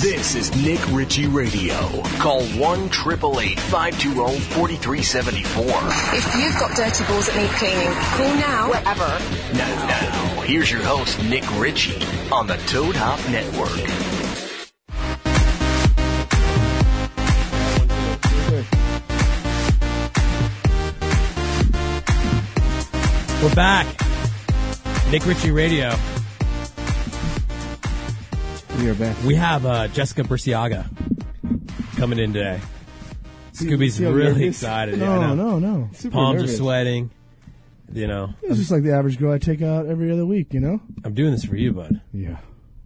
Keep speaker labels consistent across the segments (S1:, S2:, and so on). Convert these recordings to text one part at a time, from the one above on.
S1: This is Nick Ritchie Radio. Call 1 888 520 4374.
S2: If you've got dirty balls that need cleaning, call now. Wherever.
S1: Now, now, here's your host, Nick Ritchie, on the Toad Hop Network.
S3: We're back. Nick Ritchie Radio.
S4: We are back.
S3: We have uh, Jessica Berciaga coming in today. Scooby's
S4: See how
S3: really
S4: nervous?
S3: excited.
S4: No,
S3: yeah, I
S4: no,
S3: know.
S4: no. Super
S3: Palms
S4: nervous.
S3: are sweating. You know,
S4: It's just like the average girl I take out every other week, you know?
S3: I'm doing this for you, bud.
S4: Yeah.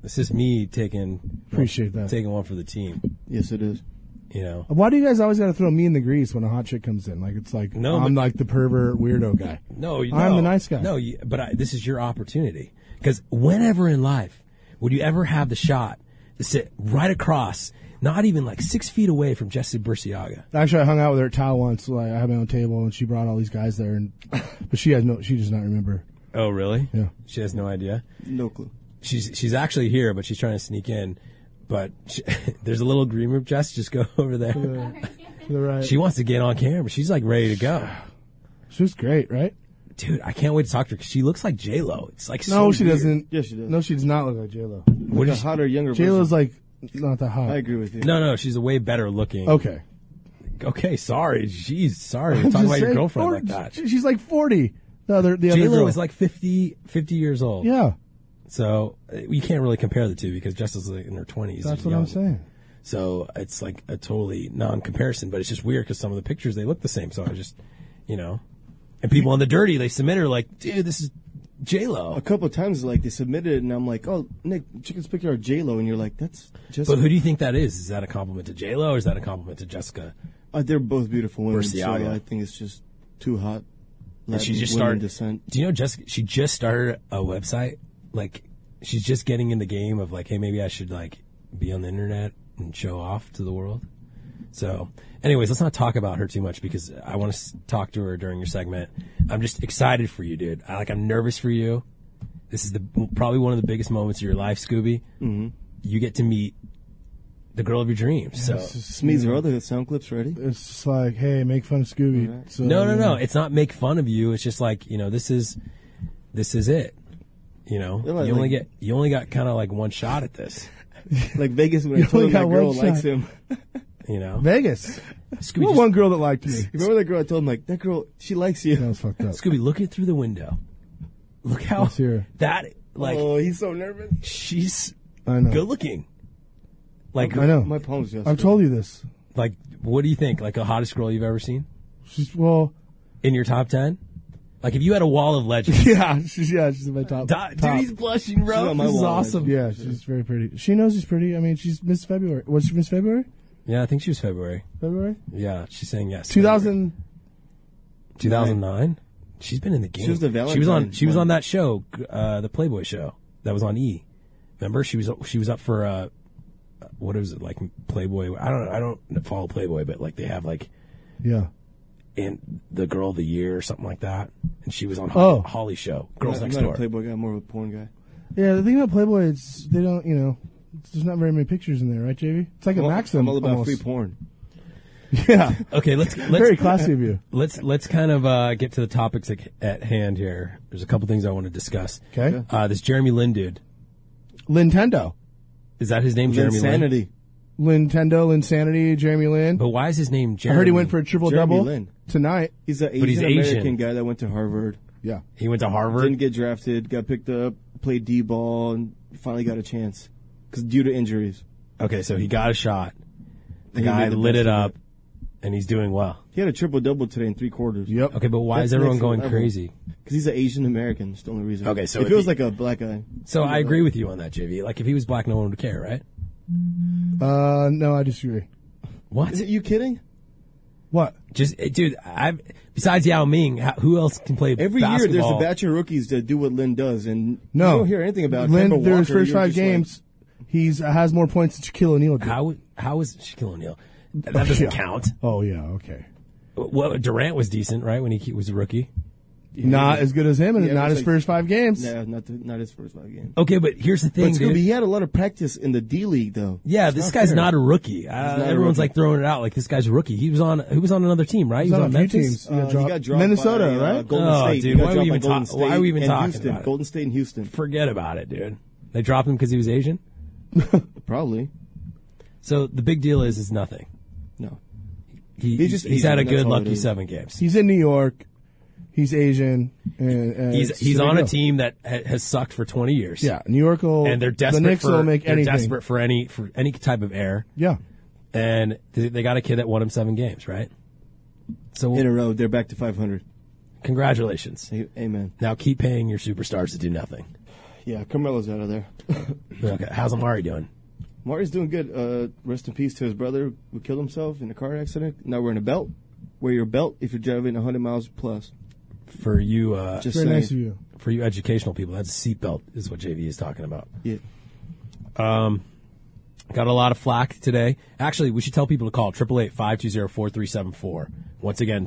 S3: This is me taking
S4: Appreciate that.
S3: taking one for the team.
S5: Yes, it is.
S3: You know,
S4: Why do you guys always got to throw me in the grease when a hot chick comes in? Like, it's like,
S3: No,
S4: I'm
S3: but-
S4: like the pervert weirdo guy.
S3: no, you-
S4: I'm
S3: no.
S4: the nice guy.
S3: No, you, but I, this is your opportunity because whenever in life would you ever have the shot to sit right across, not even like six feet away from Jessica Berciaga?
S4: Actually, I hung out with her at Tao once. Like, I had my own table, and she brought all these guys there, and but she has no, she does not remember.
S3: Oh, really?
S4: Yeah.
S3: She has no idea.
S5: No clue.
S3: she's she's actually here, but she's trying to sneak in. But she, there's a little green room. Jess, just go over there.
S4: To the right.
S3: She wants to get on camera. She's like ready to go,
S4: She was great, right?
S3: dude. I can't wait to talk to her. 'cause She looks like J Lo. It's like
S4: No,
S3: so
S4: she
S3: weird.
S4: doesn't.
S5: Yes, she does.
S4: No, she does not look like J Lo.
S3: What
S5: the
S3: is she-
S5: hotter, younger
S4: J Lo's
S5: version.
S4: like not that hot.
S5: I agree with you.
S3: No, no, she's a way better looking.
S4: Okay.
S3: Okay, sorry, jeez, sorry.
S4: I'm
S3: Talking
S4: just
S3: about your
S4: saying,
S3: girlfriend
S4: or-
S3: like that.
S4: she- She's like forty. The other, the
S3: J
S4: other
S3: Lo
S4: girl.
S3: is like 50, 50 years old.
S4: yeah.
S3: So uh, you can't really compare the two because Jess is like in her twenties.
S4: That's what I'm saying.
S3: So it's like a totally non-comparison, but it's just weird because some of the pictures they look the same. So I just, you know, and people on the dirty they submit her like, dude, this is J Lo.
S5: A couple of times, like they submitted it, and I'm like, "Oh, Nick, chicken's picture of J Lo," and you're like, "That's just."
S3: But who do you think that is? Is that a compliment to J Lo or is that a compliment to Jessica?
S5: uh, they're both beautiful women. So
S3: Berciaga.
S5: I think it's just too hot. Latin
S3: she just
S5: women
S3: started.
S5: descent.
S3: Do you know Jessica? She just started a website. Like she's just getting in the game of like, hey, maybe I should like be on the internet and show off to the world. So, anyways, let's not talk about her too much because I want to talk to her during your segment. I'm just excited for you, dude. I, like I'm nervous for you. This is the probably one of the biggest moments of your life, Scooby. Mm-hmm. You get to meet the girl of your dreams. So.
S5: Smeeds her other sound clips ready.
S4: It's just like, hey, make fun of Scooby. So,
S3: No, no,
S4: you know,
S3: no. It's not make fun of you. It's just like you know, this is, this is it. You know,
S5: like-
S3: you only
S5: like-
S3: get you only got kind of like one shot at this.
S5: Like Vegas when I told
S4: only
S5: him that
S4: got
S5: girl
S4: one
S5: likes
S4: shot.
S5: him.
S3: You know,
S4: Vegas.
S3: Scooby,
S4: Well,
S3: just-
S4: one girl that liked me.
S5: Remember that girl I told him like that girl she likes you.
S4: That was fucked up.
S3: Scooby, look it through the window. Look how
S4: Let's hear.
S3: that like
S5: oh, he's so nervous.
S3: she's
S4: I know.
S3: good looking. Like,
S4: I know.
S5: My palms just.
S4: I've told you this.
S3: like what do you think? Like the hottest girl you've ever seen
S4: She's well.
S3: in your top ten? Like if you had a wall of legends,
S4: Yeah, she's yeah, she's in my top.
S3: Di- dude,
S4: top.
S3: he's blushing,
S5: She's
S3: bro.
S5: on my
S3: This is
S5: wall of
S3: awesome. Yeah.
S4: Yeah, she's very pretty. She knows she's pretty. I mean, she's Miss February. Was she Miss February?
S3: I think she was February.
S4: February?
S3: Yeah, she's saying yes.
S4: Two thousand.
S3: 2009. She's been in the game.
S5: She was the
S3: She was on.
S5: Valentine's
S3: She was
S5: one.
S3: on that show, uh, the Playboy show that was on E. Remember, she was she was up for uh, what is it like Playboy? I don't I don't follow Playboy, but like they have like
S4: Yeah.
S3: in the Girl of the Year or something like that, and she was on
S4: Oh.
S3: Holly, Holly's show, Girls
S5: I'm
S3: Next
S5: not
S3: Door.
S5: a Playboy guy. I'm more of a porn guy.
S4: Yeah. The thing about Playboy is they don't. You know, there's not very many pictures in there, right, JV? It's like a
S5: Well,
S4: maxim.
S5: I'm all about
S4: almost.
S5: free porn.
S4: Yeah.
S3: Okay, let's
S4: very
S3: let's
S4: classy of you.
S3: let's let's kind of uh, get to the topics at, at hand here. There's a couple things I want to discuss.
S4: Okay.
S3: Uh, this Jeremy Lin dude,
S4: Nintendo.
S3: is that his name? Jeremy Lin.
S5: Insanity.
S4: Nintendo, Insanity, Jeremy Lin.
S3: But why is his name
S4: I
S3: Jeremy?
S4: heard he went for a triple
S5: Jeremy
S4: double
S5: Lin.
S4: tonight.
S5: He's an
S3: he's
S5: Asian
S3: Asian.
S5: American guy that went to Harvard.
S4: Yeah.
S3: He went to Harvard.
S5: Didn't get drafted. Got picked up. Played D ball and finally got a chance. Because due to injuries,
S3: Okay, so he got a shot. The
S5: He
S3: guy
S5: made the
S3: lit
S5: best
S3: it
S5: of
S3: up, and he's doing well.
S5: he had a triple double today in three quarters.
S4: Yep.
S3: Okay, but why
S5: That's
S3: is everyone
S5: next
S3: going
S5: level.
S3: crazy?
S5: Because he's an Asian American. It's the only reason.
S3: Okay, so
S5: if
S3: if
S5: it was
S3: he-
S5: like a black guy,
S3: So I agree with you on that, JV. Like if he was black, no one would care, right?
S4: Uh, no, I disagree.
S3: What?
S5: is it you kidding?
S4: What?
S3: Just eh, dude, I besides Yao Ming, how- who else can play
S5: Every year there's a
S3: basketball?
S5: batch of rookies that do what Lynn does, and
S4: No.
S5: you don't hear anything about
S4: Lin,
S5: Kemba
S4: through his
S5: Walker,
S4: first
S5: you're
S4: five
S5: just like,
S4: games, he's uh, has more points than Shaquille O'Neal did. Oh,
S3: How how is Shaquille O'Neal? That that doesn't
S4: Yeah.
S3: count.
S4: Oh yeah, okay.
S3: Well, Durant was decent, right, when he was a rookie.
S5: he
S4: Not
S5: was-
S4: as good as him, and
S5: Yeah,
S4: not
S5: it's
S4: his
S5: like-
S4: first five games.
S5: No, not the, not his first five games.
S3: Okay, but here's the thing,
S5: But
S3: dude.
S5: Scooby, he had a lot of practice in the D League though.
S3: yeah, this guy's
S5: fair.
S3: not a rookie. Uh,
S5: not a rookie.
S3: everyone's like throwing it out like this guy's a rookie. He was on he was on another team, right?
S4: He's
S3: He was
S4: on
S3: on
S4: a few teams.
S3: Memphis.
S4: He
S5: Uh,
S4: got dropped.
S5: dropped
S4: Minnesota,
S5: by, uh,
S4: right?
S5: Golden
S3: Oh,
S5: State. He
S3: dude,
S5: got
S3: why are we
S5: dropped by
S3: even
S5: Golden
S3: ta- why are
S5: State
S3: we even
S5: and
S3: talking
S5: Houston.
S3: about it?
S5: Golden State and Houston,
S3: Forget about it, dude. They dropped him because he was Asian.
S5: probably.
S3: So the big deal is is nothing.
S5: No,
S3: He,
S5: He's just
S3: he's
S5: Asian,
S3: had a
S5: that's
S3: good
S5: all it
S3: lucky
S5: is.
S3: seven games.
S4: He's in New York. He's Asian. And, and
S3: he's
S4: it's-
S3: he's
S4: there you
S3: on a
S4: go.
S3: team that ha- has sucked for 20 years.
S4: Yeah, New York will.
S3: and they're desperate
S4: The Knicks
S3: for
S4: will make
S3: they're
S4: anything.
S3: desperate for any for any type of air.
S4: Yeah,
S3: And th- they got a kid that won him seven games, right? So
S5: in a row, they're back to 500.
S3: congratulations.
S5: A- Amen.
S3: Now keep paying your superstars to do nothing.
S5: Yeah, Carmelo's out of there.
S3: Okay, how's Amari doing?
S5: Marty's doing good. Uh, rest in peace to his brother who killed himself in a car accident. Now wearing a belt. Wear your belt if you're driving 100 miles plus.
S3: For you, uh,
S5: Just
S4: very
S5: saying.
S4: nice of you.
S3: for you educational people, that's a seatbelt is what JV is talking about.
S5: Yeah.
S3: Um, Got a lot of flack today. Actually, we should tell people to call 888-520-4374. Once again,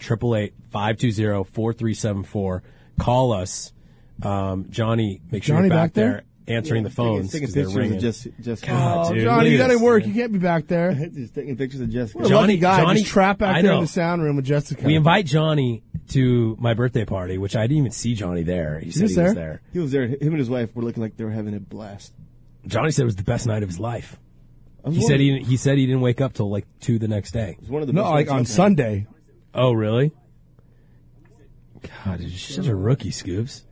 S3: 888-520-4374. Call us. Um, Johnny, make sure
S4: Johnny
S3: you're back,
S4: back there?
S3: answering the phones.
S5: Taking,
S3: 'cause
S5: taking
S3: they're
S5: pictures
S3: ringing.
S5: of Jess, Jessica.
S3: God,
S4: Oh,
S3: dude,
S4: John,
S3: look
S4: you
S3: at
S4: got to
S3: this,
S4: work.
S3: man.
S4: You can't be back there.
S5: Just taking pictures of Jessica.
S4: Johnny,
S3: Johnny-
S4: lucky guy,
S3: Johnny-
S4: just trapped back
S3: I
S4: there in
S3: know.
S4: the sound room with Jessica.
S3: We invite Johnny to my birthday party, which I didn't even see Johnny there. He said
S4: was
S3: he
S4: there?
S3: was there.
S5: He was there. Him and his wife were looking like they were having a blast.
S3: Johnny said it was the best night of his life.
S5: I was
S3: He
S5: wondering-
S3: said he didn't- he said he didn't wake up till like two the next day.
S5: It was one of the
S4: no,
S5: best
S4: like
S5: nights
S4: on
S5: I've had.
S4: Sunday.
S3: Oh, really? God, you're such a rookie, Scoops.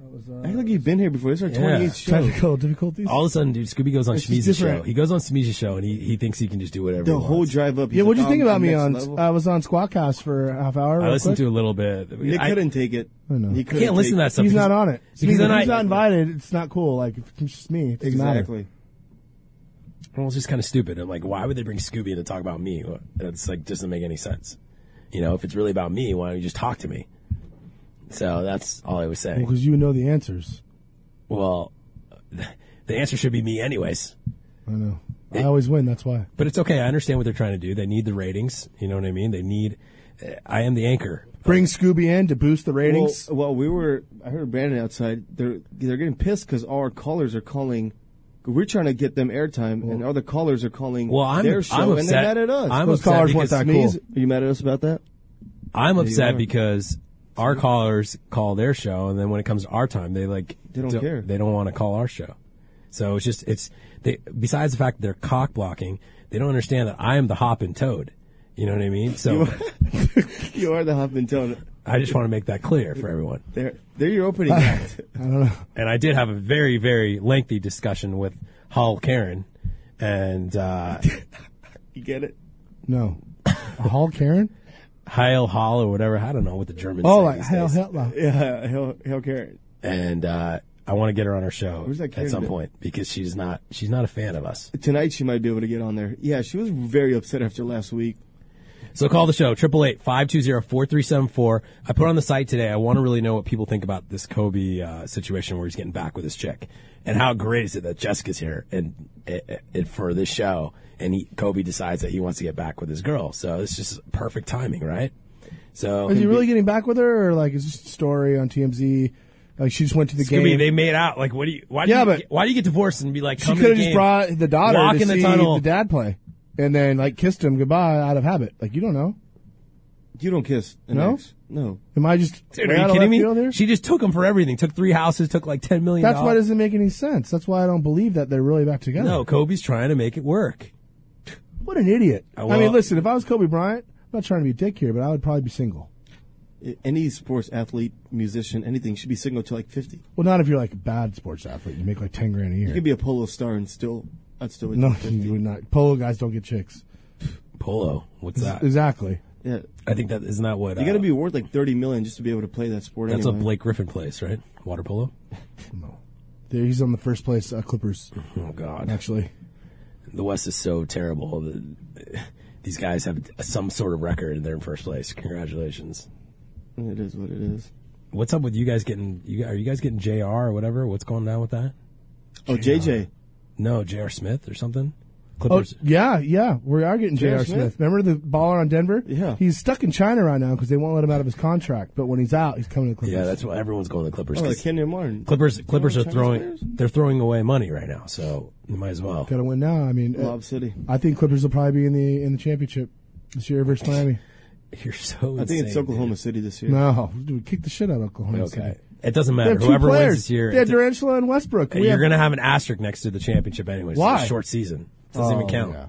S5: I feel like you've been here before. This is our 28th show.
S4: uh, Technical difficulties.
S3: All of a sudden, dude, Scooby goes on
S4: It's just
S3: Shmeeza's show.
S4: different.
S3: He goes on Shmeeza's show and he, he thinks he can just do whatever.
S5: The
S3: he
S5: whole
S3: wants.
S5: drive up. he's
S4: yeah, what'd you
S5: like,
S4: think
S5: "I'm
S4: about
S5: the
S4: me
S5: next
S4: on?
S5: level."
S4: I was on Squadcast for a half hour.
S3: I
S4: real
S3: listened
S4: quick.
S3: to a little bit.
S5: Nick
S3: I,
S5: couldn't take it.
S4: I know.
S5: He
S3: I
S5: couldn't
S3: can't listen to
S5: take
S3: that stuff.
S4: He's
S3: because-
S4: not on it.
S3: Because then
S4: if
S3: I,
S4: he's not invited, it's not cool. Like if it's just me. It doesn't matter.
S5: Exactly.
S3: well, it's just kind of stupid. I'm like, why would they bring Scooby in to talk about me? It's like doesn't make any sense. You know, if it's really about me, why don't you just talk to me? So that's all I was saying.
S4: Because you know the answers.
S3: Well, the answer should be me, anyways.
S4: I know. I always win. That's why.
S3: But it's okay. I understand what they're trying to do. They need the ratings. You know what I mean? They need. I am the anchor.
S4: Bring Scooby in to boost the ratings.
S5: Well, well, we were. I heard Brandon outside. They're they're getting pissed because all our callers are calling. We're trying to get them airtime, and other callers are calling
S3: Well, I'm-
S5: their show,
S3: I'm
S5: and they're
S3: upset.
S5: mad at us.
S3: I'm
S5: Those
S3: upset
S5: callers weren't
S3: because-
S5: that cool. Are you mad at us about that?
S3: I'm upset
S5: are.
S3: because our callers call their show, and then when it comes to our time, they like
S5: They don't care.
S3: They don't want to call our show. So it's just it's they. Besides the fact that they're cock blocking, they don't understand that I am the hop and toad. You know what I mean? So
S5: You are the hopping tone.
S3: I just want to make that clear for everyone.
S5: They're they're your opening act.
S4: I don't know.
S3: and I did have a very, very lengthy discussion with Hall Karen, and uh,
S5: You get it?
S4: No. Hall Karen?
S3: Heil Hall or whatever. I don't know what the Germans.
S4: Oh,
S3: say
S4: like
S3: these
S4: hell,
S3: days.
S4: hell.
S5: Yeah. Hell, hell, Karen.
S3: And uh, I want to get her on our show
S5: Where's that Karen
S3: at some
S5: been?
S3: point because she's not she's not a fan of us.
S5: Tonight she might be able to get on there. Yeah, she was very upset after last week.
S3: So call the show 888-520-4374. I put on the site today. I want to really know what people think about this Kobe uh, situation where he's getting back with his chick, and how great is it that Jessica's here and, and, and for this show, and he, Kobe decides that he wants to get back with his girl. So it's just perfect timing, right? So
S4: Is he really getting back with her, or like is this a story on TMZ? Like she just went to the
S3: Scooby,
S4: game.
S3: they made out. Like, what do you? Why do
S4: Yeah,
S3: you?
S4: but-
S3: get, why do you get divorced and be like?
S4: she
S3: Come
S4: could
S3: could
S4: have just brought the daughter
S3: Walk
S4: to
S3: in the
S4: see
S3: tunnel.
S4: the dad play, and then like kissed him goodbye out of habit. Like you don't know.
S5: You don't kiss. An
S4: No?
S5: ex. No.
S4: Am I just?
S3: Dude,
S4: way
S3: are
S4: out
S3: you
S4: of
S3: kidding
S4: left field
S3: me?
S4: here?
S3: She just took him for everything. Took three houses. Took like ten million.
S4: That's why it doesn't make any sense. That's why I don't believe that they're really back together.
S3: No, Kobe's trying to make it work.
S4: What an idiot.
S3: Oh,
S4: I
S3: well-
S4: mean, listen, if I was Kobe Bryant, I'm not trying to be a dick here, but I would probably be single.
S5: Any sports athlete, musician, anything should be single to like fifty. You
S4: Well, not if you're like a bad sports athlete. You make like ten grand a year.
S5: could be a polo star and still, I'd still.
S4: no, you would not. Polo guys don't get chicks.
S3: Polo. What's that?
S4: Exactly.
S5: Yeah.
S3: I think that isn't that what.
S5: You got
S3: uh,
S5: to be worth like thirty million just to be able to play that sport.
S3: That's
S5: anyway.
S3: what Blake Griffin plays, right? Water polo.
S4: No. There, he's on the first place uh, Clippers,
S3: Oh God,
S4: actually.
S3: the West is so terrible. The- These guys have some sort of record and they're in first place. Congratulations.
S5: It is what it is.
S3: What's up with you guys getting? You are you guys getting Jr. or whatever? What's going down with that?
S5: Oh, JJ.
S3: No, Jr. Smith or something.
S4: Oh,
S3: Clippers.
S4: yeah, yeah. We are getting J.R.
S5: J.R. Smith.
S4: Smith. Remember the baller on Denver?
S5: Yeah.
S4: He's stuck in China right now because they won't let him out of his contract. But when he's out, he's coming to Clippers.
S3: yeah, that's why everyone's going to the Clippers.
S5: Oh,
S3: 'cause
S5: like Kenyon Martin. Oh,
S3: Clippers, Clippers are
S5: Chinese
S3: throwing,
S5: players?
S3: they're throwing away money right now, so you might as well.
S4: Got to win now. I mean, uh,
S5: Lob City.
S4: I think Clippers will probably be in the in the championship this year versus Miami.
S3: You're
S5: I
S3: so.
S5: think it's
S3: insane, dude.
S5: Oklahoma City this year.
S4: No, dude, kick the shit out of Oklahoma
S3: Okay,
S4: City.
S3: it doesn't
S4: They
S3: matter.
S4: have two
S3: Whoever
S4: players.
S3: wins this year,
S4: They have
S3: it-
S4: Durantula and Westbrook. We
S3: you're
S4: have-
S3: going to have an asterisk next to the championship anyway.
S4: Why?
S3: It's a short season. It doesn't
S4: Oh,
S3: even count.
S4: yeah.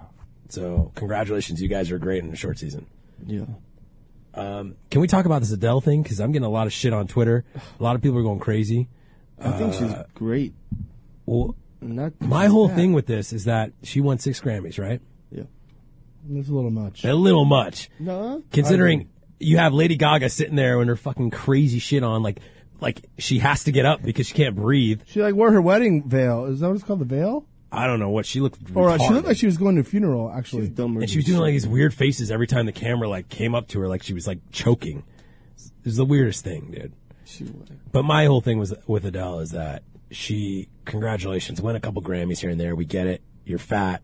S3: So congratulations, you guys are great in a short season. Um,
S5: Yeah.
S3: Can we talk about this Adele thing? Because I'm getting a lot of shit on Twitter. A lot of people are going crazy. Uh,
S5: I think she's great.
S3: Well,
S5: Not
S3: my whole thing with this is that she won six Grammys, right?
S5: Yeah.
S4: That's a little much.
S3: A little much.
S5: No.
S3: considering you have Lady Gaga sitting there with her fucking crazy shit on, like, like she has to get up because she can't breathe.
S4: She like wore her wedding veil. Is that what it's called? The veil?
S3: I don't know what she looked.
S4: Or uh, she
S3: retarded.
S4: looked like she was going to a funeral. Actually,
S5: She's dumber.
S3: and she was doing like these weird faces every time the camera like came up to her, like she was like choking. It was the weirdest thing, dude.
S5: She was like,
S3: But my whole thing was with Adele is that she, congratulations, win a couple Grammys here and there. We get it. You're fat.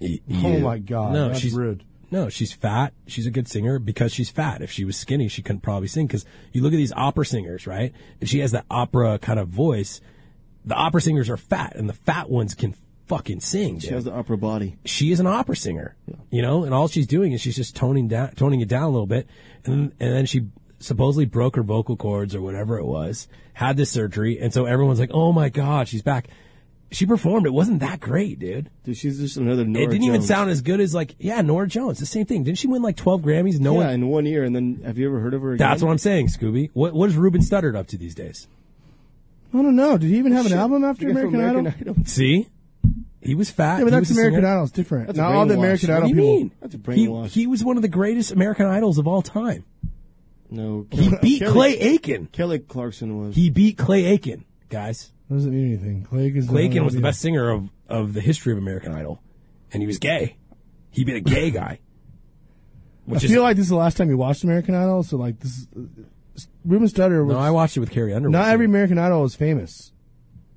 S3: Y-
S4: Oh
S3: you-
S4: my God,
S3: No,
S4: that's
S3: she's
S4: rude.
S3: No, she's fat. She's a good singer because she's fat. If she was skinny, she couldn't probably sing. Because you look at these opera singers, right? If she has that opera kind of voice, the opera singers are fat, and the fat ones can fucking sing.
S5: she
S3: dude
S5: has the upper body.
S3: she is an opera singer, you know, and all she's doing is she's just toning down, toning it down a little bit, and and then she supposedly broke her vocal cords or whatever it was, had this surgery, and so everyone's like, oh my god, she's back. She performed; it wasn't that great, dude.
S5: Dude, she's just another Nora
S3: it didn't even
S5: Jones.
S3: sound as good as like, yeah, Nora Jones, the same thing. Didn't she win like twelve Grammys? No
S5: Yeah,
S3: one.
S5: in one year, and then have you ever heard of her again?
S3: That's what I'm saying, Scooby. What what is Ruben Studdard up to these days?
S4: I don't know. Did he even have an album after
S5: She got from
S4: American, Idol?
S5: Idol.
S3: See, he was
S4: Yeah,
S3: fat.
S4: but
S3: he
S4: that's
S3: was a
S4: American
S3: singer.
S4: Idol. It's different.
S5: That's
S4: Not all the
S5: brainwashed.
S4: American
S5: What
S4: Idol
S3: What do you
S4: people.
S3: mean?
S5: That's a
S3: he,
S5: brainwash.
S3: he was one of the greatest American Idols of all time.
S5: No.
S3: He
S5: Kelly-
S3: beat
S5: Kelly-
S3: Clay Aiken.
S5: Kelly Clarkson was.
S3: He beat Clay Aiken, guys.
S4: That doesn't mean anything. Clay is
S3: Clay Aiken was the
S4: idea.
S3: best singer of, of the history of American Idol, and he was gay. He beat a gay guy.
S4: I
S3: Which is
S4: feel like this is the last time you watched American Idol, so like this. Is, uh, Ruben Studdard was.
S3: no, I watched it with Carrie Underwood.
S4: not every American Idol is famous.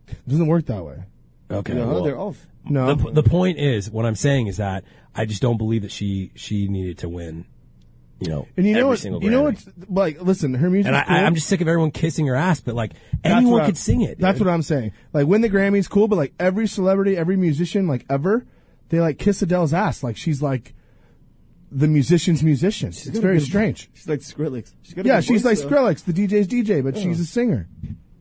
S4: It doesn't work that way.
S3: Okay,
S5: no,
S3: well,
S5: they're off.
S4: No,
S3: the, po- the point is, what I'm saying is that I just don't believe that she she needed to win. You know,
S4: and you
S3: every
S4: know what?
S3: single
S4: You know
S3: Grammy.
S4: what's like. Listen, her music.
S3: And I, I, I'm just sick of everyone kissing her ass, but like anyone could sing it.
S4: That's
S3: dude.
S4: what I'm saying. Like win the Grammys, cool, but like every celebrity, every musician, like ever, they like kiss Adele's ass. Like she's like the musician's musician. it's
S5: got a
S4: very
S5: good-
S4: strange.
S5: She's like Skrillex. She's got a
S4: Yeah,
S5: good
S4: she's like
S5: voice, though.
S4: Skrillex, the DJ's DJ, but she's a singer.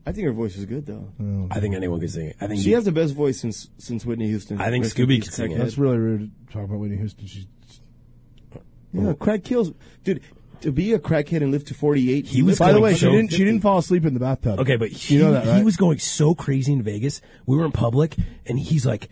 S5: I think her voice is good though.
S4: Oh.
S3: I think anyone could sing it. I think
S5: She has the best voice since since Whitney Houston.
S3: I think
S5: Rest in
S3: Scooby
S5: peace,
S3: could sing
S5: Craighead.
S3: it.
S4: That's really rude to talk about Whitney Houston. She's Oh.
S5: Yeah, crack kills, dude. To be a crackhead and live to forty eight.
S3: He was
S4: By the
S3: going
S4: way, she
S3: so-
S4: didn't she didn't fall asleep in the bathtub.
S3: Okay, but he,
S4: you know that, right?
S3: he was going so crazy in Vegas. We were in public, and he's like,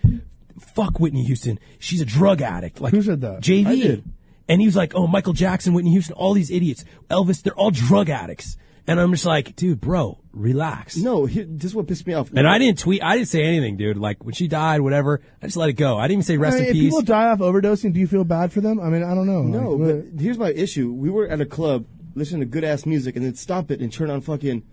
S3: "Fuck Whitney Houston. She's a drug addict." Like
S4: Who said that?
S3: JV.
S4: I did.
S3: And he was like, "Oh, Michael Jackson, Whitney Houston, all these idiots. Elvis, they're all drug addicts." And I'm just like, "Dude, bro, relax."
S5: No, he, this is what pissed me off.
S3: And I didn't tweet. I didn't say anything, dude. Like when she died, whatever. I just let it go. I didn't even say
S4: I
S3: rest
S4: mean,
S3: in
S4: if
S3: peace.
S4: people die off overdosing, do you feel bad for them? I mean, I don't know.
S5: no,
S4: Like,
S5: but here's my issue. We were at a club listening to good ass music, and then stop it and turn on fucking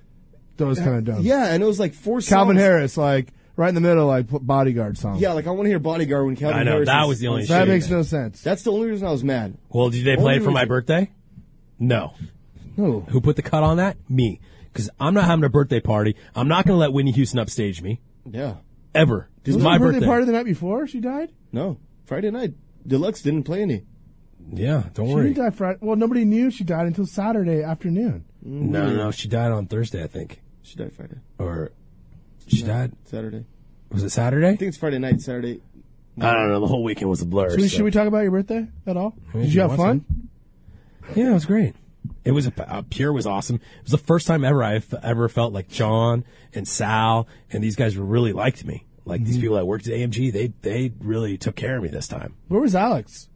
S4: that was kind of dumb.
S5: yeah, and it was like four.
S4: Calvin
S5: songs.
S4: Harris, like right in the middle, like bodyguard song.
S5: Yeah, like I want to hear Bodyguard when Calvin
S3: I know,
S5: Harris.
S3: that
S5: is-
S3: was the only
S4: that
S3: shit.
S4: makes no sense.
S5: That's the only reason I was mad.
S3: well, did they play
S5: Only
S3: it for my
S5: reason-
S3: birthday? No.
S4: no,
S3: Who put the cut on that? Me. Because I'm not having a birthday party. I'm not going to let Whitney Houston upstage me
S5: Yeah,
S3: ever. This is
S4: was
S3: my
S4: her birthday,
S3: birthday.
S4: party the night before she died.
S5: no. Friday night, Deluxe didn't play any.
S3: Yeah, don't
S4: She
S3: worry.
S4: didn't die Friday. Well, nobody knew she died until Saturday afternoon.
S3: No, no, no. She died on Thursday, I think,
S5: She died Friday,
S3: or she died.
S5: Saturday.
S3: Was it
S5: I
S3: Saturday?
S5: think it's Friday night, Saturday.
S3: I don't know. The whole weekend was a blur.
S4: So we-
S3: so-
S4: Should we talk about your birthday at all?
S3: mean,
S4: Did you
S3: if you
S4: have
S3: want
S4: fun?
S3: Yeah, it was great. It was a, uh, pure was awesome. It was the first time ever I f- ever felt like John and Sal and these guys really liked me. Like
S4: Mm-hmm.
S3: these people that worked at AMG, they they really took care of me this time.
S4: Where was Alex?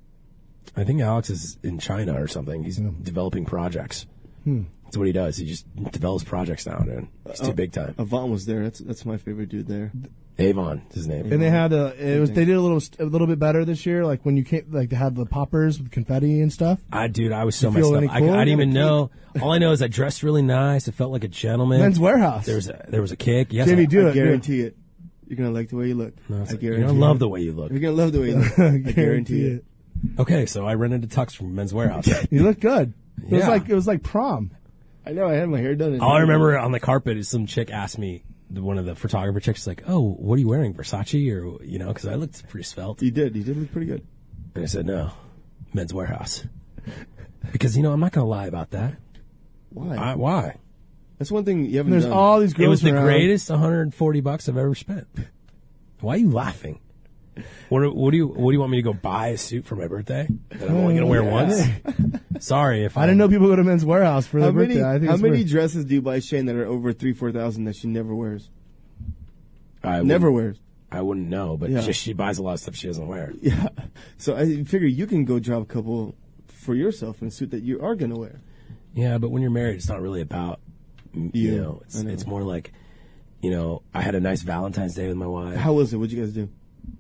S3: I think Alex is in China or something. He's developing projects.
S5: Hmm.
S3: That's what he does. He just develops projects now, dude. He's too big time.
S5: Avant Uh, was there. That's that's my favorite dude there.
S3: Avon is his name.
S4: And they had a. It was. They did a little. A little bit better this year. Like when you came. Like they had the poppers with confetti and stuff.
S3: I dude, I was so
S4: feel
S3: messed up.
S4: any
S3: I, I didn't even
S4: cold?
S3: know. All I know is I dressed really nice. I felt like a gentleman.
S4: Men's Warehouse.
S3: There was a, there was a kick. Yes,
S4: Jamie,
S3: I,
S4: do
S5: I
S4: it. do it.
S5: guarantee it. You're gonna like the way you look.
S3: No, it's
S5: I
S3: like, you're
S5: guarantee.
S3: gonna love
S5: it.
S3: the way you look.
S5: You're gonna love the way you look. I guarantee it.
S3: Okay, so I rented a tux from Men's Warehouse.
S4: You look good. It was
S3: Yeah.
S4: like it was like prom.
S5: I know. I had my hair done. in-
S3: All I remember on the carpet is some chick asked me, the- one of the photographer chicks, like, "Oh, what are you wearing, Versace?" Or you know, because I looked pretty svelte.
S5: You did. You did look pretty good.
S3: And I said, "No, Men's Warehouse," because you know I'm not gonna lie about that.
S5: Why?
S3: I, why?
S5: That's one thing you haven't
S4: There's
S5: done.
S4: all these girls.
S3: It was the
S4: around.
S3: greatest 140 bucks I've ever spent. Why are you laughing? What, do- what do you What do you want me to go buy a suit for my birthday that I'm only gonna wear once? Sorry if
S4: I didn't know people go to Men's Warehouse for
S5: how
S4: their
S5: many?
S4: birthday. I think
S5: how
S4: it's
S5: many
S4: weird.
S5: dresses do you buy Shane that are over three, four thousand that she never wears?
S3: I
S5: Never
S3: wouldn't-
S5: wears.
S3: I wouldn't know, but
S5: Yeah.
S3: she, she buys a lot of stuff she doesn't wear.
S5: Yeah. So I figure you can go drop a couple for yourself in a suit that you are gonna wear.
S3: Yeah, but when you're married, it's not really about m- you
S5: Yeah,
S3: know. It's
S5: I know.
S3: it's more like you know. I had a nice Valentine's Day with my wife.
S5: How was it? What'd you guys do?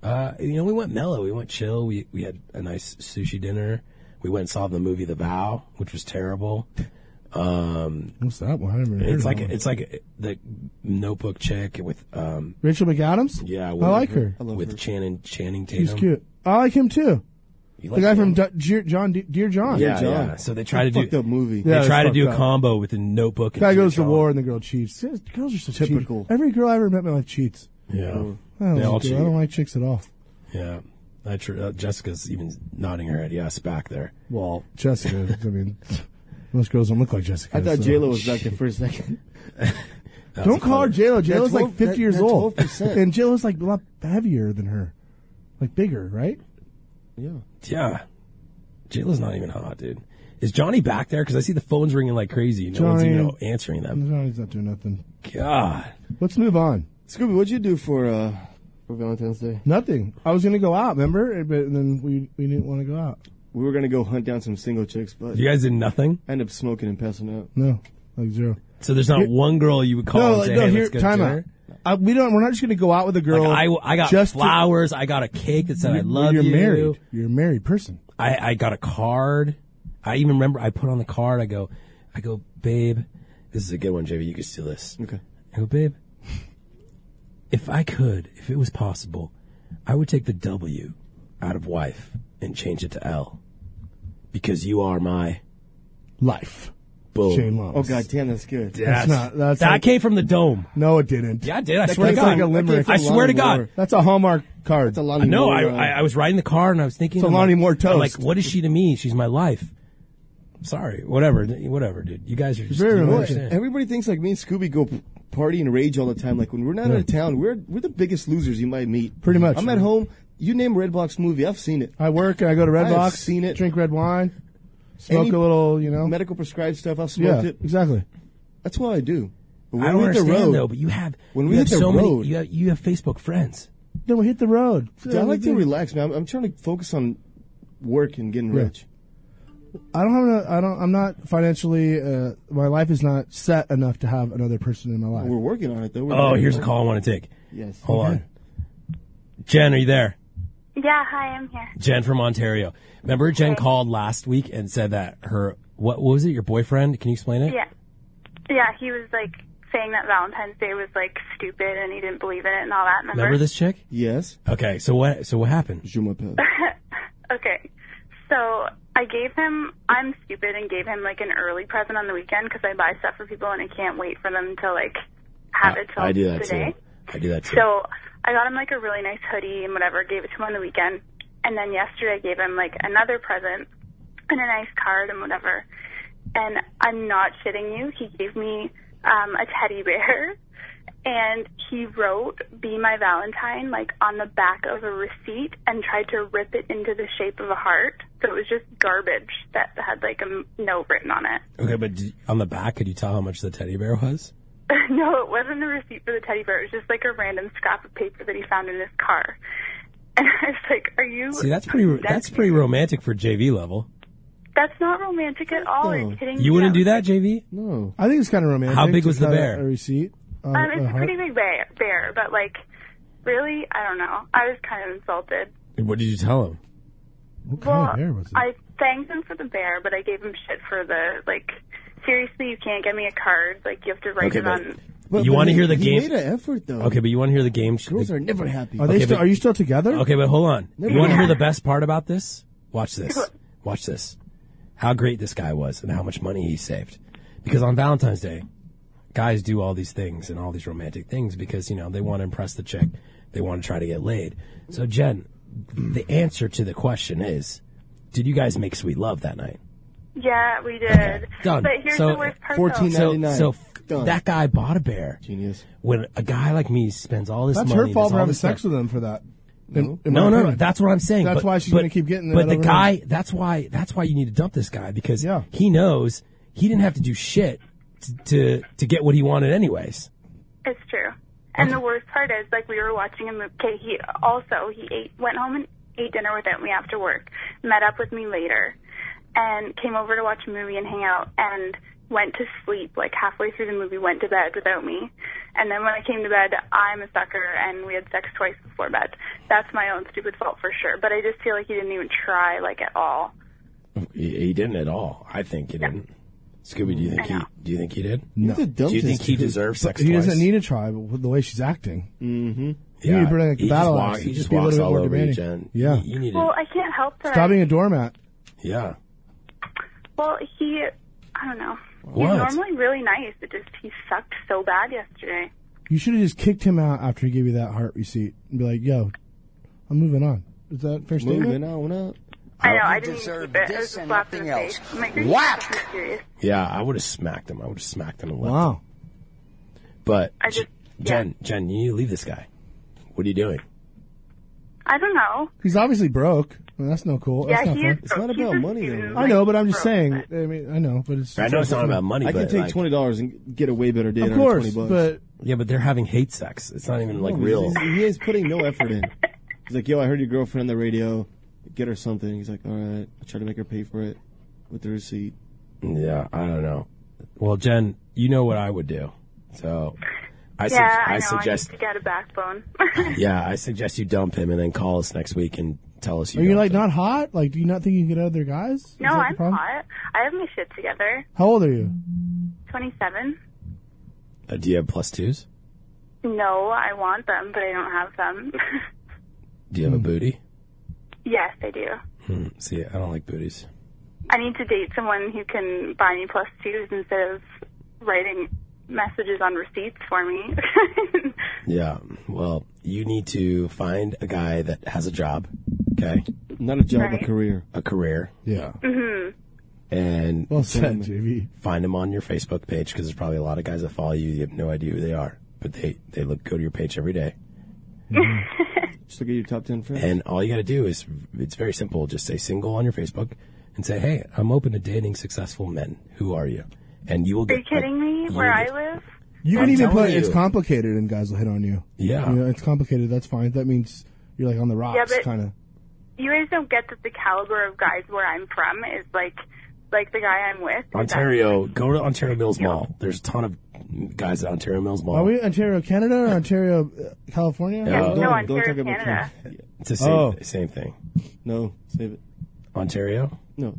S3: Uh, you know, we went mellow. We went chill. We we had a nice sushi dinner. We went and saw the movie The Vow, which was terrible. Um,
S4: What's that one? I never heard
S3: it's
S4: of
S3: like
S4: that one.
S3: it's like the Notebook chick with um
S4: Rachel McAdams.
S3: yeah.
S4: I
S3: with-
S4: like her.
S5: I love
S3: with
S5: her.
S3: Channing Channing Tatum.
S4: He's cute. I like him too.
S3: You
S4: The
S3: like
S4: guy from
S3: him?
S4: Du- Dear John. Dear John.
S3: yeah,
S5: John.
S3: yeah. So they try to
S5: Fucked
S3: do
S5: up movie.
S4: Yeah.
S3: they try to
S4: it's
S3: do a
S4: fucked up.
S3: combo with the Notebook. and
S4: Guy
S3: Dear
S4: goes to
S3: John.
S4: war and the girl cheats. Yeah, Girls are so cheaty.
S5: Typical.
S4: Every girl I ever met in my life cheats.
S3: Yeah,
S4: I don't,
S3: they
S4: like,
S3: all
S4: I
S3: cheat.
S4: don't like chicks at all.
S3: Yeah. I tr- uh, Jessica's even nodding her head yes back there.
S4: Well, Jessica. I mean, most girls don't look like Jessica.
S5: I thought
S4: so.
S5: J Lo was back there for a second.
S4: Don't call her J Lo. J Lo's like
S5: 12
S4: fifty
S5: that-
S4: years
S5: that
S4: old,
S5: 12%.
S4: and J Lo's like a lot heavier than her, like bigger, right?
S5: Yeah.
S3: Yeah. Jayla's not even hot, dude. Is Johnny back there? Because I see the phones ringing like crazy. No one's
S4: Johnny.
S3: even answering them.
S4: No, he's not doing nothing.
S3: God.
S4: Let's move on.
S5: Scooby, what'd you do for uh for Valentine's Day?
S4: Nothing. I was gonna go out, remember? But then we we didn't want to go out.
S5: We were gonna go hunt down some single chicks, but
S3: You guys did nothing?
S5: I ended up smoking and passing out.
S4: No, like zero.
S3: So there's not one girl you would call
S4: no,
S3: and say,
S4: no.
S3: hey,
S4: here,
S3: let's go
S4: time out.
S3: dinner?
S4: I, we don't. We're not just gonna go out with a girl.
S3: Like, I, I got
S4: just to-
S3: flowers. I got a cake that said, I love
S4: you're
S3: you.
S4: married. You're a married person.
S3: I, I got a card. I even remember I put on the card. I go, I go, babe, this is a good one, JV. You can steal this.
S5: Okay.
S3: I go, babe, if I could, if it was possible, I would take the W out of wife and change it to L because you are my
S4: Life.
S3: boom.
S4: Shane Long.
S5: Oh god damn, that's good.
S3: That's,
S4: not- that's
S3: that
S4: like-
S3: came from the dome.
S4: No, it didn't.
S3: Yeah, I did. I
S5: That
S3: swear to
S5: came
S3: God.
S5: from- that came from
S3: I swear
S5: Lonnie
S3: to God.
S5: Moore.
S4: That's a Hallmark card.
S5: That's a lot
S3: I
S5: of
S3: know. I,
S5: more, uh,
S3: I, I was riding the car and I was thinking.
S4: So
S3: I'm
S4: Lonnie
S3: like,
S4: Moore toast.
S3: I'm like, what is she to me? She's my life. Sorry. Whatever. Whatever, dude. You guys are just.
S4: Very
S3: you don't
S4: much.
S5: What?
S3: understand.
S5: Everybody thinks like me and Scooby go p- party and rage all the time. Like when we're not out of town, we're we're the biggest losers you might meet.
S4: Pretty much.
S5: I'm at home. You name Redbox movie, I've seen it.
S4: I work and I go to
S5: I have
S4: Redbox,
S5: seen it.
S4: drink red wine, smoke
S5: Any
S4: a little, you know.
S5: Medical prescribed stuff, I've
S4: yeah,
S5: smoked it.
S4: exactly.
S5: That's what I do. But when
S3: I don't
S5: we hit the
S3: understand
S5: road,
S3: though, but you have
S5: When
S3: you
S5: we
S3: have
S5: hit the
S3: so
S5: road-
S3: many you have, you have Facebook friends.
S4: Then we hit the road.
S5: Dude, I like to relax, man. I'm, I'm trying to focus on work and getting
S4: Yeah.
S5: rich.
S4: I don't have. A, I don't. I'm not financially. Uh, my life is not set enough to have another person in my life.
S5: We're working on it though. We're
S3: Oh,
S5: doing
S3: here's
S5: it.
S3: a call I want to take.
S5: Yes.
S3: Hold on. Jen, are you there?
S6: Yeah, hi, I'm here.
S3: Jen from Ontario. Remember Jen called last week and said that her what, what was it, your boyfriend? Can you explain it?
S6: Yeah. Yeah, he was like saying that Valentine's Day was like stupid and he didn't believe in it and all that. Remember?
S3: Remember this chick?
S5: Yes.
S3: Okay, so what so what happened?
S5: Je m'appelle.
S6: Okay. So I gave him, I'm stupid and gave him like an early present on the weekend because I buy stuff for people and I can't wait for them to like have it till
S3: I do that
S6: today.
S3: too. I do that too.
S6: So I got him like a really nice hoodie and whatever, gave it to him on the weekend. And then yesterday I gave him like another present and a nice card and whatever. And I'm not shitting you, he gave me um, a teddy bear and he wrote Be My Valentine like on the back of a receipt and tried to rip it into the shape of a heart. So it was just garbage that had like a m- note written on it.
S3: okay, but d on the back, could you tell how much the teddy bear was?
S6: no, it wasn't the receipt for the teddy bear. It was just like a random scrap of paper that he found in his car. And I was like, "Are you?"
S3: See, that's pretty that's pretty romantic for JV level.
S6: That's not romantic at all. Oh, Are you kidding me?
S3: Oh. You wouldn't do that, JV?
S5: No.
S4: I think it's kind of romantic.
S3: How big
S4: to
S3: was the
S4: cut
S3: bear?
S4: A receipt. on
S6: Um,
S4: a
S6: it's a
S4: heart.
S6: pretty big bear, bear, but like, really, I don't know. I was kind of insulted.
S3: What did you tell him?
S4: What kind
S6: Well,
S4: of bear was it?
S6: I thanked him for the bear, but I gave him shit for the like. Seriously, you can't get me a card. Like, you have to write
S3: Okay,
S6: it
S3: but
S6: on
S5: But-
S3: you
S5: but
S3: want to
S5: he-
S3: hear the
S5: he
S3: game?
S5: made an effort though.
S3: Okay, but you want to hear the game?
S5: girls are never happy.
S4: Are they
S3: Okay,
S4: still?
S3: but-
S4: Are you still together?
S3: Okay, but hold on.
S5: Never
S3: You want to
S5: mind.
S3: hear the best part about this? Watch this. Watch this. How great this guy was and how much money he saved. Because on Valentine's Day, guys do all these things and all these romantic things because, you know, they want to impress the chick. They want to try to get laid. So, Jen, the answer to the question is, did you guys make sweet love that night?
S6: Yeah, we did.
S3: Done.
S6: But here's
S3: So,
S6: the worst part.
S5: $14
S6: though.
S3: So, so
S5: Done.
S3: that guy bought a bear.
S5: Genius.
S3: When a guy like me spends all this
S4: That's
S3: money,
S4: her fault
S3: does all
S4: for having
S3: this
S4: sex
S3: stuff-
S4: with them for that. In- in
S3: No,
S4: my
S3: no, no.
S4: opinion.
S3: That's what I'm saying.
S4: That's
S3: But-
S4: why she's
S3: but-
S4: gonna keep getting
S3: But
S4: that
S3: the
S4: over
S3: guy. That's why. That's why you need to dump this guy because
S4: Yeah.
S3: he knows he didn't have to do shit to to, to get what he wanted anyways.
S6: It's true. And the worst part is, like, we were watching a movie. Okay, he also he ate, went home and ate dinner without me after work. Met up with me later, and came over to watch a movie and hang out. And went to sleep like halfway through the movie. Went to bed without me. And then when I came to bed, I'm a sucker, and we had sex twice before bed. That's my own stupid fault for sure. But I just feel like he didn't even try, like, at all.
S3: He, he didn't at all. I think he didn't. Scooby, do you think he? Do you think he did?
S5: You're the
S3: Do you
S5: dumbest
S3: think he
S5: dude.
S3: deserves sex?
S4: He
S3: twice? Mm-hmm.
S4: doesn't need a try, but with the way she's acting,
S3: Yeah.
S4: need to bring, like, the
S3: he
S4: battle
S3: just
S4: axe.
S3: walks, he
S4: Just
S3: just
S4: be a
S3: walks
S4: little bit
S3: all
S4: more
S3: over you,
S4: demanding.
S3: Jen.
S4: Yeah.
S3: You, you need
S6: Well,
S3: to.
S6: I can't help that.
S4: stop being a doormat.
S3: Yeah.
S6: Well, he, I don't know.
S3: What?
S6: He's normally really nice. It just he sucked so bad yesterday.
S4: You should have just kicked him out after he gave you that heart receipt and be like, "Yo, I'm moving on." Is that a fair statement?
S5: Moving on up.
S6: I know. I
S7: You
S6: didn't even
S7: deserve
S6: keep it. It
S7: this
S6: was a
S7: and
S6: slap in the
S7: nothing
S6: face.
S7: else.
S6: I'm like, are you
S7: Whack!
S6: fucking serious?
S3: Yeah. I would have smacked him. I would have smacked him and left. him.
S4: Wow.
S3: But
S6: I just-
S3: Jen, Jen, you need to leave this guy. What are you doing?
S6: I don't know.
S4: He's obviously broke. Well, that's no cool. That's
S6: yeah,
S4: not
S6: he
S4: fair.
S6: is.
S5: It's
S6: broke.
S5: not
S6: He's
S5: about
S6: a
S5: money,
S6: student,
S5: though.
S4: I know, but I'm just
S6: broke.
S4: saying. I mean, I know, but it's.
S3: I know it's not about money,
S5: I
S3: but
S5: can take
S3: like,
S5: twenty dollars and get a way better date.
S4: Of
S5: on
S4: course,
S5: 20 bucks.
S4: but Oh,
S3: Yeah, but they're having hate sex. It's not even like
S5: No,
S3: real.
S5: he's- He is putting no effort in. He's like, yo, I heard your girlfriend on the radio. Get her something. He's like, all right. I try to make her pay for it with the receipt.
S3: Yeah, I don't know. Well, Jen, you know what I would do. So I, sug-
S6: Yeah, I,
S3: I,
S6: know.
S3: suggest
S6: I need to get a backbone.
S3: yeah, I suggest you dump him and then call us next week and tell us you
S4: are you like
S3: dumped him.
S4: not hot? Like, do you not think you can get other guys? Is
S6: no,
S4: that the
S6: I'm
S4: problem?
S6: hot. I have my shit together.
S4: How old are you?
S6: 27.
S3: Uh, do you have plus twos?
S6: No, I want them, but I don't have them.
S3: Do you
S4: Hmm.
S3: have a booty?
S6: yes, I do.
S3: Hmm, see, I don't like booties.
S6: I need to date someone who can buy me plus twos instead of writing messages on receipts for me.
S3: Yeah. Well, you need to find a guy that has a job, okay,
S5: Not a job,
S6: Right.
S5: a career.
S3: a career,
S4: Yeah.
S8: Mm-hmm.
S3: and
S4: Well said, JV.
S3: find them on your Facebook page because there's probably a lot of guys that follow you. You have no idea who they are, but they they look go to your page every day.
S6: Mm-hmm.
S5: Just look at your top ten friends.
S3: And all you got to do is, it's very simple. Just say single on your Facebook and say, hey, I'm open to dating successful men. Who are you? And you will
S6: Are
S3: get.
S6: you kidding me?
S3: you
S6: Where
S3: will
S6: I
S3: get-
S6: live?
S4: You
S3: I'm
S4: can even
S3: telling
S4: put
S3: you.
S4: it's complicated, and guys will hit on you.
S3: Yeah.
S4: You know, it's complicated. That's fine. That means you're like on the rocks,
S6: but-
S4: kind of.
S6: You guys don't get that the caliber of guys where I'm from is like, like the guy I'm with. is
S3: Ontario, go to Ontario Mills Mall. There's a ton of guys at Ontario Mills Mall.
S4: Are we Ontario, Canada, or Ontario, uh, California?
S3: Yeah.
S6: actually- No,
S5: Don't- don't
S6: Ontario,
S5: talk about
S6: Canada.
S3: It's the same,
S4: Oh.
S3: same thing.
S5: No, save it.
S3: Ontario?
S5: No,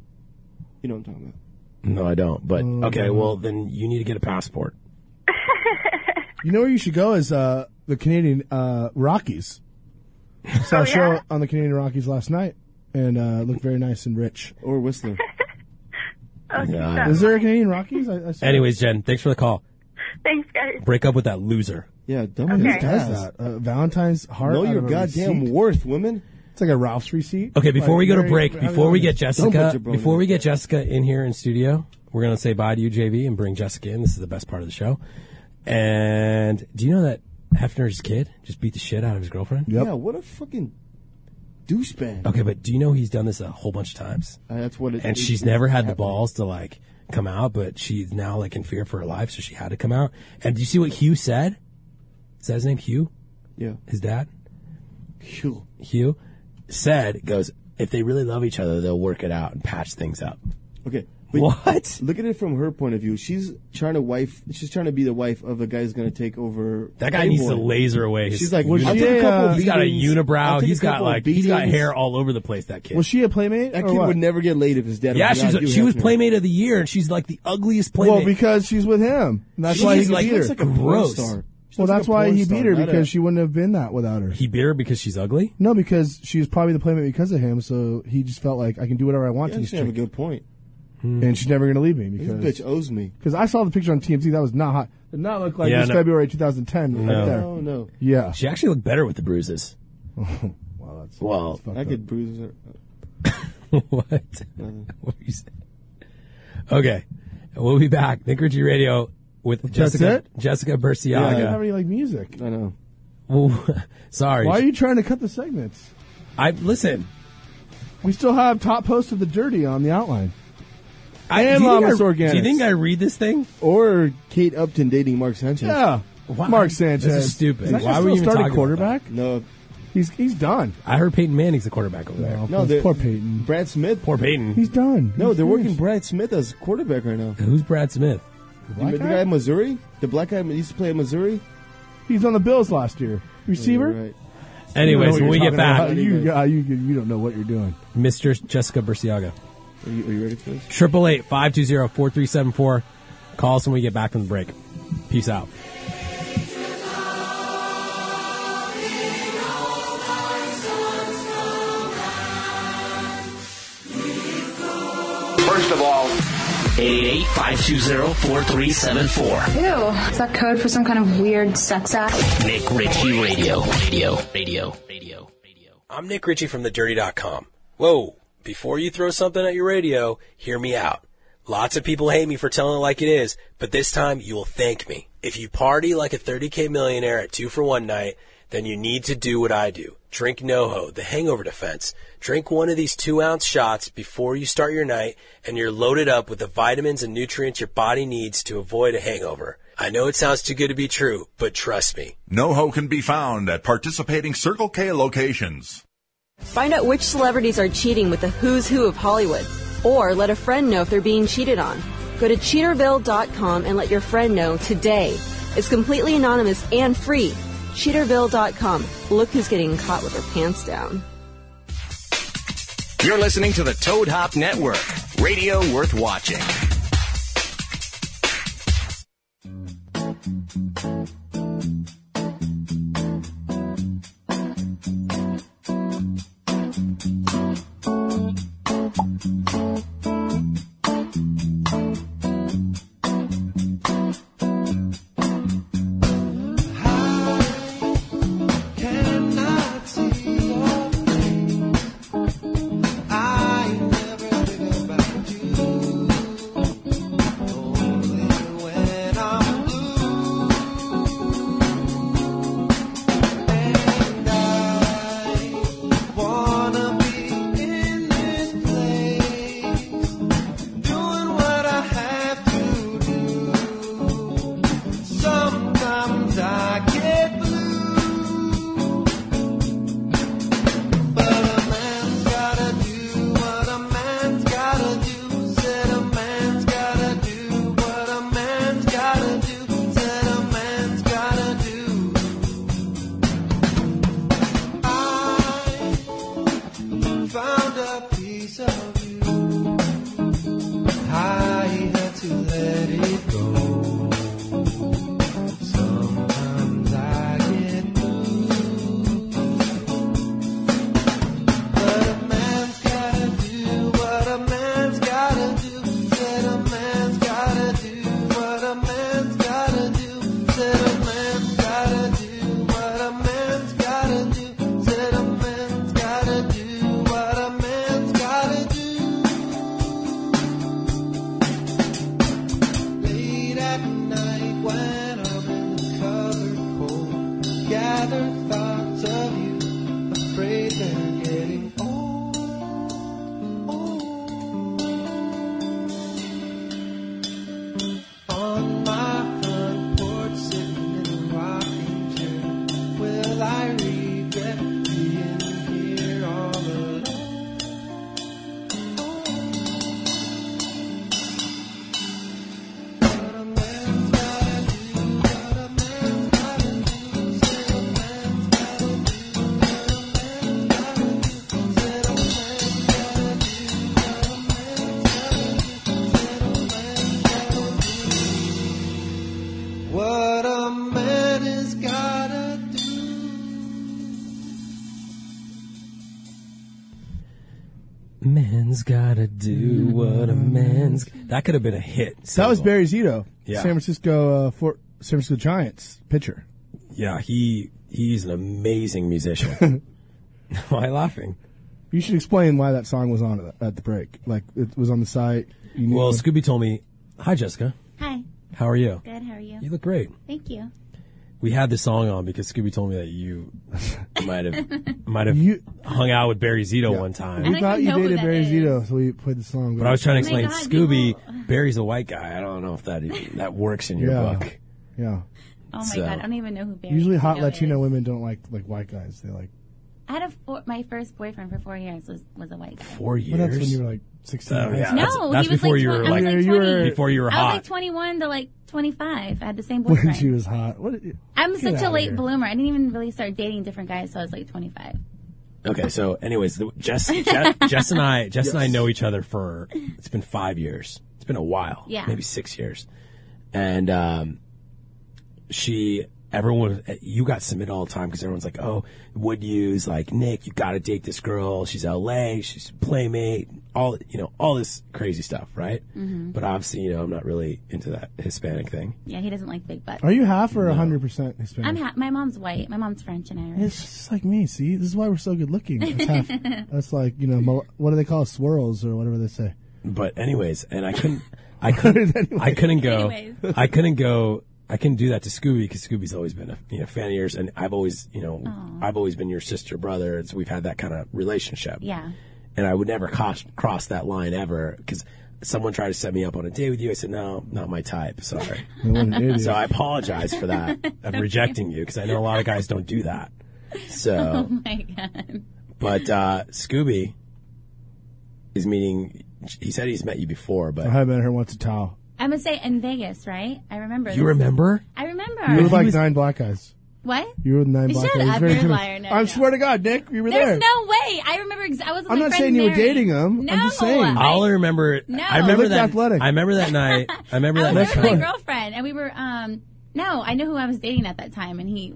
S5: you know what I'm talking about.
S3: No, I don't. But okay, well then you need to get a passport.
S4: You know where you should go is uh, the Canadian uh, Rockies. Saw a show
S6: Oh, yeah?
S4: on the Canadian Rockies last night, and uh, looked very nice and rich.
S5: Or Whistler.
S3: Yeah, I don't-
S4: Is there a Canadian Rockies? I, I saw-
S3: Anyways, Jen, thanks for the call.
S6: Thanks, guys.
S3: Break up with that loser.
S5: Yeah, dumb
S6: Okay.
S5: as
S4: Who does that? Uh, Valentine's heart.
S5: Know
S4: out
S5: your
S4: of a
S5: goddamn
S4: receipt?
S5: worth, women.
S4: It's like a Ralph's receipt.
S3: Okay, before
S4: Like,
S3: we go to
S4: very-
S3: break,
S4: I mean,
S3: before we get
S5: bunch
S3: Jessica,
S5: of bronies.
S3: before we get Jessica in here in studio, we're gonna say bye to you, JV, and bring Jessica in. This is the best part of the show. And do you know that Hefner's kid just beat the shit out of his girlfriend?
S4: Yep.
S5: Yeah, what a fucking douchebag.
S3: Okay, but do you know he's done this a whole bunch of times,
S5: Uh, that's what it.
S3: and
S5: it-
S3: she's never had the balls to like come out, but she's now like in fear for her life, so she had to come out. And do you see what Hugh said? Is that his name? Hugh,
S5: Yeah.
S3: his dad.
S5: Phew.
S3: Hugh said goes if they really love each other, they'll work it out and patch things up.
S5: Okay. but
S3: What?
S5: Look at it from her point of view. She's trying to wife. She's trying to be the wife of a guy who's going to take over.
S3: That guy needs
S5: Playboy.
S3: to laser away. His
S5: She's like,
S4: Was
S5: I'll
S4: she
S5: take a
S4: a,
S5: couple
S4: uh,
S3: he's got a
S5: beatings. I'll
S3: unibrow.
S5: take
S3: He's
S5: a
S3: got
S5: couple
S3: like he's got
S5: beatings.
S3: hair all over the place. That kid.
S4: Was she a playmate?
S5: That
S4: or
S5: kid
S4: what?
S5: would never get laid if his dad.
S3: yeah,
S5: was
S3: she's
S5: alive.
S3: a,
S5: Hugh
S3: she was
S5: Hefner.
S3: playmate of the year, and she's like the ugliest playmate.
S4: Well, because she's with him. And That's
S3: She's
S4: why he
S5: She
S4: beat
S3: like-
S4: her.
S5: looks like a porn
S3: Gross.
S5: star. She
S4: well,
S5: looks like
S4: that's
S5: a
S4: why
S5: porn
S4: he
S5: star,
S4: beat her
S5: not
S4: because
S5: a-
S4: she wouldn't have been that without her.
S3: he beat her because she's ugly.
S4: No, because she was probably the playmate because of him. So he just felt like I can do whatever I want to
S5: Yeah, she
S4: this
S5: should have a
S4: chick,
S5: good point.
S4: and she's never going to leave me
S5: Mm. This
S4: because
S5: bitch owes me.
S4: because I saw the picture on TMZ. That was not hot. Did not look like
S3: Yeah,
S4: it was
S3: no.
S4: February 2010
S3: No.
S4: right there.
S5: Oh no,
S4: Yeah.
S3: She actually looked better with the bruises.
S4: Wow, that's,
S3: Well,
S4: that's fucked
S5: I
S4: up.
S5: could bruise her.
S3: what?
S4: Mm-hmm.
S3: what are you saying? Okay, we'll be back. Think Richie Radio with Jessica
S4: it?
S3: Jessica
S4: I don't have
S3: Berciaga.
S4: any like music.
S5: I know.
S3: Well, sorry,
S4: Why are you trying to cut the segments?
S3: I listen.
S4: We still have top post of the dirty on the outline
S3: I
S4: And
S3: do you think
S4: Llamas
S3: I-
S4: Organics.
S3: Do you think I read this thing?
S5: Or Kate Upton dating Mark Sanchez.
S4: Yeah,
S3: Why?
S4: Mark Sanchez.
S3: This is stupid.
S4: Is that
S3: Why
S4: guy
S3: would
S4: still
S3: you even
S4: starting
S3: talk about
S4: quarterback?
S5: No,
S4: He's he's done.
S3: I heard Peyton Manning's the quarterback over there.
S5: no. they're-
S4: poor Peyton.
S5: Brad Smith.
S3: Poor Peyton.
S4: He's done.
S5: No,
S4: He's
S5: they're working
S4: finished.
S5: Brad Smith as quarterback right now.
S3: Who's Brad Smith?
S5: the
S4: guy?
S5: guy in Missouri, the black guy that used to play in Missouri.
S4: He's on the Bills last year. Receiver.
S5: Right.
S4: You know
S3: Anyways,
S4: what
S3: when
S4: you're
S3: we get
S4: talking
S3: back,
S4: about. you, uh, you you don't know what you're doing.
S3: Mr. Jessica Berciaga.
S5: Are you, are you ready for this?
S3: Triple eight five two zero four three seven four. Call us when we get back from the break. Peace out.
S1: First of all, 888-520-4374.
S6: Ew. Is that code for some kind of weird sex act?
S1: Nick Ritchie Radio. Radio. Radio. Radio. Radio.
S3: I'm Nick Ritchie from thedirty.com. Whoa, before you throw something at your radio, hear me out. Lots of people hate me for telling it like it is, but this time you will thank me. If you party like a 30k millionaire at two for one night, then you need to do what I do. Drink NoHo, the hangover defense. Drink one of these two ounce shots before you start your night and you're loaded up with the vitamins and nutrients your body needs to avoid a hangover. I know it sounds too good to be true, but trust me.
S7: NoHo can be found at participating Circle K locations.
S9: Find out which celebrities are cheating with the who's who of Hollywood, or let a friend know if they're being cheated on. Go to cheaterville.com and let your friend know today. It's completely anonymous and free. Cheaterville.com. Look who's getting caught with her pants down.
S1: You're listening to the Toad Hop Network. Radio worth watching.
S8: Sometimes I get blue, but a man's gotta do what a man's gotta do. Said a man's gotta do what a man's gotta do. Said a man's gotta do. I found a piece of you. I had to let it go. Sometimes I get blue, but a man's gotta do what a man's gotta do. Said a man's gotta do what a man's gotta do. Said a man's gotta do what a man's gotta do. Said a man's gotta do what a man's gotta do.
S3: man's gotta do what a man's. That could have been a hit.
S4: That was
S3: single.
S4: Barry Zito,
S3: Yeah.
S4: San Francisco uh, Fort, San Francisco Giants pitcher.
S3: Yeah, he he's an amazing musician. Why laughing?
S4: You should explain why that song was on at the- at the break. Like it was on the site. You knew
S3: Well, Scooby told me, "Hi, Jessica.
S10: Hi.
S3: How are you?
S10: Good. How are you?
S3: You look great."
S10: Thank you.
S3: We had this song on because Scooby told me that you might have might have hung out with Barry Zito one time.
S4: we thought you
S10: know who
S4: dated
S10: that
S4: Barry
S10: is.
S4: Zito, so we played the song.
S3: But I was trying to
S10: Oh my
S3: explain
S10: God,
S3: Scooby Barry's a white guy. I don't know if that even, that works in your
S4: Yeah.
S3: book.
S4: Yeah.
S10: Oh my
S3: So-
S10: god, I don't even know who Barry.
S4: Usually, hot
S10: Zito
S4: Latino
S10: Is.
S4: women don't like like white guys. They like.
S10: I had a four, my first boyfriend for four years was was a white guy.
S3: Four
S4: But that's when
S3: years.
S4: you were like sixteen.
S3: Oh, yeah.
S10: No,
S3: That's- that's
S10: he was
S3: before
S10: like,
S3: you were,
S10: twen- I was
S4: like-
S10: like
S4: You were-
S10: 20.
S3: Before you were
S10: I was
S3: hot.
S10: like 21 to like 25. I had the same
S4: When
S10: boyfriend.
S4: she was hot. What? did-
S10: I'm
S4: Get
S10: such
S4: outta
S10: a late
S4: here.
S10: bloomer. I didn't even really start dating different guys till I was like 25.
S3: Okay, so anyways, the- Jess, Jess, Jess and I, Jess and I know each other for it's been five years. It's been a while,
S10: Yeah.
S3: maybe six years. And um, she, everyone, you got submitted all the time because everyone's like, "Oh, would use like Nick, you got to date this girl. She's L.A. She's a playmate. All you know, all this crazy stuff, right?" But obviously, you know, I'm not really into that Hispanic thing.
S10: Mm-hmm. Yeah, he doesn't like big butts.
S4: Are you half or hundred percent Hispanic?
S10: I'm ha- my mom's white. My mom's French and Irish.
S4: It's just like me. See, this is why we're so good looking. It's half. that's like you know, mul- what do they call it? swirls or whatever they say?
S3: But anyways, and I couldn't, I couldn't, I couldn't go,
S10: Anyways.
S3: I couldn't go, I couldn't do that to Scooby because Scooby's always been a you know, fan of yours, and I've always, you know, I've always been your sister brother, and so we've had that kind of relationship.
S10: Yeah.
S3: And I would never cross, cross that line ever because someone tried to set me up on a date with you. I said no, not my type. Sorry.
S4: What an idiot.
S3: so I apologize for that of rejecting you because I know a lot of guys don't do that. So
S10: Oh my god.
S3: but uh, Scooby is meeting. He said he's met you before, but
S4: Oh, I had met her once at Tao.
S10: I'm gonna say in Vegas, right? I remember.
S3: you
S10: this.
S3: remember?
S10: I remember.
S4: You were with like nine black guys.
S10: what?
S4: You were with nine
S10: Shut
S4: black guys.
S10: up,
S4: Very
S10: you're a
S4: different.
S10: liar. No,
S4: I
S10: no.
S4: swear to God, Nick, you were there.
S10: There's no way. I remember. Ex- I was. With
S4: I'm
S10: my
S4: not
S10: friend
S4: saying you were
S10: Mary.
S4: dating him. I'm
S10: No.
S4: just saying.
S10: I,
S3: All I remember,
S10: No.
S3: I remember
S4: Looked
S3: that.
S4: athletic.
S3: I remember that night. I remember
S10: I
S3: that
S10: was
S3: night.
S10: with my
S4: one.
S10: girlfriend, and we were. Um. No, I knew who I was dating at that time, and he.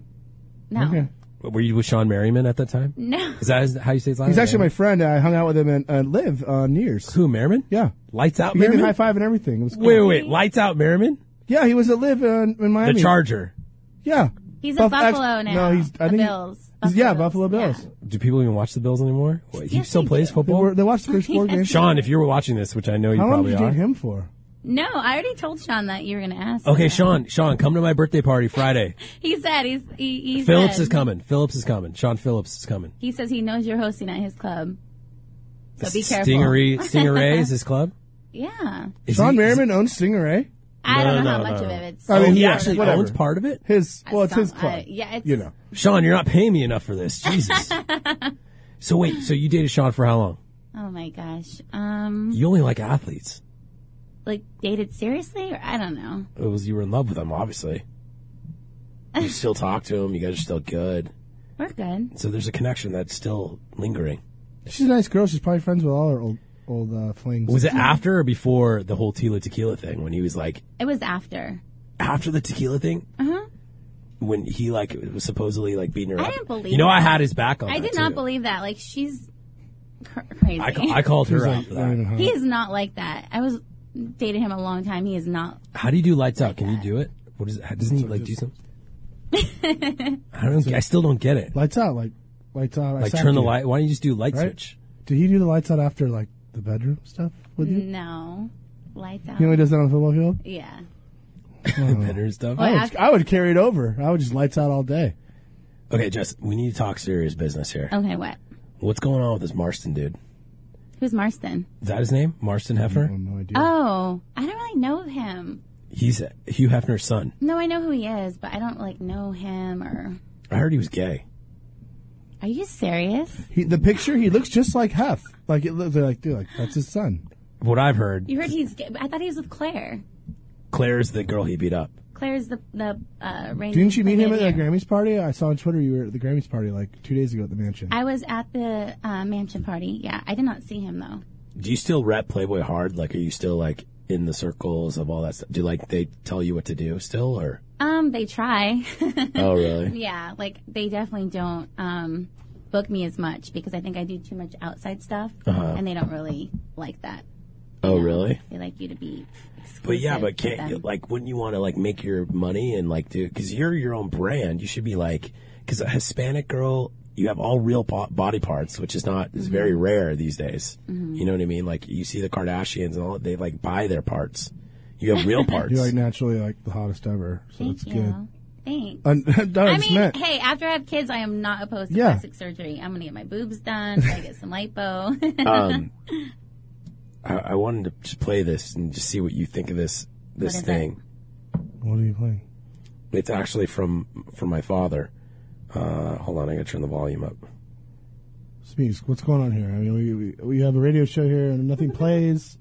S10: No.
S4: Okay.
S3: Were you with Sean Merriman at that time?
S10: No.
S3: Is that his- how you say his last
S4: He's
S3: name?
S4: actually my friend. I hung out with him and uh, live on New Year's.
S3: Who Merriman?
S4: Yeah.
S3: Lights out
S4: He gave me a high
S3: Merriman.
S4: five and everything. It was cool.
S3: Wait, wait, wait, lights out Merriman.
S4: Yeah, he was at live in, in
S3: The
S4: Miami.
S3: Charger.
S4: Yeah.
S10: He's
S4: Buff-
S10: a Buffalo
S4: ex-
S10: now.
S4: No, he's. I
S10: the
S4: think. he-
S10: Bills.
S4: he's- yeah, Buffalo Bills.
S3: Do people even watch the Bills anymore? Wait, he
S10: Yes,
S3: still
S10: they
S3: plays
S4: They,
S10: do.
S4: were,
S3: football.
S4: they watched the first four games.
S3: Sean, if you were watching this, which I know you
S4: How long did
S3: probably
S4: you date
S3: are.
S4: him for?
S10: No, I already told Sean that you were gonna ask.
S3: Okay,
S10: that.
S3: Sean, Sean, come to my birthday party Friday.
S10: He said he's. He, he
S3: Phillips
S10: said,
S3: is coming. Phillips is coming. Sean Phillips is coming.
S10: He says he knows you're hosting at his club. So be careful.
S3: Stingery, Stingeray is his club.
S10: Yeah.
S3: Is
S4: Sean
S3: he- is
S4: Merriman owns Stingray.
S10: I
S3: No,
S10: don't know
S3: no,
S10: how much
S3: no.
S10: of it. It's
S4: I mean,
S3: he,
S4: Yeah,
S3: actually
S4: whatever.
S3: owns part of it.
S4: His well, it's
S10: some-
S4: his club.
S10: I- yeah, it's
S4: you know.
S3: Sean, you're not paying me enough for this. Jesus. so wait, so you dated Sean for how long?
S10: Oh my gosh. Um,
S3: You only like athletes.
S10: like dated seriously, or I don't know.
S3: It was you were in love with him, obviously. You still talk to him. You guys are still good.
S10: We're good.
S3: So there's a connection that's still lingering.
S4: She's a nice girl. She's probably friends with all her old old uh, flings.
S3: Was it after or before the whole Tila Tequila thing? When he was like
S10: It was after. Uh-huh.
S3: after the Tequila thing. Uh huh. When he like was supposedly like beating her
S10: I
S3: up.
S10: didn't believe
S3: You know, I
S10: that.
S3: had his back on.
S10: I
S3: that,
S10: did not
S3: too.
S10: believe that. Like she's cr- crazy.
S3: I, ca- I called her Uh-huh. out
S4: Like,
S3: for
S4: I don't
S3: that.
S4: know how-
S10: he is not like that. I was dated him a long time. He is not.
S3: How do you do lights out? Can you do it? What is? How, doesn't he like do something? I don't. I still don't get it.
S4: lights out, like lights out. I
S3: Like
S4: sat
S3: turn the
S4: here.
S3: light. Why don't you just do light
S4: Right?
S3: switch?
S4: Did he do the lights out after like the bedroom stuff with you?
S10: No. Lights out.
S4: You know he does that on the football field. Oh.
S10: yeah.
S3: Better stuff.
S10: Well,
S4: I would,
S10: after-
S4: I would carry it over. I would just lights out all day.
S3: Okay, Jess, we need to talk serious business here.
S10: Okay. What?
S3: What's going on with this Marston dude?
S10: Who's Marston?
S3: Is that his name? Marston
S4: I
S3: Hefner?
S4: have no idea.
S10: Oh, I don't really know him.
S3: He's Hugh Hefner's son.
S10: No, I know who he is, but I don't like know him or.
S3: I heard he was gay.
S10: Are you serious?
S4: He, the picture, he looks just like Hef. Like it looks they're like, dude, like that's his son.
S3: What I've heard,
S10: You heard he's. Gay. I thought he was with Claire.
S3: Claire's the girl he beat up.
S10: Claire's the the uh, radio.
S4: Didn't you meet him at
S10: player
S4: the
S10: of the year.
S4: Grammys party? I saw on Twitter you were at the Grammys party like two days ago at the mansion.
S10: I was at the uh, mansion party. Yeah, I did not see him though.
S3: Do you still rep Playboy hard? Like, are you still like in the circles of all that stuff? Do like they tell you what to do still, or?
S10: Um, they try.
S3: Oh, really?
S10: yeah, like they definitely don't. Um, book me as much because I think I do too much outside stuff,
S3: Uh-huh.
S10: and they don't really like that.
S3: Oh, really?
S10: They like you to be. Exclusive
S3: But yeah, but
S10: with
S3: can't you
S10: them.
S3: like? Wouldn't you want to like make your money and like do? Because you're your own brand. You should be like, because a Hispanic girl, you have all real po- body parts, which is not is
S10: Mm-hmm.
S3: very rare these days.
S4: Mhm.
S3: You know what I mean? Like you see the Kardashians and all, they like buy their parts. You have real parts.
S4: You're like naturally like the hottest ever, so
S10: Thank
S4: it's
S10: you.
S4: good.
S10: Thanks.
S4: Un- no,
S10: I
S4: it's
S10: mean,
S4: meant.
S10: hey, after I have kids, I am not opposed to
S4: Yeah.
S10: plastic surgery. I'm gonna get my boobs done. I get some lipo.
S3: um, I, I wanted to just play this and just see what you think of this this
S10: What is
S3: thing.
S4: What are you playing?
S3: It's actually from from my father. Uh, hold on, I gotta turn the volume up.
S4: Speaks. What's going on here? I mean, we, we we have a radio show here and nothing plays.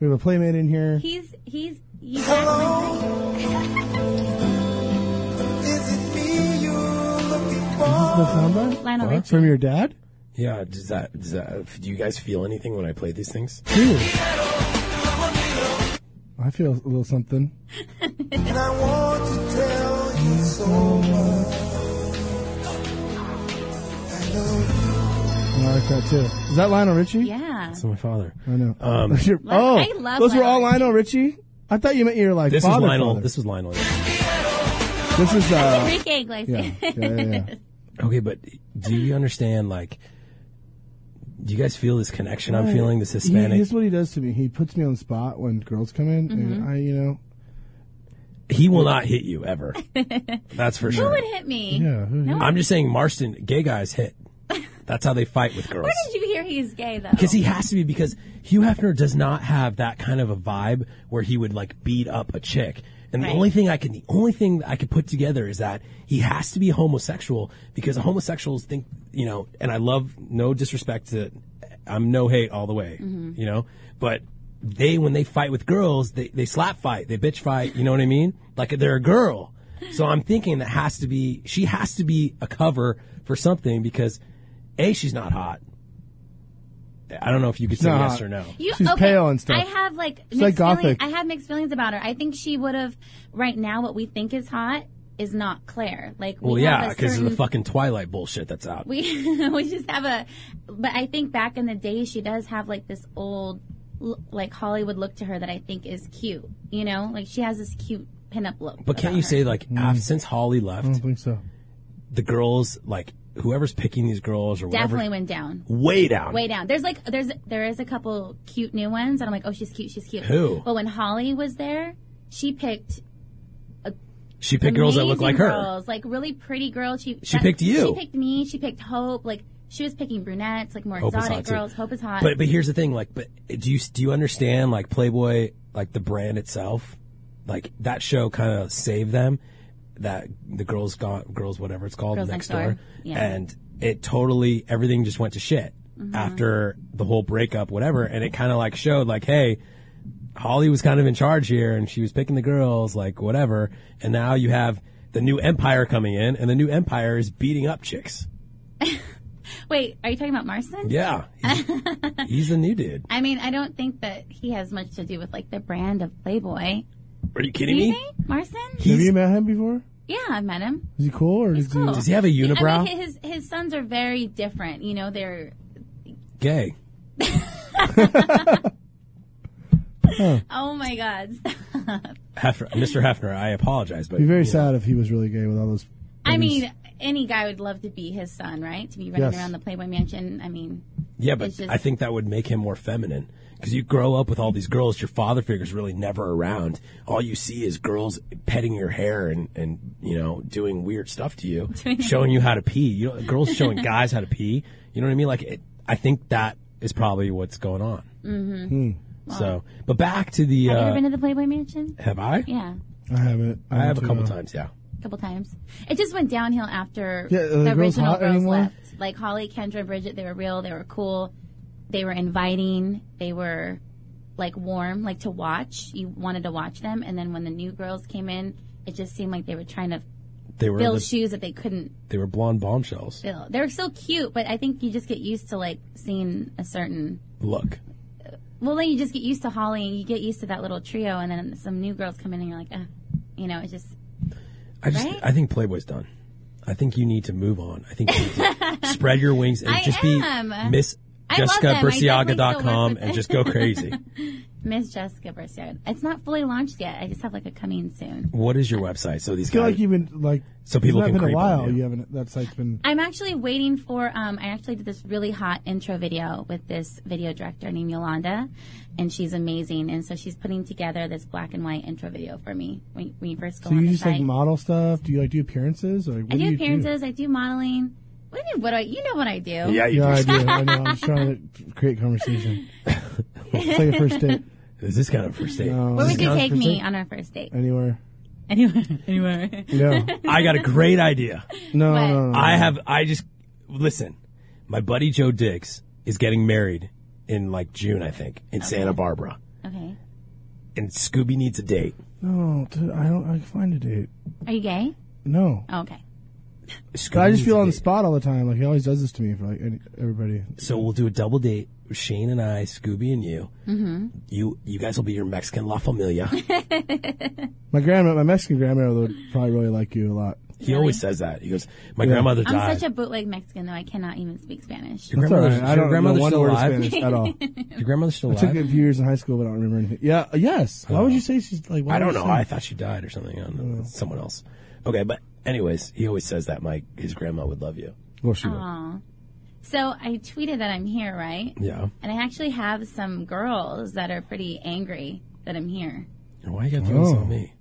S4: We have a playmate in here.
S10: he's he's. You
S4: The soundbite?
S10: Lionel
S4: What?
S10: Richie.
S4: From your dad?
S3: Yeah, does that does that? Do you guys feel anything when I play these things?
S4: Dude. I feel a little something.
S11: And I want to tell you so much.
S4: I like that too. Is that Lionel Richie?
S10: Yeah.
S3: That's my father.
S4: I know.
S3: Um,
S4: Your- oh,
S10: I love
S4: those were all
S10: Lionel
S4: Lionel Richie. I thought you meant your like
S3: this is
S4: father.
S3: Lionel.
S4: father.
S3: This is Lionel.
S4: This is uh.
S10: Enrique Iglesias.
S4: Yeah, yeah, yeah, yeah.
S3: Okay, but do you understand? Like, do you guys feel this connection I'm feeling? This
S4: He,
S3: Hispanic.
S4: here's what he does to me. He puts me on the spot when girls come in,
S10: Mm-hmm.
S4: and I, you know,
S3: He will not hit you ever. That's for
S10: Who
S3: sure.
S10: would hit me?
S4: yeah. who-
S10: No.
S3: I'm just saying, Marston. Gay guys hit. That's how they fight with girls.
S10: Where did you hear he's gay though?
S3: Because he has to be. Because Hugh Hefner does not have that kind of a vibe where he would like beat up a chick. And the
S10: Right.
S3: only thing I can, the only thing that I could put together is that he has to be homosexual because homosexuals think, you know. And I love no disrespect to, I'm no hate all the way, you know. But they, when they fight with girls, they they slap fight, they bitch fight. You know what I mean? Like they're a girl. So I'm thinking that has to be, she has to be a cover for something because, a, she's not hot. I don't know if you could say
S4: not
S3: yes
S4: hot.
S3: or no.
S10: You,
S4: She's
S10: okay,
S4: pale and stuff.
S10: I have like
S4: She's
S10: mixed
S4: like
S10: feelings.
S4: gothic.
S10: I have mixed feelings about her. I think she would have right now what we think is hot is not Claire. Like we
S3: Well,
S10: have
S3: yeah,
S10: a
S3: because of
S10: certain-
S3: the fucking Twilight bullshit that's out.
S10: we we just have a but I think back in the day she does have like this old l- like Hollywood look to her that I think is cute. You know, like she has this cute pinup look.
S3: but can't you say like af- since Holly
S4: Mm. I
S3: left,
S4: don't think so.
S3: the girls like whoever's picking these girls or whatever,
S10: definitely went down.
S3: way down.
S10: Way down. There's like there's there is a couple cute new ones, and I'm like, oh, she's cute, she's cute.
S3: Who?
S10: But when Holly was there, she picked
S3: She picked girls that look like
S10: amazing
S3: her.
S10: girls, like really pretty girls. She
S3: She picked you.
S10: She picked me. She picked Hope. Like she was picking brunettes, like more
S3: Hope is hot,
S10: exotic
S3: too.
S10: girls. Hope is hot.
S3: But but here's the thing, like, but do you do you understand like Playboy, like the brand itself, like that show kind of saved them, that the girls got girls whatever it's called
S10: Girls
S3: next
S10: Next Door.
S3: door,
S10: Yeah. Mm-hmm.
S3: and it totally everything just went to shit after the whole breakup, whatever, and it kind of like showed like, hey. Holly was kind of in charge here and she was picking the girls, like whatever. And now you have the new empire coming in and the new empire is beating up chicks.
S10: Wait, are you talking about Marston?
S3: Yeah. He's, he's the new dude.
S10: I mean, I don't think that he has much to do with like the brand of Playboy.
S3: Are you
S10: Do
S3: kidding me?
S10: you think Marston?
S4: Have
S3: He's-
S4: you met him before?
S10: Yeah, I've met him.
S4: Is he cool or
S10: He's
S4: is
S10: cool.
S4: he?
S3: Does he have a unibrow?
S10: I mean, his his sons are very different. You know, they're
S3: Gay.
S10: oh my god.
S3: Hefner, Mr. Hefner, I apologize, but
S4: Be very
S3: you know,
S4: sad if he was really gay with all those.
S10: I mean, any guy would love to be his son, right? To be running
S4: Yes.
S10: around the Playboy mansion. I mean,
S3: yeah, but
S10: it's just-
S3: I think that would make him more feminine because you grow up with all these girls. Your father figure's really never around. All you see is girls petting your hair and and you know doing weird stuff to you, showing you how to pee. You know, girls showing guys how to pee. You know what I mean? Like, it, I think that is probably what's going on.
S4: Hmm.
S3: Mm-hmm. So, but back to the.
S10: Hmm. have you
S3: uh,
S10: ever been to the Playboy mansion?
S3: have I?
S10: Yeah.
S4: I haven't.
S3: I have
S4: don't
S3: a couple
S4: know.
S3: times. Yeah.
S10: couple times. It just went downhill after
S3: uh,
S4: Yeah, are
S10: the,
S4: the girls
S10: original
S4: hot
S10: girls
S4: anymore?
S10: left. Like Holly, Kendra, Bridget, they were real, they were cool, they were inviting, they were like warm, like to watch. You wanted to watch them, and then when the new girls came in, it just seemed like they were trying to
S3: They were
S10: fill
S3: the-
S10: shoes that they couldn't
S3: they were blonde bombshells.
S10: fill. They're so cute, but I think you just get used to like seeing a certain.
S3: Look.
S10: Well, then you just get used to Holly, and you get used to that little trio, and then some new girls come in, and you're like, uh, you know, it's just
S3: I just
S10: Right?
S3: I think Playboy's done. I think you need to move on. I think you need to spread your wings and
S10: I
S3: just
S10: am.
S3: be Miss
S10: I love them. I definitely
S3: JessicaBerciaga.com
S10: still
S3: and just go crazy.
S10: Miss Jessica Berciard. It's not fully launched yet. I just have like a coming soon.
S3: what is your website? So these
S4: I feel
S3: guys.
S4: like you've been like
S3: So people
S4: it's not
S3: can
S4: been
S3: creep
S4: a
S3: on
S4: while.
S3: you.
S4: you haven't. That site's been.
S10: I'm actually waiting for. Um, I actually did this really hot intro video with this video director named Yolanda, and she's amazing. And so she's putting together this black and white intro video for me when, when you first go
S4: So
S10: on
S4: you
S10: the
S4: just
S10: site.
S4: like model stuff? Do you like do appearances? Or, like, what
S10: I do
S4: you
S10: appearances. I do modeling. What do you, what do I, you know what I do?
S4: I do. I know. I'm just trying to create conversation. it's like a first date.
S3: Is this kind of first date?
S4: No.
S10: Where
S4: Is
S10: would
S4: this
S10: you
S4: kind of
S10: take
S4: first
S10: me
S4: date?
S10: on our first date?
S4: Anywhere.
S10: Anywhere. Anywhere.
S4: No.
S3: I got a great idea.
S4: No, no, no, no.
S3: I have. I just listen. My buddy Joe Dix is getting married in like June, I think, in Santa Barbara,
S10: Okay.
S3: and Scooby needs a date.
S4: No, dude, I don't. I find a date.
S10: Are you gay?
S4: No.
S10: Oh, okay.
S4: But I just feel
S3: Scooby needs a
S4: on the
S3: date.
S4: spot all the time. Like he always does this to me for like any, everybody.
S3: So we'll do a double date. Shane and I, Scooby and you.
S10: Mm-hmm.
S3: You you guys will be your Mexican La Familia.
S4: My grandma, my Mexican grandmother, would probably really like you a lot.
S3: He always says that. He goes, "My
S4: Yeah.
S3: grandmother
S10: I'm
S3: died."
S10: such a bootleg Mexican though. I cannot even speak Spanish.
S3: your
S4: That's all
S3: grandmother's,
S4: right. I
S3: your
S4: don't know
S3: grandmother's
S4: one
S3: still
S4: word of
S3: alive.
S4: Spanish at all.
S3: Your grandmother's still
S4: I took
S3: alive.
S4: a few years in high school, but I don't remember anything. Yeah, yes. Why would you say she's like? why
S3: I
S4: would
S3: don't
S4: you
S3: know.
S4: say-
S3: I thought she died or something. I don't know. It's Someone else. Okay, but anyways, he always says that my his grandma would love you.
S4: well, she would.
S10: Aw. So I tweeted that I'm here, right?
S3: Yeah.
S10: And I actually have some girls that are pretty angry that I'm here.
S3: And why you got to do this
S4: Oh.
S3: on me?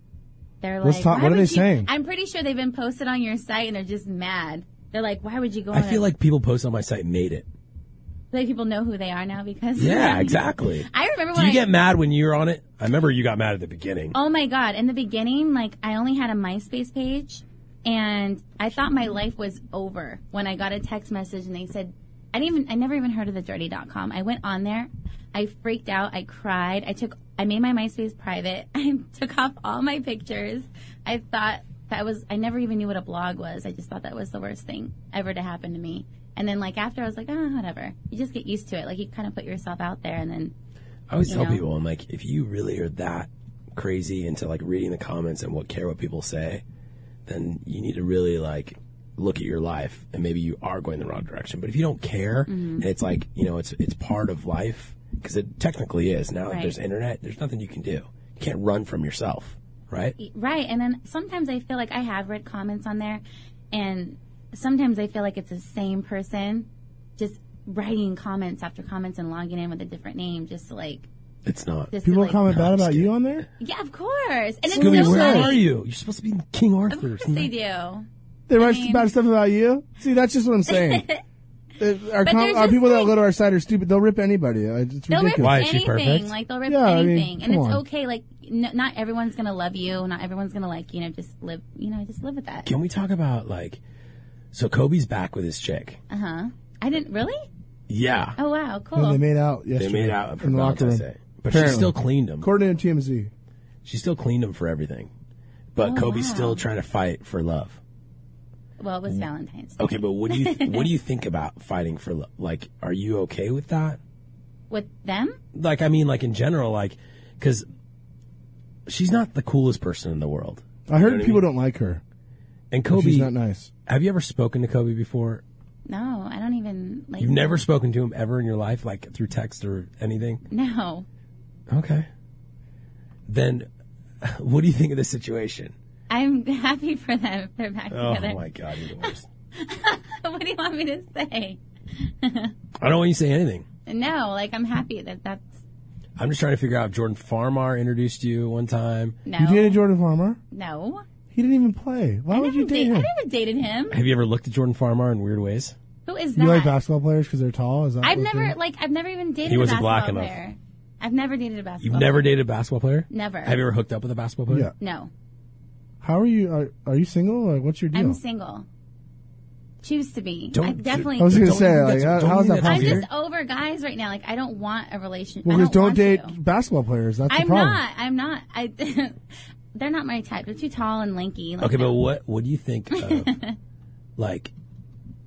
S10: They're
S4: Let's
S10: like,
S4: talk-
S10: "Why
S4: what are
S10: would
S4: they
S10: you-"
S4: saying?
S10: I'm pretty sure they've been posted on your site and they're just mad. They're like, why would you go?
S3: I
S10: on
S3: feel
S10: a-"
S3: like people post on my site made it.
S10: like people know who they are now because
S3: Yeah, exactly.
S10: I remember when
S3: Do you
S10: I,
S3: get mad when you're on it? I remember you got mad at the beginning.
S10: Oh my god! In the beginning, like I only had a MySpace page, and I thought
S3: Mm-hmm.
S10: my life was over when I got a text message and they said, "I didn't even, I never even heard of the dirty.com." I went on there, I freaked out, I cried, I took, I made my MySpace private, I took off all my pictures. I thought that was, I never even knew what a blog was. I just thought that was the worst thing ever to happen to me. And then like after, I was like, oh, whatever. You just get used to it. Like you kind of put yourself out there, and then
S3: I always
S10: you
S3: tell
S10: know.
S3: people, I'm like, if you really are that crazy into like reading the comments and what care what people say, then you need to really like look at your life and maybe you are going the wrong direction. But if you don't care
S10: Mm-hmm.
S3: and it's like, you know, it's it's part of life because it technically is. Now that
S10: Right.
S3: there's internet, there's nothing you can do. You can't run from yourself, right?
S10: Right. And then sometimes I feel like I have read comments on there, and sometimes I feel like it's the same person just writing comments after comments and logging in with a different name just to like.
S3: It's not.
S10: Just
S4: People
S10: to, like,
S4: comment bad
S3: I'm
S4: about
S3: scared.
S4: you on there.
S10: Yeah, of course. And
S3: Scooby,
S10: it's so
S3: where
S10: funny.
S3: are you? You're supposed to be King
S10: Of
S3: Arthur.
S10: course they do.
S4: They write
S10: mean-
S4: bad stuff about you. See, that's just what I'm saying. If our,
S10: But
S4: com-
S10: they're
S4: our
S10: just
S4: people that
S10: like-
S4: go to our site are stupid. They'll rip anybody. It's it's
S10: They'll rip
S4: ridiculous.
S3: Why, is she
S10: anything.
S3: perfect?
S10: Like they'll rip
S4: Yeah, I mean,
S10: anything,
S4: come
S10: and it's
S4: on.
S10: okay. Like n- not everyone's gonna love you. Not everyone's gonna like you know. Just live. You know, just live with that.
S3: Can we talk about like, so Kobe's back with his chick.
S10: Uh huh. I didn't really.
S3: Yeah.
S10: Oh wow, cool.
S4: No, they made out
S3: They
S4: yesterday.
S3: made out for
S4: in the locker
S3: Valentine's
S4: room.
S3: Day. But she
S4: Apparently.
S3: still cleaned him.
S4: According to TMZ,
S3: She still cleaned him for everything. But
S10: Oh,
S3: Kobe's
S10: wow.
S3: still trying to fight for love.
S10: well, it was Valentine's. Day.
S3: Okay, but what do you what do you think about fighting for love? Like, are you okay with that?
S10: With them?
S3: Like, I mean, like in general, like, because she's not the coolest person in the world.
S4: I heard
S3: what I
S4: people
S3: mean?
S4: don't like her.
S3: And
S4: She's
S3: Kobe,
S4: not nice.
S3: have you ever spoken to Kobe before?
S10: No, I don't even like.
S3: You've never spoken to him ever in your life, like through text or anything.
S10: No,
S3: Okay. Then, what do you think of this situation?
S10: I'm happy for them if they're back
S3: Oh
S10: together.
S3: my God, you're the worst.
S10: what do you want me to say?
S3: I don't want you to say anything.
S10: No, like I'm happy that that's
S3: I'm just trying to figure out if Jordan Farmar introduced you one time.
S10: no,
S4: You dated Jordan Farmer.
S10: no.
S4: He didn't even play. Why
S10: I
S4: would
S10: never,
S4: you date
S10: da- I
S4: him?
S10: never dated him.
S3: Have you ever looked at Jordan Farmar in weird ways?
S10: Who is that?
S4: You like basketball players because they're tall? Is that
S10: I've
S4: what
S10: never
S4: they-
S10: like I've never even dated.
S3: He
S10: a
S3: wasn't black
S10: basketball
S3: enough.
S10: player. I've never dated a
S3: You've
S10: basketball.
S3: never
S10: player.
S3: dated a basketball player?
S10: Never.
S3: Have you ever hooked up with a basketball player?
S4: Yeah.
S10: No,
S4: How are you? Are, are you single? Like, what's your deal?
S10: I'm single. Choose to be. I
S3: Don't-
S10: definitely.
S4: I was gonna
S3: Don't
S4: say,
S3: you think
S4: like,
S3: that's-
S4: how-
S3: don't
S4: how is that
S3: you think that's
S10: I'm
S4: possible?
S3: weird?
S10: just over guys right now. Like I don't want a relationship.
S4: Well,
S10: I don't
S4: because don't
S10: want
S4: date
S10: to.
S4: basketball players. That's
S10: I'm
S4: the problem.
S10: not. I'm not. I. they're not my type. They're too tall and lanky. Like,
S3: Okay, but
S10: no.
S3: what what do you think of like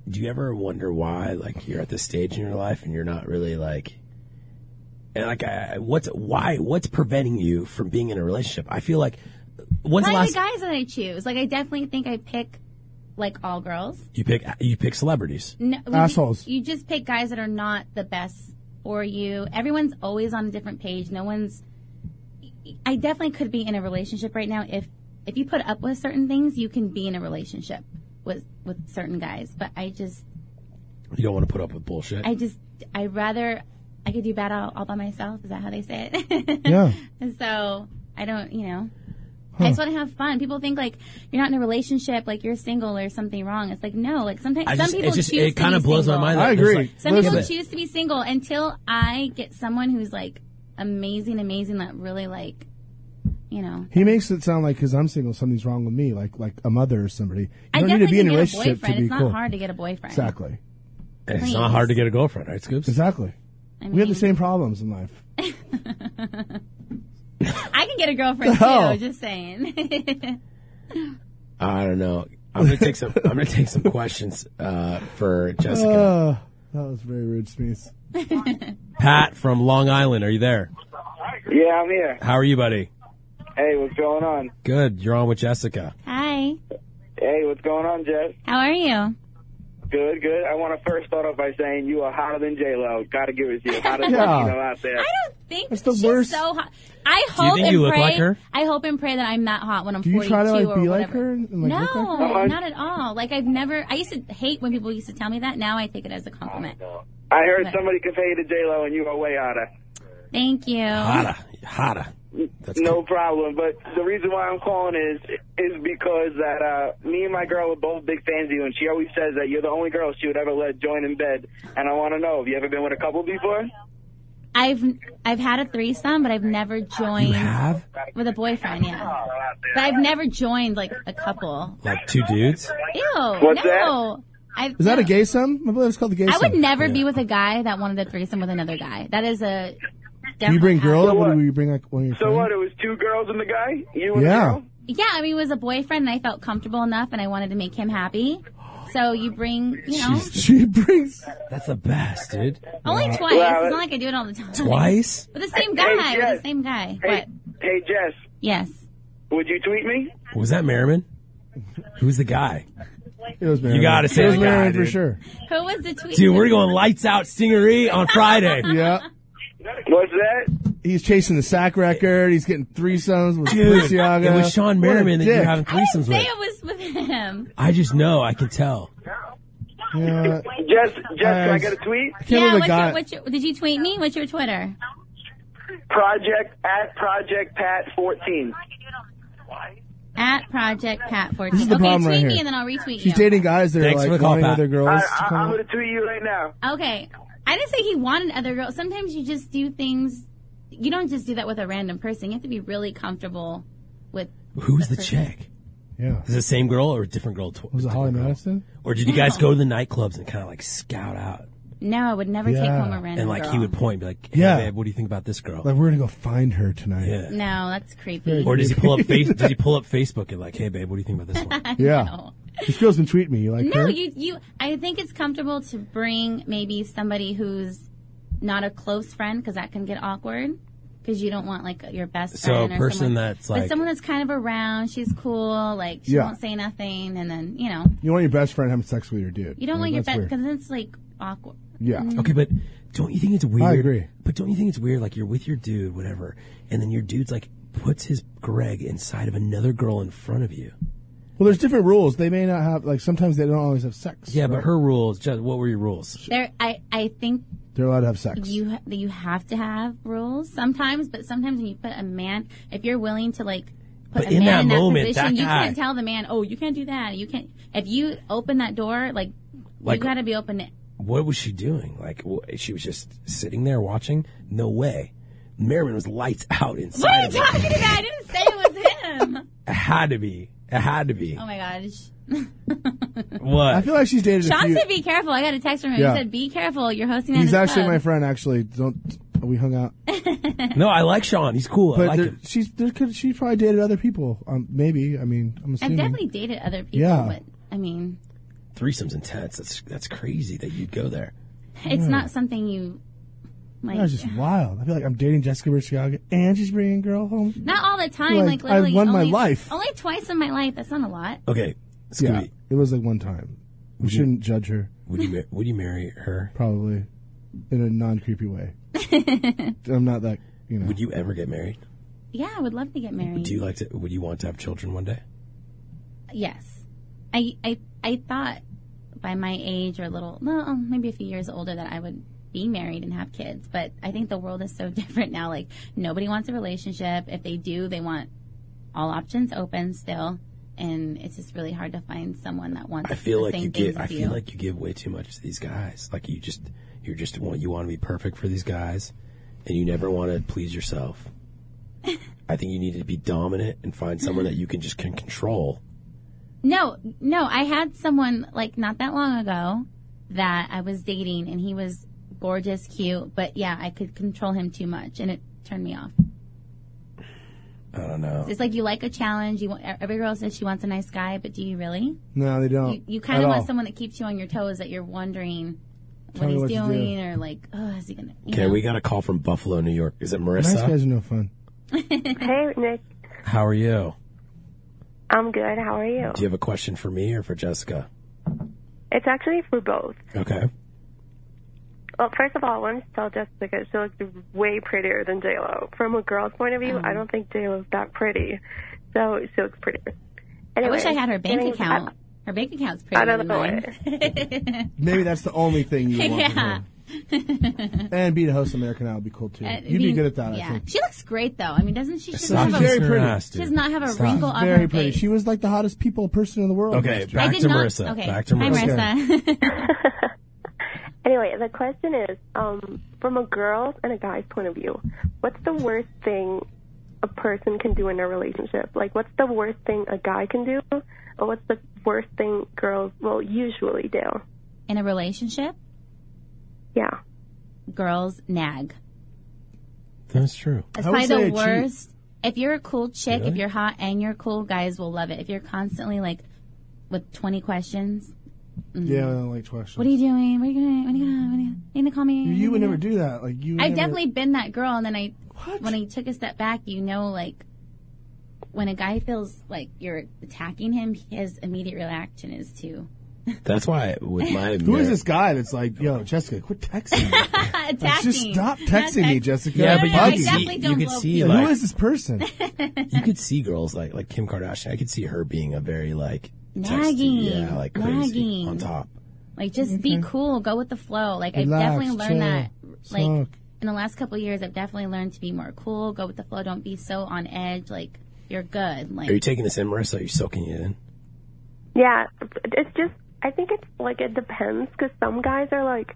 S3: do you ever wonder why like you're at this stage in your life and you're not really like and like I, I- what's why what's preventing you from being in a relationship? I feel like when's the
S10: why are
S3: last
S10: the guys that I choose? Like, I definitely think I pick like all girls.
S3: You pick you pick celebrities.
S10: No, I mean, You, you just pick guys that are not the best for you. Everyone's always on a different page. No one's. I definitely could be in a relationship right now if if you put up with certain things, you can be in a relationship with with certain guys. But I just
S3: You don't want to put up with bullshit.
S10: I just I rather I could do bad all, all by myself. Is that how they say it?
S3: Yeah.
S10: And so I don't, you know.
S3: Huh.
S10: I just want to have fun. People think like you're not in a relationship, like you're single or something wrong. It's like no, like sometimes
S3: I
S10: some
S3: just- it
S10: people
S3: just-
S10: choose.
S3: it
S10: to
S3: kinda
S10: be
S3: blows my
S10: single.
S3: mind that I there's, agree. like,
S10: some
S3: Listen.
S10: people choose to be single until I get someone who's like amazing, amazing that really like, you know.
S4: He makes it sound like because I'm single, something's wrong with me, like like a mother or somebody. You
S10: I
S4: don't need
S10: definitely
S4: to be in a
S10: can get
S4: relationship
S10: boyfriend.
S4: to be
S10: it's not
S4: cool.
S10: hard to get a boyfriend.
S4: Exactly.
S3: It's not hard to get a girlfriend, right, Scoops?
S4: Exactly. we have the same problems in life.
S10: I can get a girlfriend
S3: Oh.
S10: too. Just saying.
S3: I don't know. I'm gonna take some. I'm gonna take some questions uh, for Jessica.
S4: Oh, that was very rude, Smeeze.
S3: Pat from Long Island, are you there?
S12: Yeah, I'm here.
S3: How are you, buddy?
S12: Hey, what's going on?
S3: Good. You're on with Jessica.
S10: Hi.
S12: Hey, what's going on, Jess?
S10: How are you?
S12: Good, good. I want to first start off by saying you are hotter than J Lo. Got to give it to you, hottest
S10: Yeah.
S12: Latino out there.
S10: think she's so hot. I
S12: Do you
S10: hope
S12: think
S10: and
S12: you look
S10: pray.
S12: like her?
S10: I hope and pray that I'm not hot when I'm
S4: Do you
S10: 42
S4: try to, like,
S10: or
S4: be
S10: whatever.
S4: like her and, like,
S10: no,
S4: look like her? Uh-uh.
S10: not at all. Like I've never. I used to hate when people used to tell me that. Now I take it as a compliment.
S12: I heard
S10: But-
S12: somebody compare you to J Lo, and you are way hotter.
S10: Thank you.
S3: Hotta, hotta.
S12: no problem. But the reason why I'm calling is is because that uh, me and my girl are both big fans of you, and she always says that you're the only girl she would ever let join in bed. And I want to know, have you ever been with a couple before?
S10: I've I've had a threesome, but I've never joined
S3: have?
S10: with a boyfriend. Yeah, but I've never joined like a couple.
S3: Like two dudes.
S10: Ew.
S4: What's
S10: no. I've,
S4: Is that a gay sum? I believe it's called the gay
S10: I
S4: sum.
S10: would never be with a guy that wanted a threesome with another guy. That is a.
S4: Do you bring girls? or do you bring like one of your
S12: So
S4: friends?
S12: what? It was two girls and the guy. You and
S4: Hmm? Yeah.
S12: the girl?
S10: Yeah, I mean, it was a boyfriend, and I felt comfortable enough, and I wanted to make him happy. So you bring, you know,
S4: She brings.
S3: That's the best, dude. Uh,
S10: only
S3: Wow.
S10: twice. it's not like I do it all the time.
S3: Twice?
S10: With the same
S12: Hey,
S10: guy.
S12: hey,
S10: with
S12: Jess.
S10: the same guy.
S12: Hey, hey, Jess.
S10: Yes.
S12: Would you tweet me?
S3: Was that Merriman? Who's the guy?
S4: It was
S3: You gotta say
S4: It was
S3: the guy,
S4: Merriman for
S3: dude.
S4: sure.
S10: But who was the tweet?
S3: Dude, we're going lights out stingery on Friday.
S4: yeah.
S12: What's that?
S4: He's chasing the sack record. He's getting threesomes with
S3: Dude,
S4: Balenciaga.
S3: it was Sean
S4: What a
S3: Merriman that you were
S4: dick.
S3: having threesomes
S10: Say
S3: with.
S10: it was with him.
S3: I just know. I can tell.
S4: Yeah.
S12: Jess, Jess, can
S3: Uh,
S12: I get a tweet?
S10: yeah. What's your, what's your, did you tweet me? What's your Twitter?
S12: Project at Project Pat fourteen.
S10: At Project Pat 14.
S4: This is the
S10: okay,
S4: problem
S10: tweet
S4: right
S10: me,
S4: here.
S10: and then I'll retweet you.
S4: She's dating guys that
S3: Thanks
S4: are
S3: for the
S4: like
S3: call,
S4: wanting
S3: Pat.
S4: other girls. to
S12: I,
S4: come
S12: I'm
S4: out.
S12: gonna tweet you right now.
S10: Okay. I didn't say he wanted other girls. Sometimes you just do things. You don't just do that with a random person. You have to be really comfortable with.
S3: Who's the chick?
S4: Yeah.
S3: Is it the same girl or a different girl? Tw-
S4: was it Holly Madison?
S3: Or did you guys go to the nightclubs and kind of like scout out?
S10: No, I would never take home a random
S3: And like
S10: girl.
S3: he would point and be like, hey,
S4: Yeah.
S3: babe, what do you think about this girl?
S4: Like we're gonna go find her tonight.
S3: Yeah.
S10: No, that's creepy.
S3: Or does he pull up face? Does he pull up Facebook and like, hey babe, what do you think about this one?
S4: Yeah. This girl's been tweeting me. You like
S10: No,
S4: her?
S10: you you. I think it's comfortable to bring maybe somebody who's not a close friend because that can get awkward because you don't want like your best
S3: So a
S10: friend. or
S3: person
S10: someone-
S3: that's,
S10: but
S3: like-
S10: someone that's kind of around. She's cool. Like she
S4: Yeah.
S10: won't say nothing, and then you know
S4: You want your best friend having sex with your dude.
S10: you don't
S4: Like,
S10: want your
S4: that's
S10: best
S4: weird.
S10: because it's like awkward.
S4: Yeah.
S10: Mm.
S3: Okay, but don't you think it's weird?
S4: I agree.
S3: But don't you think it's weird? Like you're with your dude, whatever, and then your dude's like puts his Greg inside of another girl in front of you.
S4: Well, there's different rules. They may not have like sometimes they don't always have sex.
S3: Yeah, but her rules. Just what were your rules?
S10: There, I I think
S4: They're allowed to have sex.
S10: you ha- you have to have rules sometimes, but sometimes when you put a man, if you're willing to like put
S3: But
S10: a
S3: in
S10: man
S3: that
S10: in that
S3: moment,
S10: position,
S3: that
S10: you
S3: guy-
S10: can't tell the man, oh, you can't do that. You can't. If you open that door, like,
S3: Like-
S10: you got to be open. To,
S3: What was she doing? Like wh- she was just sitting there watching. No way. Merriman was lights out
S10: what are
S3: inside.
S10: you
S3: of her.
S10: talking about? I didn't say it was him.
S3: It had to be. It had to be.
S10: oh my gosh.
S3: What?
S4: I feel like she's dated a
S10: Sean
S4: few.
S10: said, "Be careful." I got a text from him.
S4: Yeah.
S10: He said, "Be careful. You're hosting on
S4: He's
S10: this
S4: actually
S10: club."
S4: my friend. Actually, don't we hung out?
S3: No, I like Sean. He's cool. I
S4: but
S3: like
S4: there,
S3: him.
S4: she's there could she probably dated other people. Um, maybe. I mean, I'm
S10: I've
S4: assuming.
S10: definitely dated other people,
S4: Yeah.
S10: but I mean,
S3: Threesome's intense. That's that's crazy that you'd go there.
S10: it's not something you like.
S4: That was just wild. I feel like I'm dating Jessica Balenciaga and she's bringing a girl home.
S10: Not all the time.
S4: Like,
S10: Like,
S4: I
S10: literally
S4: won my
S10: only-
S4: life.
S10: Only twice in my life. That's not a lot.
S3: Okay,
S4: Yeah,
S3: Scooby.
S4: it was like one time. We
S3: Would you-
S4: shouldn't judge her.
S3: Would you mar- would you marry her?
S4: Probably, in a non creepy way. I'm not that. You know.
S3: Would you ever get married?
S10: Yeah, I would love to get married.
S3: Do you like to? Would you want to have children one day?
S10: Yes, I I I thought by my age or a little, no, maybe a few years older that I would be married and have kids. But I think the world is so different now. Like nobody wants a relationship. If they do, they want all options open still, and it's just really hard to find someone that wants.
S3: I feel
S10: the
S3: like
S10: same
S3: you give.
S10: things
S3: I
S10: as
S3: feel
S10: you.
S3: like you give way too much to these guys. Like you just you're just want you want to be perfect for these guys, and you never want to please yourself. I think you need to be dominant and find someone that you can just can control.
S10: No, no, I had someone like not that long ago that I was dating and he was gorgeous, cute, but yeah, I could control him too much and it turned me off.
S3: I don't know.
S10: It's like you like a challenge. You want, e-, every girl says she wants a nice guy, but do you really?
S4: No, they don't.
S10: You, you kind
S4: at
S10: of want
S4: all.
S10: someone that keeps you on your toes that you're wondering
S4: Tell
S10: what
S4: me
S10: he's
S4: what to do.
S10: doing or like, oh, is he gonna? you
S3: Okay,
S10: know.
S3: we got a call from Buffalo, New York. Is it Marissa?
S4: Nice guys are no fun.
S13: hey, Nick.
S3: How are you?
S13: I'm good. How are you?
S3: Do you have a question for me or for Jessica?
S13: It's actually for both.
S3: Okay.
S13: Well, first of all, I wanted to tell Jessica she looks way prettier than J Lo. From a girl's point of view, I don't think J Lo's that pretty, so she looks prettier.
S10: I wish I had her bank
S13: anyways,
S10: account. her bank account's pretty.
S13: Out of
S10: than
S13: the
S10: mine.
S4: Maybe that's the only thing you want. from
S10: yeah.
S4: her. And be the host of American Idol would be cool too.
S10: Uh,
S4: You'd be
S10: being-
S4: good at that,
S10: yeah.
S4: I think.
S10: She looks great though. I mean, doesn't she? She doesn't
S4: She's
S10: have a-
S4: very pretty.
S10: She does not have a wrinkle on
S4: very
S10: her
S4: pretty.
S10: face.
S4: She was like the hottest people person in the world.
S3: Okay,
S4: last year.
S3: back
S10: I did
S3: to
S10: not-
S3: Marissa.
S10: Okay.
S3: Back to
S10: Hi,
S3: Marissa.
S10: Marissa.
S13: Anyway, the question is, um, from a girl's and a guy's point of view, what's the worst thing a person can do in a relationship? Like, what's the worst thing a guy can do, or what's the worst thing girls will usually do?
S10: in a relationship,
S13: Yeah.
S10: girls nag.
S3: That's true.
S10: That's probably the worst. If you're a cool chick, if you're hot and you're cool, guys will love it. If you're constantly like with 20 questions, mm.
S4: Yeah, I don't like questions.
S10: what are you doing? What are you gonna? What are you gonna? What are you you gonna call me?
S4: You would never do that. Like you. would
S10: I've
S4: never-
S10: definitely been that girl, and then I, when I took a step back, you know, like when a guy feels like you're attacking him, his immediate reaction is to
S3: That's why with my
S4: Who is this guy that's like, yo, Jessica, quit texting me.
S10: attack
S4: Like, just
S10: me.
S4: stop texting me, Jessica.
S3: Yeah,
S4: I'm
S3: but you
S4: bugging.
S3: could see- you could see
S4: Yeah,
S3: like
S4: who is this person?
S3: you could see girls like like Kim Kardashian. I could see her being a very like texty,
S10: Nagging,
S3: yeah, like crazy
S10: nagging.
S3: on top.
S10: Like, just be cool. Go with the flow. Like,
S3: Relax,
S10: I've definitely learned that.
S3: chill,
S10: Like,
S3: suck.
S10: in the last couple of years, I've definitely learned to be more cool. Go with the flow. Don't be so on edge. Like, you're good. Like,
S3: Are you taking this in, Marissa? Are you soaking it in?
S13: Yeah, it's just I think it's like it depends because some guys are like,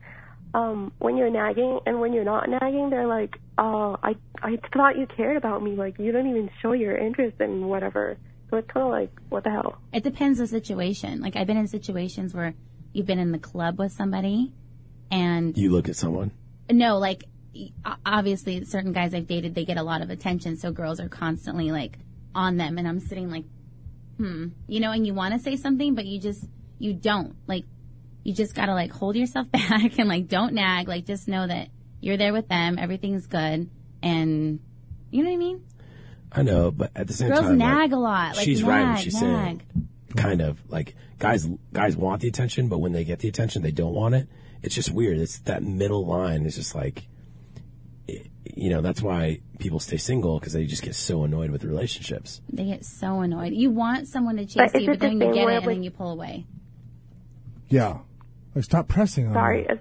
S13: um, when you're nagging and when you're not nagging, they're like, oh, I I thought you cared about me. Like you don't even show your interest in whatever. So it's kind of like, what the hell?
S10: it depends the situation. Like, I've been in situations where you've been in the club with somebody, and
S3: You look at someone.
S10: no, like, o- obviously, certain guys I've dated, they get a lot of attention, so girls are constantly like on them, and I'm sitting like, hmm, you know, and you want to say something, but you just you don't. Like, you just gotta like hold yourself back and like don't nag. Like, just know that you're there with them, everything's good, and you know what I mean.
S3: I know, but at the same
S10: Girls
S3: time, like,
S10: nag a lot. Like,
S3: she's
S10: nag,
S3: right when she's
S10: nag.
S3: saying. Kind of like guys. Guys want the attention, but when they get the attention, they don't want it. It's just weird. It's that middle line. is just like, it- you know, that's why people stay single because they just get so annoyed with relationships.
S10: They get so annoyed. You want someone to chase
S13: But is
S10: you,
S13: it
S10: but
S13: the
S10: then you
S13: same
S10: get
S13: way
S10: it and
S13: with-
S10: then you pull away.
S4: Yeah. Like, stop pressing on
S13: Sorry,
S4: me.
S13: it's-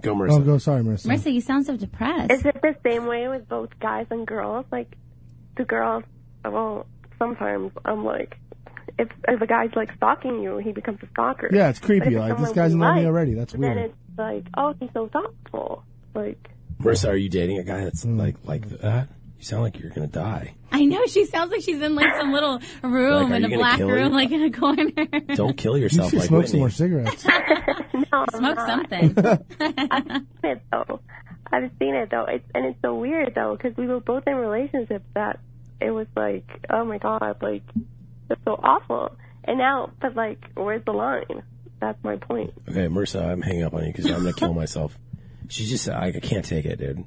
S3: Go,
S4: Oh, go. Sorry, Marissa.
S10: Marissa, you sound so depressed.
S13: Is it the same way with both guys and girls? Like, the girls, well, sometimes I'm like, if if a guy's like stalking you, he becomes a stalker.
S4: Yeah, it's
S13: But
S4: creepy,
S13: if it's
S4: like, this
S13: someone
S4: guy's
S13: you
S4: known me
S13: like,
S4: already, that's
S13: then
S4: weird.
S13: it's like, oh, he's so thoughtful. Like,
S3: Marissa, are you dating a guy that's like like that? You sound like you're gonna die.
S10: I know she sounds like she's in like some little room
S3: Like, are
S10: in
S3: you
S10: a
S3: gonna
S10: black
S3: kill
S10: room,
S3: you?
S10: like in a corner.
S3: Don't kill yourself
S4: you should
S3: like
S4: smoke
S3: Whitney.
S4: some more cigarettes.
S13: no,
S10: Smoke
S13: something. I've seen it though. I've seen it though. It's and it's so weird though because we were both in relationships that it was like, oh my god, like that's so awful. And now, but like, where's the line? That's my point.
S3: Okay, Marissa, I'm hanging up on you because I'm gonna kill myself. She just, I, I can't take it, dude.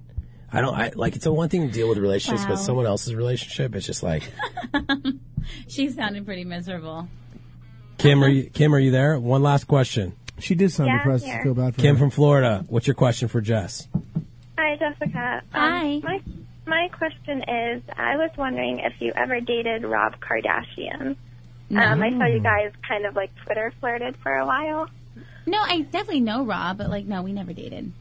S3: I don't, I, like, it's a one thing to deal with relationships,
S10: Wow.
S3: but someone else's relationship, it's just like,
S10: she sounded pretty miserable.
S3: Kim, are you, Kim, are you there? One last question.
S4: She did sound
S14: Yeah, I'm depressed. I here. feel bad for
S3: Kim
S4: her.
S3: from Florida. What's your question for Jess?
S14: Hi, Jessica. Hi. my my question is, I was wondering if you ever dated Rob Kardashian. Um, I
S3: Mm.
S14: saw you guys kind of like Twitter flirted for a while.
S10: No, I definitely know Rob, but like, no, we never dated.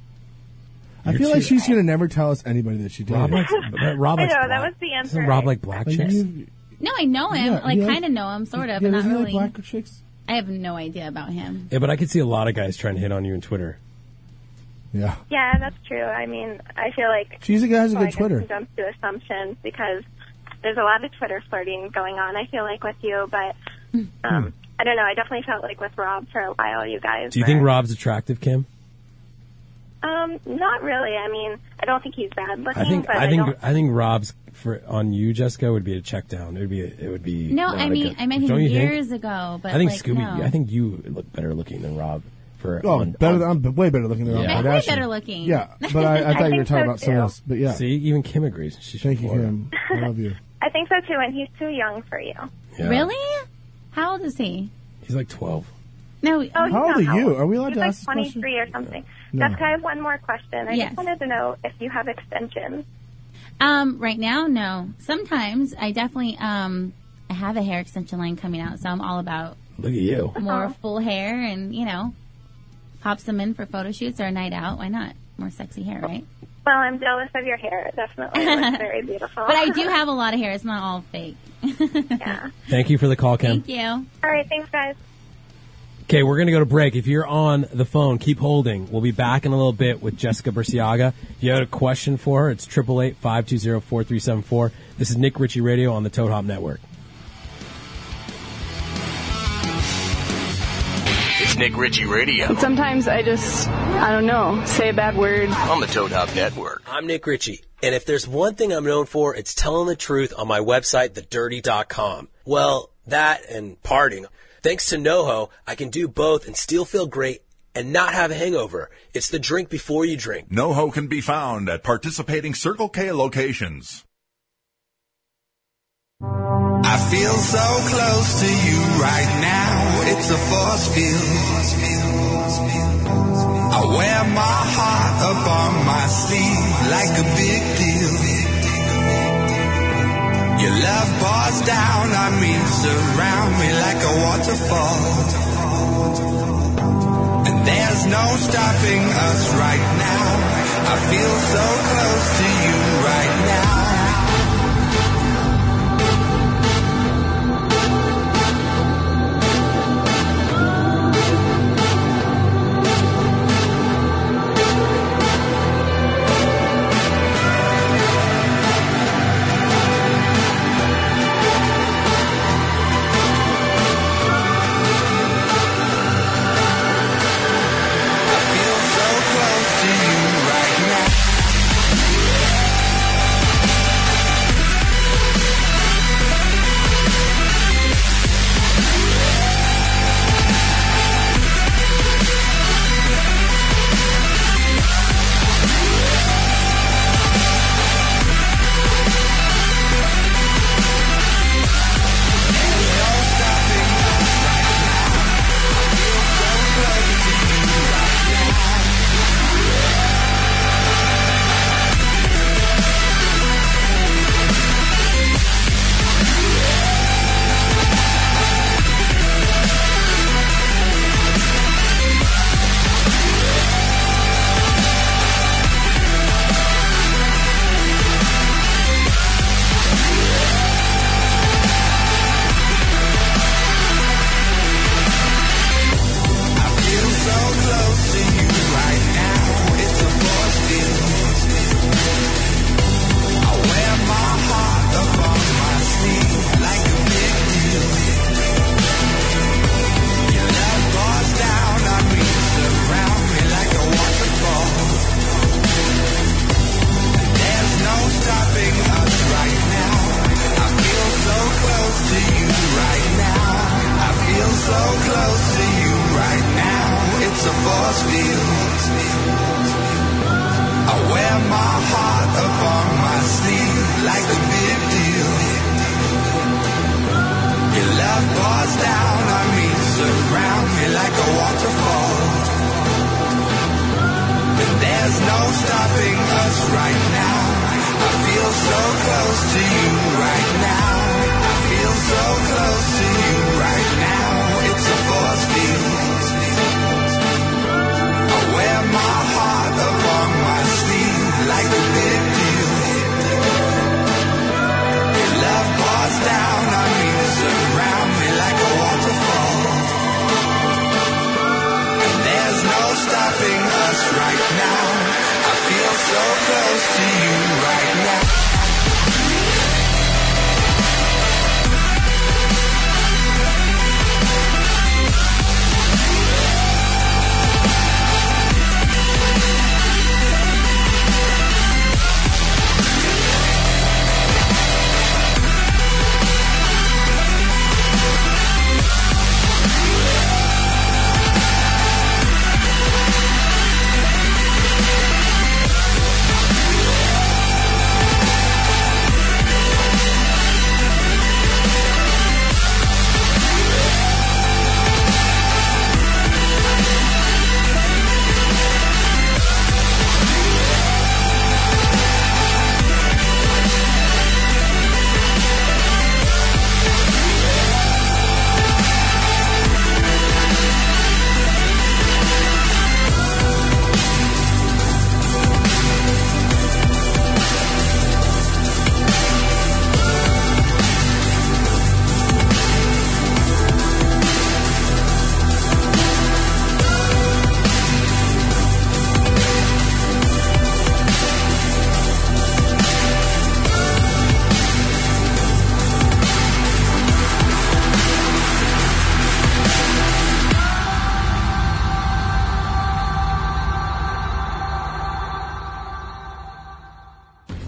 S4: I feel like she's gonna never tell us anybody that she did.
S3: Rob likes- Rob
S10: I know, that was the answer.
S4: Doesn't
S3: Rob like black chicks?
S10: No, I know him.
S3: Yeah,
S10: like,
S3: yeah.
S10: kind of know him, sort of,
S4: Yeah,
S10: but not
S4: doesn't he
S10: really.
S4: like black chicks?
S10: I have no idea about him.
S3: Yeah, but I could see a lot of guys trying to hit on you on Twitter.
S4: Yeah.
S14: Yeah, that's true. I mean, I feel like
S4: She's the guy who has a
S14: well,
S4: good
S14: I guess
S4: Twitter.
S14: we Jump to assumptions because there's a lot of Twitter flirting going on. I feel like with you, but um, I don't know. I definitely felt like with Rob for a while, you guys.
S3: Hmm. Do you
S14: were-
S3: think Rob's attractive, Kim?
S14: Um, not really. I mean, I don't think he's bad looking,
S3: I think
S14: but
S3: I
S14: don't
S3: think I think Rob's for on you, Jessica, would be a check down. It would be it would be
S10: No,
S3: not
S10: I
S3: a
S10: mean,
S3: good-
S10: I met him
S3: don't you think?
S10: years ago, but
S3: I think
S10: like,
S3: Scooby.
S10: no.
S3: I think you look better looking than Rob. For
S4: Oh,
S3: on,
S4: better than, I'm way better looking than
S3: Yeah.
S4: Rob
S3: I'm way
S4: Kardashian.
S10: better looking.
S4: Yeah, but I, I thought you were talking about someone else. But yeah,
S3: See, even Kim agrees. She's
S4: thank you,
S3: Florida.
S4: Kim. I love you.
S14: I think so too, and he's too young for you.
S3: Yeah.
S10: Really? How old is he?
S3: He's like twelve.
S10: No. Oh,
S14: he's
S4: How old
S14: not
S4: are you?
S14: old.
S4: Are we allowed
S14: he's
S4: to
S14: like
S4: ask this question?
S14: 23 or something.
S4: No.
S14: Jessica, I have one more question. I
S10: Yes.
S14: just wanted to know if you have extensions.
S10: Um, right now, no. Sometimes I definitely um, I have a hair extension line coming out, so I'm all about
S3: Look at you.
S10: more
S14: Uh-huh.
S10: full hair and you know, pops them in for photo shoots or a night out. Why not? More sexy hair, right?
S14: Well, I'm jealous of your hair. It Definitely, looks very beautiful.
S10: But I do have a lot of hair. It's not all fake.
S3: Thank you for the call, Kim.
S10: Thank you.
S14: All right, thanks, guys.
S3: Okay, we're going to go to break. If you're on the phone, keep holding. We'll be back in a little bit with Jessica Berciaga. If you have a question for her, it's 888-520-4374. This is Nick Ritchie Radio on the Toad Hop Network.
S1: It's Nick Ritchie Radio
S12: Sometimes I just, I don't know, say a bad word.
S1: on the Toad Hop Network.
S15: I'm Nick Ritchie, and if there's one thing I'm known for, it's telling the truth on my website, thedirty.com. Well, that and partying. Thanks to NoHo, I can do both and still feel great and not have a hangover. It's the drink before you drink.
S7: NoHo can be found at participating Circle K locations.
S16: I feel so close to you right now. It's a force field. I wear my heart up on my sleeve like a big deal. Your love pours down on me, surround me like a waterfall. And there's no stopping us right now. I feel so close to you right now. Feel so close to you right now.
S11: close to you right now. I feel so close to you right now. It's a force field. I wear my heart along my sleeve like a big deal. Your love pours down on me, surround me like a waterfall. And there's no stopping us right now. I feel so close to you right now.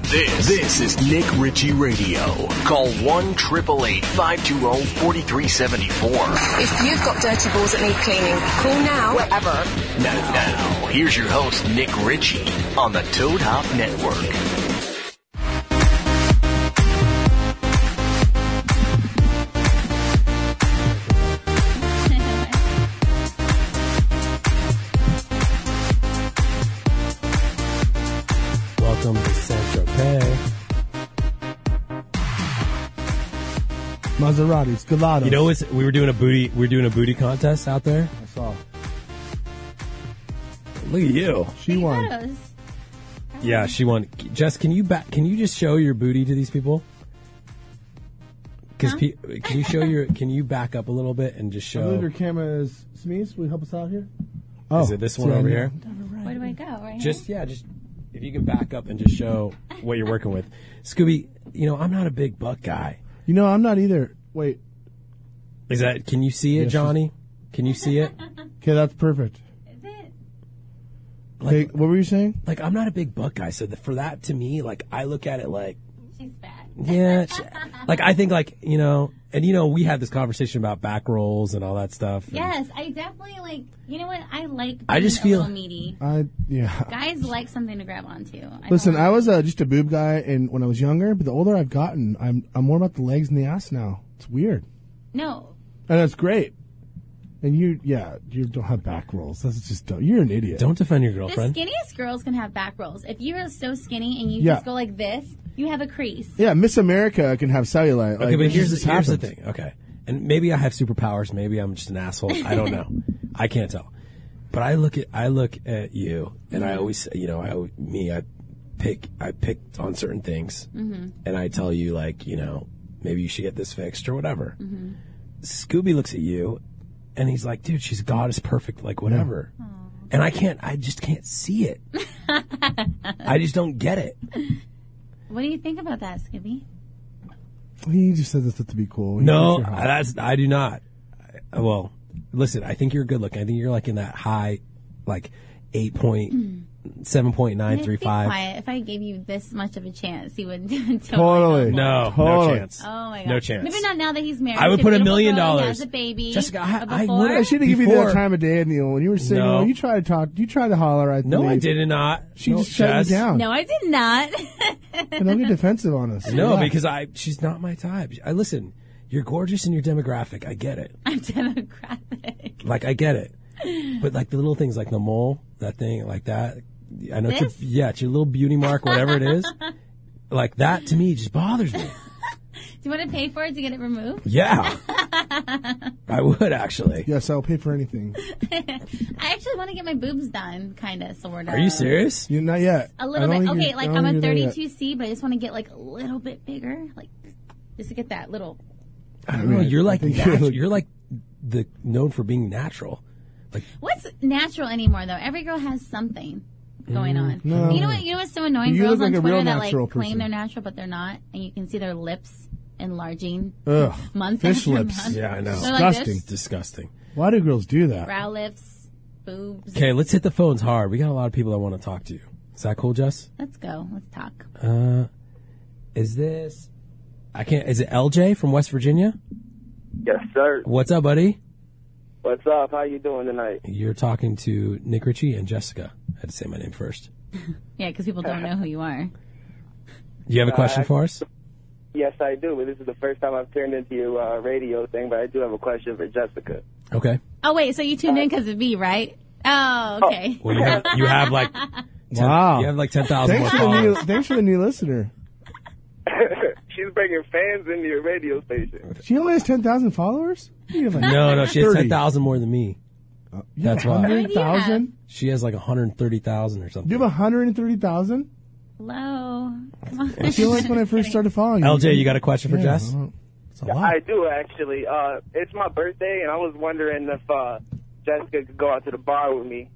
S1: This, this is Nick Ritchie Radio. Call 1 888 520 4374.
S2: If you've got dirty balls that need cleaning, call now wherever.
S1: Now, now, here's your host, Nick Ritchie, on the Toad Hop Network.
S3: Welcome to Saint Tropez.
S4: Maseratis, Gelatos.
S3: You know, what's we were doing a booty. We were doing a booty contest out there.
S4: I saw.
S3: Look at you.
S4: She won.
S3: Yeah, she won. Jess, can you back? Can you just show your booty to these people? Because can you show your? Can you back up a little bit and just
S4: I believe
S3: show?
S4: your camera is. Smeeze, will you help us out here?
S3: is it this one
S4: Oh, see, I
S3: over
S4: knew.
S3: here?
S10: Where do I go? Right
S3: Just yeah, just if you can back up and just show what you're working with, Scooby. You know, I'm not a big butt guy.
S4: You know, I'm not either. Wait.
S3: Is that? Can you see it,
S4: Yes,
S3: Johnny? Can you see it?
S4: Okay, that's perfect.
S3: Like,
S4: what were you saying?
S3: Like, I'm not a big butt guy, so the, for that to me, like, I look at it like
S10: She's fat.
S3: Yeah, it's- like I think, like you know, and you know, we had this conversation about back rolls and all that stuff.
S10: Yes, I definitely like. You know what? I like.
S3: I just
S10: being a
S3: feel-
S10: little meaty.
S4: I yeah.
S10: Guys like something to grab onto. I
S4: Listen,
S10: don't-
S4: I was uh, just a boob guy, and when I was younger, but the older I've gotten, I'm I'm more about the legs and the ass now. It's weird,
S10: no.
S4: and that's great. And you, yeah, you don't have back rolls. That's just dumb. You're an idiot.
S3: Don't defend your
S10: The skinniest girls can have back rolls. If you're so skinny and you
S4: Yeah.
S10: just go like this, you have a crease.
S4: Yeah, Miss America can have cellulite.
S3: Okay,
S4: like,
S3: but
S4: this
S3: here's
S4: just
S3: the, here's the
S4: happens.
S3: thing. Okay, and maybe I have superpowers. Maybe I'm just an asshole. I don't know. I can't tell. But I look at I look at you, and I always say, you know I always- me I pick I picked on certain things,
S11: Mhm.
S3: and I tell you like you know maybe you should get this fixed or whatever.
S11: Mm-hmm.
S3: Scooby looks at you, and he's like, dude, she's goddess perfect, like whatever. And I can't I just can't see it. I just don't get it.
S10: What do you think about that, Scooby?
S4: He just said this to be cool. He
S3: No,
S4: thinks you're hot.
S3: that's I do not. I, well, listen, I think you're good looking. I think you're like in that high, like eight point seven point nine three
S10: Nick, Hmm. be
S3: five.
S10: Quiet. If I gave you this much of a chance, you would totally.
S3: Totally. No, no
S4: Totally.
S3: chance.
S10: Oh my god.
S3: No chance.
S10: Maybe not now that he's married.
S3: I would
S10: a
S3: put a
S10: beautiful
S3: million
S10: girl, He
S3: dollars.
S10: has a baby.
S3: Jessica, I-
S10: but
S3: I
S10: before-
S3: would-
S4: I should have given you
S3: Before-
S4: that time of day, Neil. When you were single,
S3: No.
S4: you tried to talk. You tried to holler at
S3: No,
S4: me.
S3: I did not.
S4: She
S3: No,
S4: just shut
S3: Jess.
S4: you down.
S10: No, I did not.
S4: And don't get defensive on us.
S3: No,
S4: Relax.
S3: because I she's not my type. I listen. You're gorgeous in your demographic. I get it.
S10: I'm demographic.
S3: Like I get it. But like the little things, like the mole, that thing, like that. I know. It's your,
S10: This?
S3: yeah, it's your little beauty mark, whatever it is. like that to me just bothers me.
S10: Do you want to pay for it to get it removed?
S3: Yeah, I would actually.
S4: Yes, I'll pay for anything.
S10: I actually want to get my boobs done, kind of, sort of.
S3: Are you serious?
S4: You're not yet.
S10: A little bit. Okay, like I'm a 32C, but I just want to get like a little bit bigger, like just to get that little.
S3: I don't know. You're like natu- you're like the known for being natural.
S10: What's natural anymore though? Every girl has something going on.
S3: Mm, No.
S10: You know what? You know what's so annoying?
S3: You
S10: girls
S3: look
S10: on
S3: like a
S10: Twitter
S3: real
S10: that like
S3: natural
S10: claim
S3: person.
S10: they're natural, but they're not, and you can see their lips enlarging.
S4: Ugh.
S10: Month
S4: Fish
S10: after
S4: lips.
S10: month.
S4: Yeah, I know.
S10: They're like
S4: Disgusting.
S10: this.
S3: Disgusting.
S4: Why do girls do that?
S10: Brow lifts, boobs.
S3: Okay, let's hit the phones hard. We got a lot of people that want to talk to you. Is that cool, Jess?
S10: Let's go. Let's talk.
S3: Uh, is this? I can't. Is it LJ from West Virginia?
S17: Yes, sir.
S3: What's up, buddy?
S17: What's up? How you doing tonight?
S3: You're talking to Nick Ritchie and Jessica. I had to say my name first.
S10: Yeah, because people don't know who you are.
S3: Do you have a
S17: Uh,
S3: question
S17: I-
S3: for us?
S17: Yes, I do. But this is the first time I've turned into your uh, radio thing. But I do have a question for Jessica.
S3: Okay.
S10: Oh wait, so you tuned in because of me, right? Oh, okay.
S3: Well, you have you have like ten,
S4: Wow.
S3: You have like ten thousand more
S4: Thanks for, the new,
S3: followers.
S4: thanks for the new listener.
S17: She's bringing fans into your radio station.
S4: She only has 10,000 followers? You have, like,
S3: No, no, she has
S4: 30.
S3: ten thousand more than me.
S4: Uh, you have
S3: That's why
S4: 100,000?
S3: she has like hundred thirty thousand or something.
S4: You have 130,000?
S10: Hello. Come on.
S4: I feel like when I first started following you.
S3: LJ, you got a question for
S4: Yeah,
S3: Jess?
S4: I don't-
S17: I do actually. Uh, it's my birthday, and I was wondering if uh, Jessica could go out to the bar with me.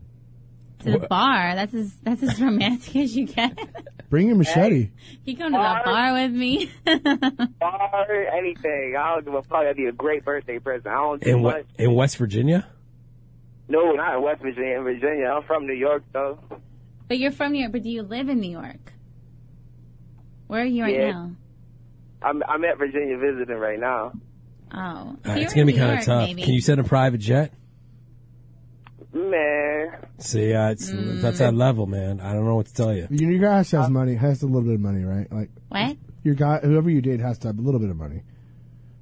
S10: to the bar. That's as that's as romantic as you get.
S4: Bring your machete.
S10: You come to the bar with me.
S17: Bar, anything. I don't give a fuck. That'd be a great birthday present. I don't do
S3: In
S17: much.
S3: what in West Virginia?
S17: No, not in West Virginia. In Virginia, I'm from New York, though.
S10: But you're from New York, but do you live in New York? Where are you right
S17: Yeah.
S10: now?
S17: I'm I'm at Virginia visiting right now.
S10: Oh.
S3: All
S10: So
S3: right,
S10: you're
S3: Uh, it's gonna
S10: in
S3: be
S10: New
S3: kind
S10: York,
S3: of tough.
S10: maybe.
S3: Can you send a private jet?
S17: Man,
S3: See, uh, it's, that's
S10: Mm.
S3: that level, man. I don't know what to tell you.
S4: You- Your guy has to
S10: Uh,
S4: have money, has a little bit of money, right? Like
S10: What?
S4: Your guy, whoever you date, has to have a little bit of money.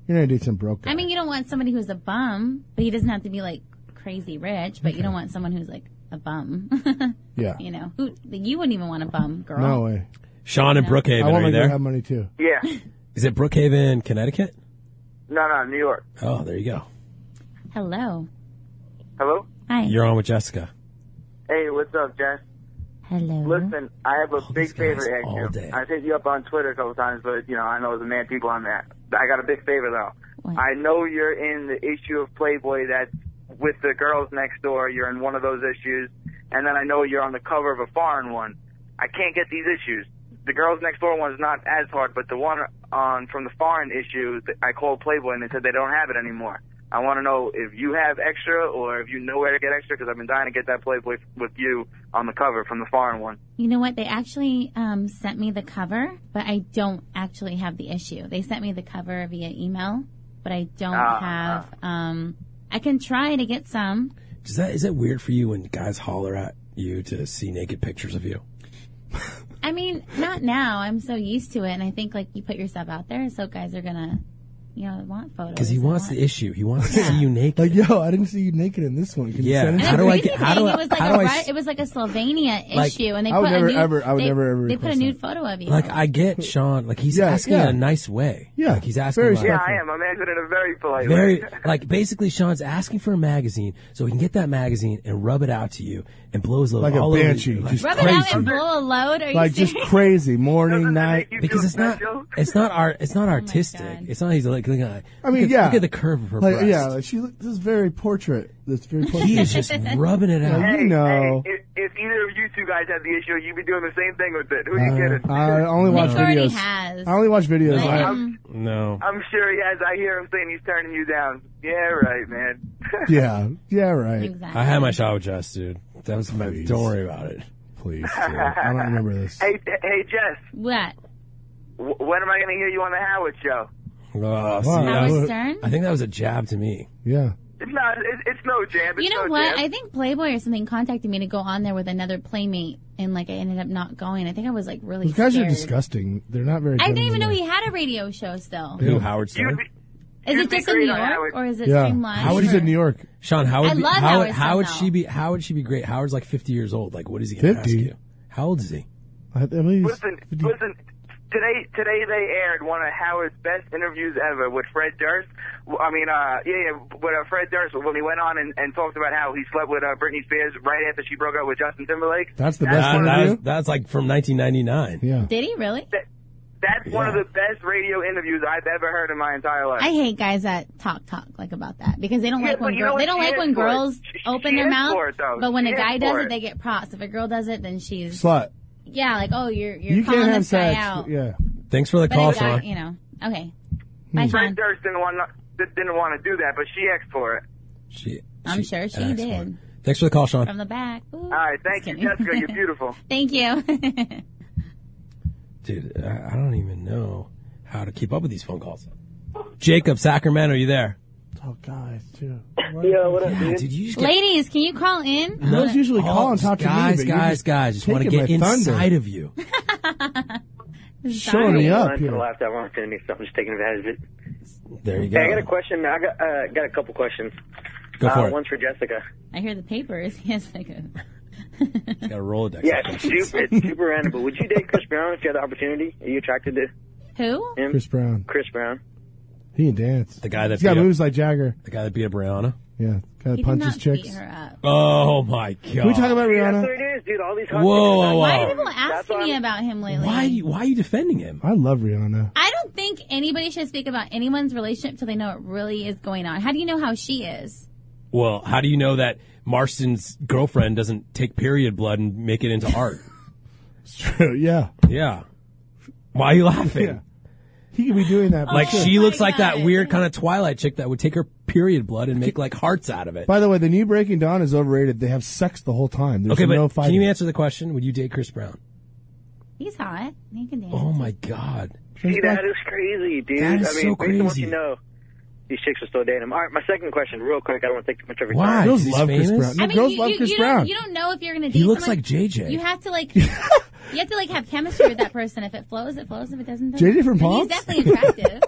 S4: You're not gonna date some broke guy.
S10: I mean, you don't want somebody who's a bum, but he doesn't have to be like crazy rich. But you don't want someone who's like a bum.
S4: Yeah.
S10: You know, who you wouldn't even want a bum girl.
S4: No way.
S3: Sean in Brookhaven,
S4: I want
S3: are
S4: my
S3: you
S4: girl
S3: there?
S4: to have money too.
S17: Yeah.
S3: Is it Brookhaven, Connecticut?
S17: No, no, New York.
S3: Oh, there you go.
S10: Hello.
S17: Hello.
S10: Hi.
S3: You're on with Jessica.
S17: Hey, what's up, Jess?
S10: Hello.
S17: Listen, I have a big favor to ask
S3: all
S17: you.
S3: day.
S17: I hit you up on Twitter a couple times, but you know I know as a man, people on that. I got a big favor though. I know you're in the issue of Playboy that's with the girls next door. You're in one of those issues, and then I know you're on the cover of a foreign one. I can't get these issues. The girls next door one's not as hard, but the one on from the foreign issue, th- I called Playboy and they said they don't have it anymore. I want to know if you have extra or if you know where to get extra because I've been dying to get that Playboy f- with you on the cover from the foreign one.
S10: You know what? They actually um, sent me the cover, but I don't actually have the issue. They sent me the cover via email, but I don't
S3: Ah,
S10: have. Um, I can try to get some.
S3: Does that is that weird for you when guys holler at you to see naked pictures of you?
S10: I mean, not now. I'm so used to it, and I think like you put yourself out there, so guys are gonna, you know, want photos.
S3: Because he wants the issue. He wants to see you naked.
S4: Like, yo, I didn't see you naked in this one. Can you
S3: Yeah.
S4: send it
S3: How
S4: to
S3: do
S4: me?
S3: I get- how do I-
S10: it was like
S3: how
S10: a
S3: do I
S10: Ru-
S3: s-
S10: it was like a Slovenia
S3: Like,
S10: issue, and they
S4: I would
S10: put
S4: never
S10: a nude,
S4: ever- I would
S10: they,
S4: never ever
S10: they put a
S4: request
S10: nude photo of you.
S3: Like I get Sean. Like he's
S4: Yeah,
S3: asking
S4: yeah.
S3: in a nice way.
S4: Yeah,
S3: Like he's asking. like,
S17: am. I'm answering in a very polite
S3: Very like basically, Sean's asking for a magazine so he can get that magazine and rub it out to you and blow his load
S4: Like a
S3: all
S4: banshee,
S3: over you.
S4: just
S10: Rub it out and blow a load. Are
S4: Like
S10: you
S4: just
S10: serious?
S4: crazy morning, night.
S3: because it's not it's not art it's
S10: Oh
S3: not artistic. It's not he's like looking at.
S4: I mean,
S3: look at,
S4: yeah.
S3: Look at the curve of her
S4: like,
S3: breast.
S4: Yeah, like she. This is very portrait. This is very portrait.
S3: He is just rubbing it out.
S4: Yeah, you know.
S17: If, if either of you two guys have the issue, you'd be doing the same thing with it. Who you kidding?
S4: Uh, I only watch videos. I only watch videos.
S17: Like,
S4: I-
S17: I'm-
S3: no.
S17: I'm sure he has. I hear him saying he's turning you down. Yeah, right, man.
S4: Yeah. Yeah. Right.
S3: I had my shot with Jess, dude. That was my. Don't worry about it.
S4: Please. I don't remember this.
S17: Hey, hey, Jess.
S10: What?
S17: W- when am I going to hear you on the Howard Show?
S3: Oh, see,
S4: Wow.
S3: that
S4: Howard
S3: was-
S10: Stern?
S3: I think that was a jab to me.
S4: Yeah.
S17: It's not. It, it's no jam. It's
S10: You know
S17: no
S10: what?
S17: Jam.
S10: I think Playboy or something contacted me to go on there with another playmate, and like I ended up not going. I think I was like really
S4: Those guys
S10: scared.
S4: are disgusting. They're not very.
S10: I
S4: good
S10: didn't even know
S4: anymore.
S10: he had a radio show still.
S3: Who, Howard Stern?
S10: Is it just in New York, or is it streamlined?
S3: Howard
S10: or-
S3: in New
S4: York.
S3: Sean, how would
S10: I
S3: be,
S10: love
S3: how,
S10: Howard
S3: how would
S10: Stern,
S3: she be? How would she be great? Howard's like fifty years old. Like, what is he going to ask
S4: 50?
S3: you? How old is he?
S4: I, I believe he's-
S17: Listen, listen. Today, today they aired one of Howard's best interviews ever with Fred Durst. W- I mean, uh, yeah, yeah, with uh, Fred Durst when he went on and, and talked about how he slept with uh, Britney Spears right after she broke up with Justin Timberlake.
S3: That's
S17: the
S4: best
S3: That
S4: interview?
S3: was, that's like from 1999. Yeah.
S10: Did he really?
S17: That's one of the best radio interviews I've ever heard in my entire life.
S10: I hate guys that talk talk like about that because they don't
S17: Yeah,
S10: like
S17: but
S10: when
S17: you know
S10: girls they
S17: what?
S10: don't
S17: She
S10: like
S17: is
S10: when
S17: for it.
S10: girls
S17: She-
S10: open
S17: she
S10: their
S17: is
S10: mouth.
S17: for it, though.
S10: but when
S17: She
S10: a
S17: is
S10: guy does
S17: for
S10: it.
S17: it.
S10: they get props. If a girl does it, then she's
S4: Slut.
S10: yeah, like oh you're you're
S4: you
S10: calling
S4: can't have
S10: this guy
S4: sex.
S10: out.
S4: Yeah.
S3: Thanks for
S10: but a guy, you know, okay. Bye,
S17: Fred Durst didn't want not- didn't want to do that, but she asked for it.
S3: She,
S10: I'm sure she
S3: asked
S10: did
S3: Thanks for the call, Sean.
S10: from the back. Ooh,
S17: All right, thank you, Jessica. You're beautiful.
S10: Thank you.
S3: Dude, I, I don't even know how to keep up with these phone calls. Jacob, Sacramento, you there?
S4: Oh, guys, too.
S18: Yeah, what up,
S3: Yeah, dude, you just get-
S10: Ladies, can you call in?
S3: No,
S4: Those usually
S3: all
S4: call and talk to me,
S3: guys,
S4: but you're
S3: guys,
S4: just
S3: guys, just want to
S4: taking
S3: get
S4: my thunder.
S3: inside of you.
S18: Sorry.
S4: me up
S18: Lunch
S4: here.
S18: and left. I won't send me stuff. I'm just taking advantage of it.
S3: There you
S18: Hey, I
S3: go.
S18: got a question. I got uh, got a couple questions.
S3: Go for
S18: uh,
S3: it.
S18: One's for Jessica.
S10: I hear the papers. Yes, like a,
S3: Got a Rolodex.
S18: Yeah, it's super, it's super random. But would you date Chris Brown if you had the opportunity? Are you attracted to
S10: who?
S18: him?
S4: Chris Brown.
S18: Chris Brown.
S4: He can dance.
S3: The guy that
S4: He's got
S3: beat up-
S4: moves like Jagger.
S3: The guy that beat up Rihanna.
S4: Yeah. Guy that punches chicks.
S3: Oh my god.
S4: Can we talk about Rihanna?
S3: Whoa, whoa, whoa.
S10: Why are people asking me about him lately?
S3: Why, why are you defending him?
S4: I love Rihanna.
S10: I don't think anybody should speak about anyone's relationship till they know what really is going on. How do you know how she is?
S3: Well, how do you know that Marston's girlfriend doesn't take period blood and make it into art?
S4: yeah.
S3: Yeah. Why are you laughing?
S4: Yeah. He could be doing that. for
S3: Like
S4: sure.
S3: she looks like that weird kind of Twilight chick that would take her period blood and make like hearts out of it.
S4: By the way, the new Breaking Dawn is overrated. They have sex the whole time. There's
S3: okay, but
S4: no
S3: can
S4: fighting.
S3: you answer the question? Would you date Chris Brown?
S10: He's hot. He can dance.
S3: Oh my god.
S18: See, that is crazy, dude.
S3: That is
S18: I mean,
S3: so
S18: based on what
S3: crazy.
S18: you know, these chicks are still dating him. All right, my second question, real quick. I don't want to take too much of your
S3: Why?
S18: time.
S3: Girls He's love Chris famous? Brown. No,
S10: I mean,
S3: girls
S10: you,
S3: love
S10: you-
S3: Chris
S10: you don't-
S3: Brown.
S10: you don't know if you're gonna. Date
S3: He looks
S10: someone.
S3: like JJ.
S10: You have to like. you have to like have chemistry with that person. If it flows, it flows. If it doesn't, doesn't.
S3: JJ from
S10: I mean,
S3: Palms?
S10: He's definitely attractive.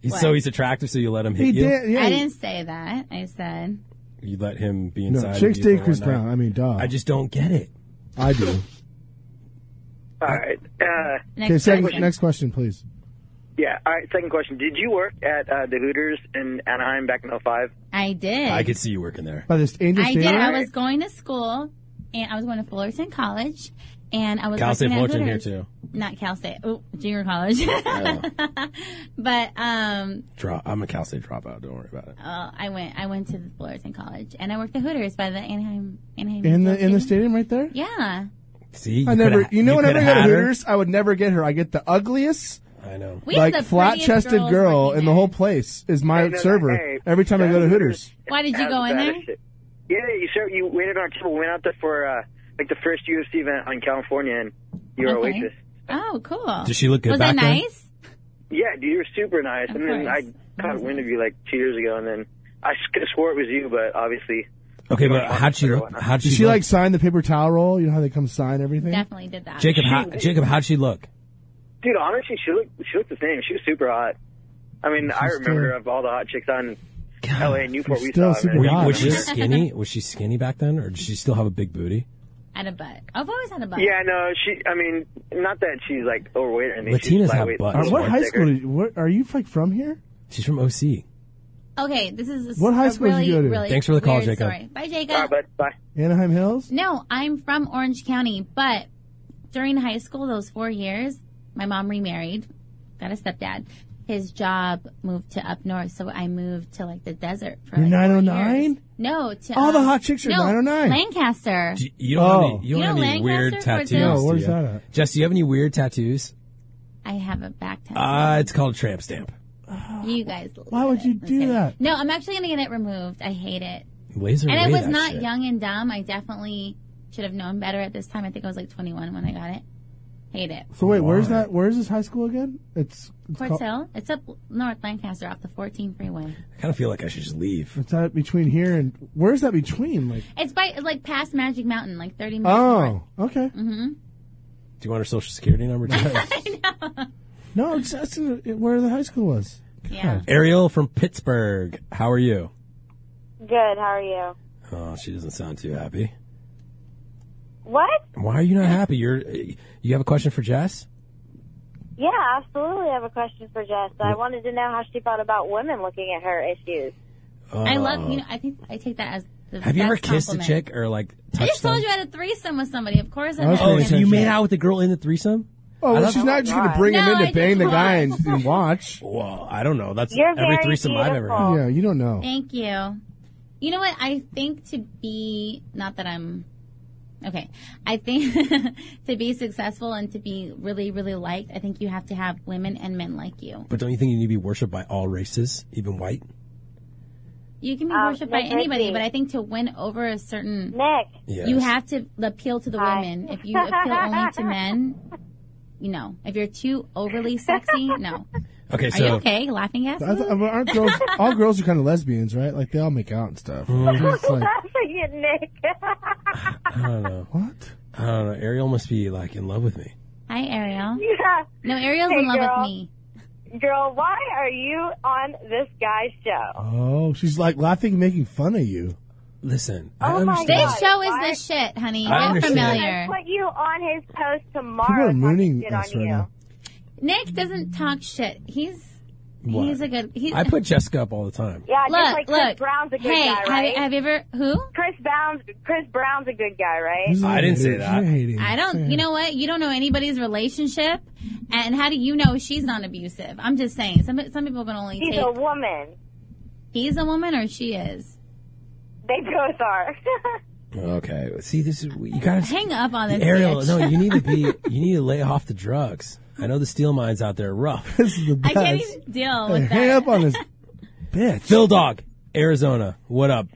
S3: He's,
S10: What?
S3: so he's attractive, so you let him hit you.
S10: I didn't say that. I said
S3: You let him be
S4: No,
S3: inside.
S4: chicks
S3: of you for
S4: date Chris
S3: one night.
S4: Brown. I mean, duh.
S3: I just don't get it.
S4: I do.
S18: All right. Uh,
S4: okay, second, next question, please.
S18: Yeah. All right. Second question. Did you work at uh, the Hooters in Anaheim back in 05?
S10: I did.
S3: I could see you working there.
S4: By this angel
S10: I did. I
S4: Stadium?
S10: was going to school, and I was going to Fullerton College, and I was
S3: Cal State
S10: working at
S3: Fullerton here
S10: Hooters.
S3: too. Oh.
S10: Not Cal State. Oh, junior college. but um,
S3: Drop. I'm a Cal State dropout. Don't worry about it.
S10: uh, I went. I went to Fullerton College, and I worked at Hooters by the Anaheim. Anaheim
S4: In the in the stadium right there.
S10: Yeah.
S3: See,
S4: I never. You know, whenever I go to Hooters, I would never get her. I get the ugliest,
S3: I know,
S10: We have
S4: like
S10: the
S4: flat-chested
S10: prettiest
S4: girl
S10: girls
S4: in the whole place is my
S18: no, no,
S4: server.
S18: hey,
S4: every time I go to Hooters,
S10: Why did you
S18: That
S10: go
S18: was
S10: in
S18: bad
S10: there?
S18: as shit. Yeah, you sure you waited on our table. Went out there for uh, like the first UFC event on California, and you were
S10: Okay.
S18: a waitress.
S10: Oh, cool.
S3: Does she look good
S10: Was
S3: back
S10: that
S3: then?
S10: nice?
S18: Yeah, dude, you were super nice.
S10: Of
S18: and then
S10: course.
S18: I caught wind of you like two years ago, and then I could swore it was you, but obviously.
S3: Okay, but how'd she look? How'd she,
S4: did she
S3: look?
S4: like sign the paper towel roll? You know how they come sign everything.
S10: Definitely did that.
S3: Jacob? How, Jacob, how'd she look?
S18: Dude, honestly, she looked she looked the same. She was super hot. I mean, I remember her of all the hot chicks on LA and Newport. We saw man.
S3: Were you- was she
S18: Remember?
S3: skinny? Was she skinny back then, or did she still have a big booty?
S10: Had a butt. I've always had a butt.
S18: Yeah, no, she. I mean, not that she's like overweight or anything.
S3: Latinas
S18: she's
S3: have
S18: lightweight,
S3: butts.
S18: a little
S4: What
S18: more
S4: high
S18: thicker.
S4: school? Did, what are you like from here?
S3: She's from OC.
S10: Okay, this is a,
S4: What high
S10: a
S4: school did
S10: really,
S4: you go to?
S10: Really
S3: Thanks for the call,
S10: weird
S3: Jacob.
S10: Story. Bye, Jacob.
S4: Anaheim Hills.
S10: No, I'm from Orange County, but during high school, those four years, my mom remarried, got a stepdad. His job moved to up north, so I moved to like the desert for
S4: You're
S10: like, four
S4: 909?
S10: years. No, to
S4: All the
S10: um,
S4: hot chicks are
S10: no,
S4: 909.
S10: Lancaster.
S3: You don't
S4: Oh.
S3: have any, you don't
S10: You
S3: have
S10: know
S3: any weird
S10: Lancaster,
S3: tattoos.
S10: Brazil?
S3: do
S4: No, where's
S3: you?
S4: that at?
S3: Jess, do you have any weird tattoos?
S10: I have a back tattoo.
S3: Uh, it's called a tramp stamp.
S10: you guys.
S4: Why would you do that?
S10: No, I'm actually gonna get it removed. I hate it.
S3: Laser
S10: and I
S3: away
S10: was
S3: that
S10: not
S3: shit.
S10: young and dumb. I definitely should have known better at this time. I think I was like 21 when I got it. Hate it.
S4: So wait, where's that? Where's this high school again? It's, it's
S10: Quartz
S4: called-
S10: Hill? It's up North Lancaster off the 14 freeway.
S3: I kind of feel like I should just leave.
S4: It's out between here and where's that between? Like
S10: It's by it's like past Magic Mountain, like 30 minutes.
S4: oh, okay.
S10: Mm-hmm.
S3: Do you want her social security number? Jess?
S4: No, it's that's in the- where the high school was.
S10: Yeah.
S3: Ariel from Pittsburgh. How are you?
S13: Good. How are you?
S3: Oh, she doesn't sound too happy.
S13: What?
S3: Why are you not happy? You're you have a question for Jess?
S19: Yeah, absolutely. I have a question for Jess. I wanted to know how she thought about women looking at her issues.
S4: Uh,
S10: I
S3: Uh,
S10: love you. Know, I think I take that as the.
S3: Have you ever
S10: best
S3: kissed
S10: compliment.
S3: a chick or like
S10: I
S3: touched
S10: just told
S3: them?
S10: you I had a threesome with somebody. Of course, I
S3: oh,
S10: know.
S3: so you made out with the girl in the threesome?
S4: Oh,
S3: I
S4: well,
S3: don't-
S4: she's not just going
S10: God.
S4: to bring
S10: No,
S4: him in
S10: I
S4: to bang the
S10: didn't
S4: guy and, and watch.
S3: Well, I don't know. That's
S10: You're every very
S3: threesome I've ever beautiful. had.
S4: Yeah, you don't know.
S10: Thank you. You know what? I think to be not that I'm okay. I think to be successful and to be really, really liked, I think you have to have women and men like you.
S3: But don't you think you need to be worshipped by all races, even white?
S10: You can be
S19: Um,
S10: worshipped by
S19: Nick
S10: anybody,
S19: Ritchie.
S10: but I think to win over a certain
S19: Nick,
S3: Yes.
S10: you have to appeal to the women. If you appeal only to men, you know, if you're too overly sexy, no.
S3: Okay,
S10: Are
S3: so-
S10: you okay? Laughing
S4: I
S10: at
S4: th- I mean, aren't girls, all girls are kind of lesbians, right? Like, they all make out and stuff.
S3: Mm-hmm.
S4: It's like,
S19: forget Nick. Oh
S3: I don't know.
S4: what?
S3: I don't know. Ariel must be like in love with me.
S10: Hi, Ariel.
S19: yeah.
S10: No, Ariel's
S19: Hey,
S10: in love
S19: girl.
S10: with me.
S19: Girl, why are you on this guy's show?
S4: Oh, she's like laughing, making fun of you.
S3: Listen,
S19: I Oh my understand.
S10: This
S19: God,
S10: show
S19: why-
S10: is the shit, honey.
S4: I
S10: We're
S4: understand.
S10: familiar.
S19: Put you on his post
S4: people
S19: tomorrow.
S4: are mooning
S19: shit on
S4: us right now.
S10: Nick doesn't talk shit. He's
S3: What?
S10: he's a good. He's,
S3: I put Jessica up all the time.
S19: Yeah,
S10: look,
S19: just like Chris
S10: look.
S19: Brown's a good
S10: hey,
S19: guy,
S10: have-
S19: right?
S10: Have, you ever who?
S19: Chris Brown's Chris Brown's a good guy, right?
S3: I didn't say that.
S10: I don't. You know what? You don't know anybody's relationship, and how do you know she's not abusive? I'm just saying. Some some people can only
S19: She's
S10: take.
S19: a woman.
S10: he's a woman, or she is.
S19: They both are.
S3: Okay. See, this is you gotta
S10: Hang up on this.
S3: Ariel,
S10: bitch.
S3: no, you need to be, you need to lay off the drugs. I know the steel mines out there are rough.
S4: this is the
S10: I can't even deal with that.
S4: hang up on this bitch.
S3: Phil Dog, Arizona, what up?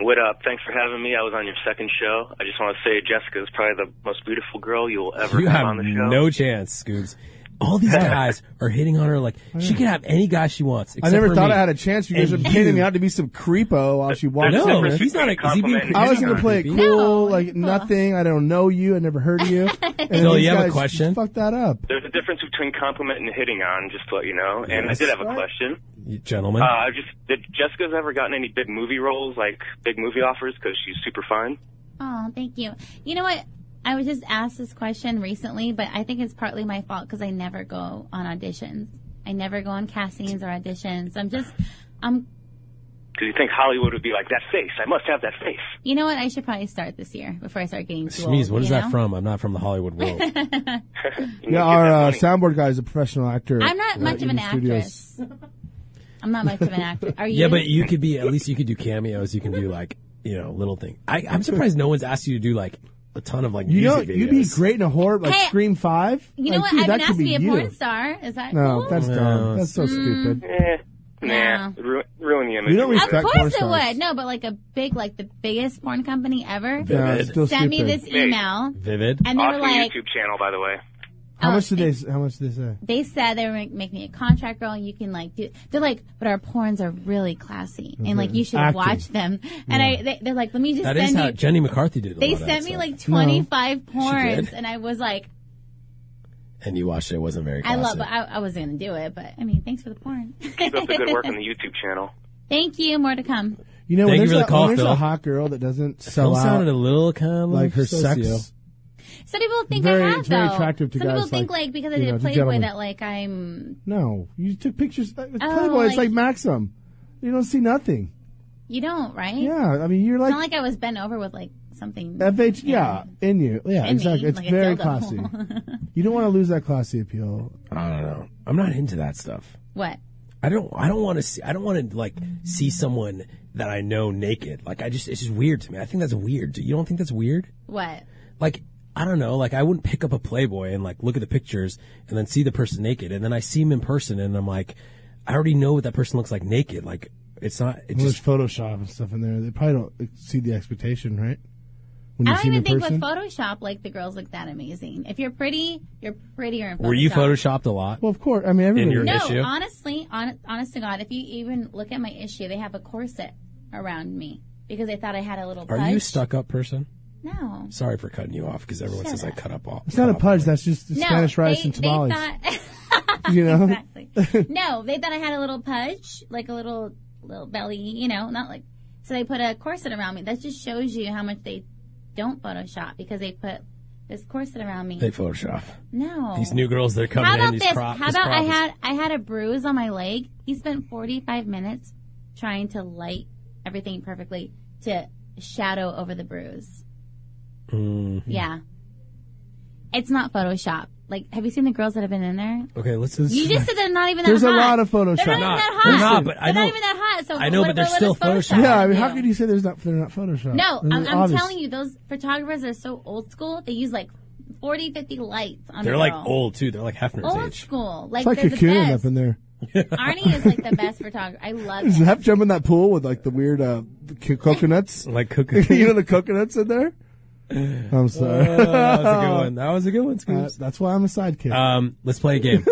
S20: What up? Thanks for having me. I was on your second show. I just want to say Jessica is probably the most beautiful girl you will ever
S3: you
S20: have
S3: have
S20: on the show.
S3: no chance, Scoobs. All these guys are hitting on her like she can have any guy she wants.
S4: I
S3: except
S4: never
S3: for
S4: thought
S3: me.
S4: I had a chance. You guys are
S3: And
S4: painting me out to be some creepo while she walks
S3: no,
S4: over.
S3: he's not a- is he being Compliment.
S4: I was going to play it
S3: creepy?
S4: cool,
S3: No,
S4: like nothing. I don't know you. I never heard of you. And
S3: Phil,
S4: these
S3: you have a
S4: guys
S3: question?
S4: Fuck that up.
S20: There's a difference between compliment and hitting on, just to let you know. And
S3: Yes.
S20: I did have a question.
S3: You gentlemen.
S20: Uh, I just did Jessica's ever gotten any big movie roles, like big movie offers, because she's super fine.
S10: Oh, thank you. You know what? I was just asked this question recently, but I think it's partly my fault because I never go on auditions. I never go on castings or auditions. I'm just, I'm.
S20: Because you think Hollywood would be like that face? I must have that face.
S10: You know what? I should probably start this year before I start getting too old.
S3: Shmeez, what is
S10: you
S3: that
S10: know?
S3: from? I'm not from the Hollywood world.
S4: Yeah, our uh, soundboard guy is a professional actor.
S10: I'm not
S4: uh,
S10: much of
S4: in
S10: an
S4: the studios.
S10: actress. I'm not much of an actor. Are you?
S3: Yeah, but you could be at least you could do cameos. You can do like you know little things. I, I'm surprised no one's asked you to do like a ton of like
S4: You know,
S3: music videos.
S4: you'd be great in a horror like
S10: Hey,
S4: Scream Five.
S10: You know
S4: Like,
S10: what?
S4: Oh, dude,
S10: I've
S4: that
S10: been
S4: could
S10: asked
S4: be
S10: to be a
S4: you.
S10: porn star. Is that
S4: No,
S10: cool?
S4: that's dumb. That's so stupid.
S20: Mm, eh. Nah, ru- ruin the image.
S4: We don't respect
S10: of
S4: porn
S10: course it
S4: stars.
S10: would. No, but like a big, like the biggest porn company ever
S4: No, it's still
S10: sent me
S4: stupid.
S10: this email.
S3: Vivid.
S10: And they were
S20: awesome
S10: like-
S20: YouTube channel, by the way.
S10: Oh,
S4: How much did they? How much did they say?
S10: They said they were gonna make me a contract girl, and you can like do. They're like, but our porns are really classy, and
S4: Mm-hmm.
S10: like you should
S3: Acting.
S10: watch them. And I, they, they're like, let me just
S3: That
S10: send
S3: is how
S10: you.
S3: Jenny McCarthy did. A
S10: they
S3: lot of that
S10: sent me
S3: stuff.
S10: like twenty five
S3: did.
S10: porns, and I was like,
S3: and you watched it. It wasn't very.
S10: I
S3: Classy.
S10: love. I, I was gonna do it, but I mean, thanks for the porn.
S20: Keep up the good work on the YouTube channel.
S10: Thank you. More to come.
S4: You know,
S3: Thank
S4: when
S3: you
S4: there's,
S3: for the
S4: a,
S3: call,
S4: when there's
S3: Phil.
S4: a hot girl that doesn't sell
S3: Phil
S4: out,
S3: sounded a little kind of
S4: like her
S3: socio.
S4: sex.
S10: Some people think
S4: Very-
S10: I have
S4: it's very
S10: though.
S4: attractive to
S10: Some people
S4: guys
S10: think
S4: like,
S10: like because I
S4: you
S10: did
S4: know, the
S10: Playboy
S4: gentleman.
S10: that like I'm.
S4: No, you took pictures. uh, It's
S10: Oh,
S4: Playboy. it's
S10: like-
S4: like Maxim. You don't see nothing.
S10: You don't, right?
S4: Yeah, I mean, you're
S10: Eh. it's
S4: like,
S10: not like I was bent over with like something.
S4: FH. Yeah, in you. Yeah,
S10: in me,
S4: exactly. It's
S10: like a
S4: very
S10: dildo.
S4: classy. you don't want to lose that classy appeal. Uh,
S3: I don't know. I'm not into that stuff.
S10: what?
S3: I don't. I don't want to see. I don't want to like see someone that I know naked. Like I just. It's just weird to me. I think that's weird. You don't think that's weird?
S10: What?
S3: like I don't know, like I wouldn't pick up a Playboy and like look at the pictures and then see the person naked, and then I see him in person, and I'm like, I already know what that person looks like naked. Like it's not. It
S4: Well,
S3: just
S4: there's Photoshop and stuff in there. They probably don't exceed the expectation, right? When
S10: I
S4: you
S10: don't
S4: see them
S10: even
S4: in person.
S10: think with Photoshop like the girls look that amazing. If you're pretty, you're prettier in Photoshop.
S3: were you photoshopped a lot?
S4: Well, of course. I mean, everybody.
S3: in your
S10: no,
S3: issue.
S10: honestly, honest, honest to God, if you even look at my issue, they have a corset around me because they thought I had a little.
S3: Are
S10: pudge.
S3: you a stuck up person?
S10: No.
S3: Sorry for cutting you off because everyone
S10: Um, Shut
S3: says I cut up all.
S4: It's not a pudge. That's just
S10: No,
S4: Spanish rice
S10: they-
S4: and
S10: they
S4: tamales.
S10: thought-
S4: you know.
S10: no, they thought I had a little pudge, like a little little belly, you know, not like. So they put a corset around me. That just shows you how much they don't Photoshop because they put There's corset around me.
S3: They Photoshop.
S10: No.
S3: These new girls, they're coming
S10: How about
S3: in. These
S10: this?
S3: prop-
S10: How
S3: these
S10: about I
S3: props.
S10: had I had a bruise on my leg. He spent 45 minutes trying to light everything perfectly to shadow over the bruise.
S3: Mhm.
S10: Mm-hmm. Yeah. It's not Photoshop. Like, have you seen the girls that have been in there?
S3: Okay, let's.
S10: you just said they're not even that
S4: There's
S10: hot.
S4: a lot of Photoshop.
S10: They're not even
S3: Not-
S10: that hot.
S3: they're not, but I
S10: They're
S3: know-
S10: not even that hot. So
S3: I know,
S10: what,
S3: but they're
S10: what
S3: still
S10: does Photoshop.
S4: Yeah, I mean,
S10: do?
S4: how could you say there's not they're not Photoshop?
S10: No,
S4: They're
S10: I'm, I'm
S4: obvious.
S10: telling you, those photographers are so old school. They use like 40, 50 lights on a
S3: They're like
S10: girl.
S3: old too. They're like Hefner's
S10: Old
S3: age.
S10: school.
S4: It's
S10: Like,
S4: like
S10: they're
S4: you're
S10: the
S4: queuing
S10: best.
S4: up in there.
S10: Arnie is like the best photographer. I love
S4: Is
S10: him.
S4: Hep jumping that pool with like the weird uh, c- coconuts?
S3: like
S4: coconuts. you know the coconuts in there? I'm sorry.
S3: Oh, that was a good one. That was a good one, Scoops.
S4: Uh, that's why I'm a sidekick.
S3: Um, let's play a game.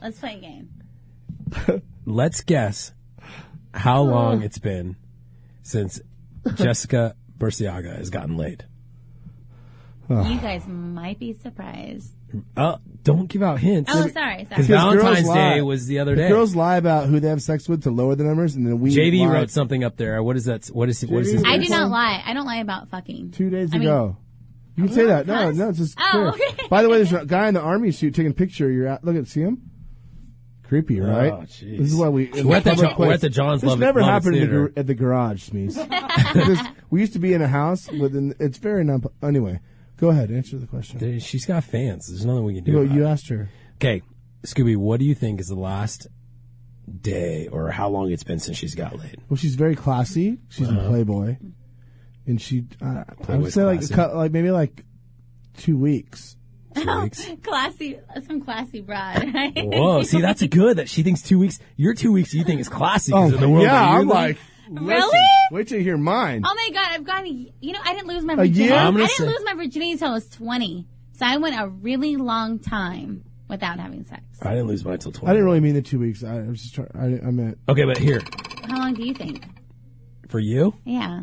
S10: Let's play a game.
S3: let's guess
S4: Oh.
S3: how long it's been since Jessica Bursiaga has gotten laid.
S10: You guys might be surprised.
S3: Uh, don't give out hints.
S10: Oh, sorry, sorry.
S3: Because
S4: girls
S3: Valentine's
S4: lie.
S3: Day was the other day.
S4: girls lie about who they have sex with to lower the numbers, and then we.
S3: JD
S4: lie.
S3: wrote something up there. What is that? What is what is his?
S10: I do not lie. I don't lie about fucking.
S4: two days
S10: I mean-
S4: ago. you can say that. No, no, it's just
S10: Oh,
S4: clear.
S10: okay.
S4: By the way, there's a guy in the army suit taking a picture. You're at, look at, see him? Creepy, right?
S3: Oh, jeez.
S4: this is why we. in
S3: We're at the
S4: public
S3: Jo- we're
S4: place-
S3: at the John's
S4: This
S3: Love-
S4: never
S3: Lovitz
S4: happened in the,
S3: Theater.
S4: gar- at the garage, Smees. This- we used to be in a house with an. It's very non. Anyway, go ahead. Answer the question.
S3: Dude, She's got fans. There's nothing we can do.
S4: You,
S3: about
S4: you
S3: it.
S4: asked her.
S3: Okay, Scooby, what do you think is the last day or how long it's been since she's got laid?
S4: Well, she's very classy. She's in
S3: Uh-huh.
S4: Playboy, and she. Uh, I would
S3: Playboy's
S4: say like a
S3: classy.
S4: cou- like maybe like two weeks.
S10: classy, some classy broad, right?
S3: Whoa, see, that's good that she thinks two weeks. Your two weeks you think is classy. 'cause
S4: Oh,
S3: of the world
S4: yeah,
S3: that you
S4: I'm
S3: live.
S4: like,
S10: Really?
S4: Wait till you hear mine.
S10: Oh my god, I've gotten. You know, I didn't lose my
S4: A year?
S10: virginity. I
S4: I'm gonna
S10: didn't
S4: say-
S10: lose my virginity until I was twenty. So I went a really long time without having sex.
S3: I didn't lose mine until
S4: I
S3: 20.
S4: didn't really mean the two weeks. I, I was just trying. I, I meant.
S3: Okay, but here,
S10: How long do you think?
S3: for you,
S10: Yeah.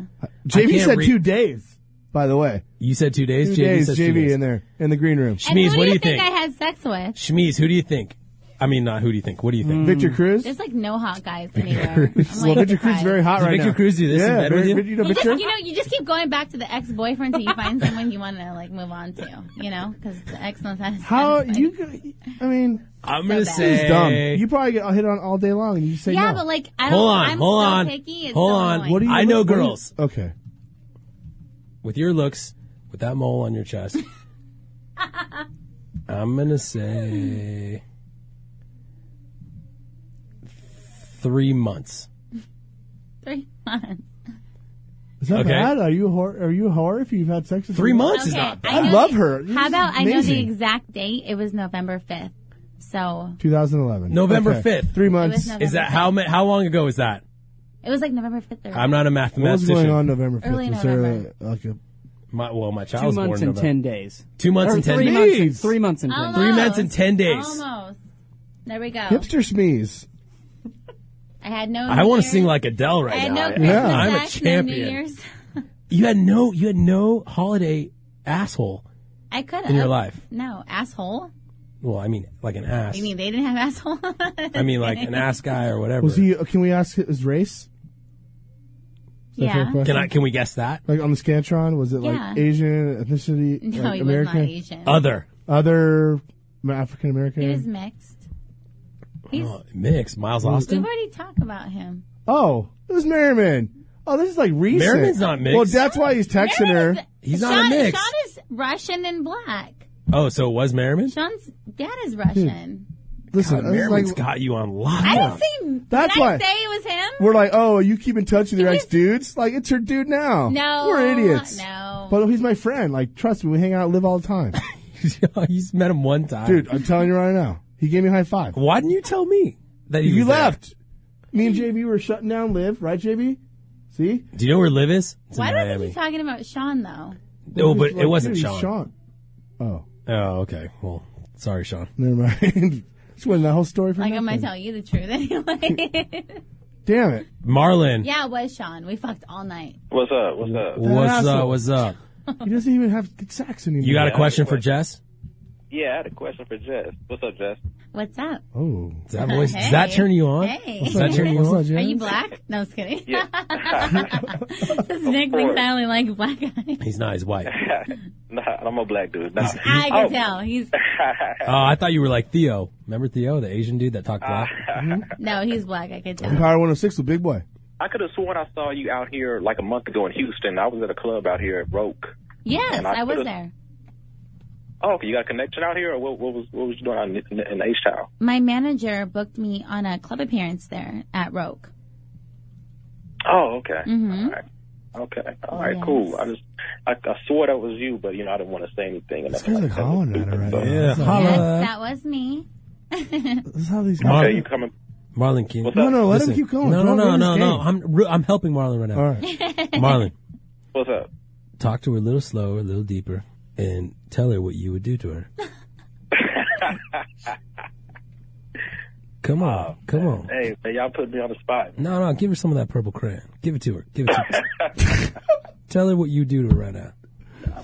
S4: JV
S3: can't
S4: said
S3: re-
S4: two days. By the way,
S3: you said two days.
S4: two
S3: JV
S4: days.
S3: says two
S4: JV
S3: days.
S4: in there in the green room.
S10: and who
S3: Shmeez, what do you think?
S10: I had sex with?
S3: Shmeez, who do you think? I mean, not who do you think? What do you think?
S4: Mm. Victor Cruz.
S10: There's like no hot guys anywhere.
S4: well, Victor Cruz is very hot
S3: Does
S4: right
S3: Victor
S4: now.
S3: Cruz do this in
S4: yeah,
S3: bed with
S4: very-
S3: you?
S4: know,
S10: You just,
S4: Victor.
S10: you know, you just keep going back to the ex-boyfriend till you find someone you want to like move on to. You know, because the ex knows how. to
S4: How
S10: satisfy
S4: you? g- I mean,
S3: I'm
S10: gonna
S4: This
S10: say-
S4: is dumb. You probably get hit on all day long, and you say
S10: Yeah,
S4: no.
S10: but like I don't.
S3: Hold on,
S10: I'm
S3: hold
S10: so
S3: on,
S10: Picky. It's
S3: hold
S10: so
S3: on.
S10: annoying.
S3: What do you? I know
S4: what do you-
S3: girls
S4: Okay.
S3: with your looks, with that mole on your chest. I'm gonna say three months.
S10: Three months.
S4: Is that
S3: Okay.
S4: bad? Are you a whore? Are you a whore if you've had sex? With
S3: Three
S4: someone?
S3: months is Okay, not
S10: I
S4: I
S10: know
S4: love
S10: the-
S4: her.
S10: How about I know the
S4: Amazing.
S10: exact date? It was November fifth. So
S4: 2011.
S3: November
S4: Okay.
S3: fifth.
S4: Three
S10: months.
S4: months.
S10: November
S3: Is that how ma- how long ago is that?
S10: it was like November fifth.
S3: I'm not a
S4: What was
S3: mathematician.
S4: going on November 5th?
S10: Early
S4: was there a, like a
S3: My, well, my child
S21: Two
S3: was
S21: months
S3: born
S21: and
S3: November.
S21: ten days.
S3: Two months
S21: Or
S3: and ten
S21: three
S3: days.
S21: Months and, three months and ten
S10: Almost.
S21: days.
S3: Three months and ten days.
S10: Almost. There we go.
S4: hipster smeeze?
S10: I had no.
S3: I
S10: New
S3: want to
S10: Year's.
S3: sing like Adele
S10: I
S3: right
S10: had
S3: now.
S10: no Christmas
S3: I- I'm a
S10: Act, No New
S3: champion.
S10: Year's.
S3: You had no you had no holiday asshole
S10: I could.
S3: in your life.
S10: No asshole.
S3: Well, I mean like an ass.
S10: You mean they didn't have asshole?
S3: I mean like an ass guy or whatever.
S4: Was he? uh, Can we ask his race? Is that a fair
S10: Yeah.
S4: question?
S3: Can I can we guess that?
S4: Like on the Scantron, was it like
S10: Yeah.
S4: Asian ethnicity?
S10: No,
S4: like
S10: he was
S4: American?
S10: not Asian.
S3: Other.
S4: Other African
S10: He was
S4: American.
S10: mixed. He's,
S3: Oh, mix Miles
S10: we've
S3: Austin.
S10: already talked about him.
S4: Oh, it was Merriman. Oh, this is like recent.
S3: Merriman's not mixed.
S4: Well, that's why he's texting her.
S3: He's not a
S10: Sean,
S3: mix.
S10: Sean is Russian and black.
S3: Oh, so it was Merriman?
S10: Sean's dad is Russian.
S4: Listen,
S3: God,
S4: this is
S3: Merriman's
S4: like-
S3: got you on
S10: I
S3: lockdown.
S10: don't see.
S4: That's
S10: did
S4: why-
S10: I say it was him.
S4: We're like, oh, you keep in touch with your ex dudes? Like, it's your dude now.
S10: No,
S4: We're idiots.
S10: no.
S4: But he's my friend. Like, trust me, we hang out, live all the time.
S3: He's met him one time.
S4: Dude, I'm telling you right now. He gave me a high five.
S3: Why didn't you tell me that he
S4: You
S3: was there?
S4: left. Me and JB were shutting down Live, right, JB? See?
S3: Do you know where Liv is? It's
S10: Why
S3: in
S10: do I think
S3: Miami.
S10: you're talking about Sean though?
S3: No, Oh, but it wasn't
S4: Dude,
S3: Sean.
S4: he's Sean. Oh,
S3: Oh, okay. Well, sorry, Sean.
S4: never mind. Just wanted that whole story for
S10: Like I'm gonna
S4: nothing.
S10: tell you the truth anyway.
S4: Damn it.
S3: Marlon,
S10: yeah, it was Sean. We fucked all night.
S20: What's up? What's up?
S3: what's
S4: asshole.
S3: up? What's up?
S4: He doesn't even have good sex anymore.
S3: You got a question for Jess?
S21: Yeah, I had a question for Jess. What's up, Jess?
S10: What's up?
S3: Oh, does that voice? Does
S10: Hey.
S3: that turn you on?
S10: Hey.
S3: Does that turn you on?
S10: Are you black? No, I was kidding.
S21: Yeah.
S10: Since Nick thinks I only like black guys.
S3: He's not. He's white. Uh,
S21: nah, I'm a black dude. Nah.
S10: I can tell. He's
S3: Oh, I thought you were like Theo. Remember Theo, the Asian dude that talked black?
S10: no, he's black. I can tell.
S4: Mm-hmm. Empire 106 with Big Boy.
S21: I could have sworn I saw you out here like a month ago in Houston. I was at a club out here at Roke.
S10: Yes,
S21: And I
S10: I was
S21: could've-
S10: there.
S21: Oh, okay, you got a connection out here, or what, what was what was you doing out in, in H Town?
S10: My manager booked me on a club appearance there at Roke.
S21: Oh, okay.
S10: Mm-hmm.
S21: Okay. All right.
S10: Yes.
S21: Cool. I just I, I swore that was you, but you know I didn't want to say anything. And
S4: This guy's like hollering at her right now.
S3: Yeah,
S10: Yes,
S3: holla.
S10: that was me.
S4: That's how these
S3: Marlon-
S21: you coming?
S3: Marlon King.
S4: What's up? No, no, let him keep going.
S3: No, no,
S4: Don't
S3: no,
S4: ruin
S3: no,
S4: his
S3: no.
S4: game.
S3: I'm re- I'm helping Marlon right now.
S4: All right.
S3: Marlon,
S21: What's up?
S3: talk to her a little slower, a little deeper, and tell her what you would do to her. Come on, come on.
S21: Hey, Oh, man, y'all put me on the spot.
S3: No, no, give her some of that purple crayon. Give it to her. Give it to her. tell her what you do to her right now.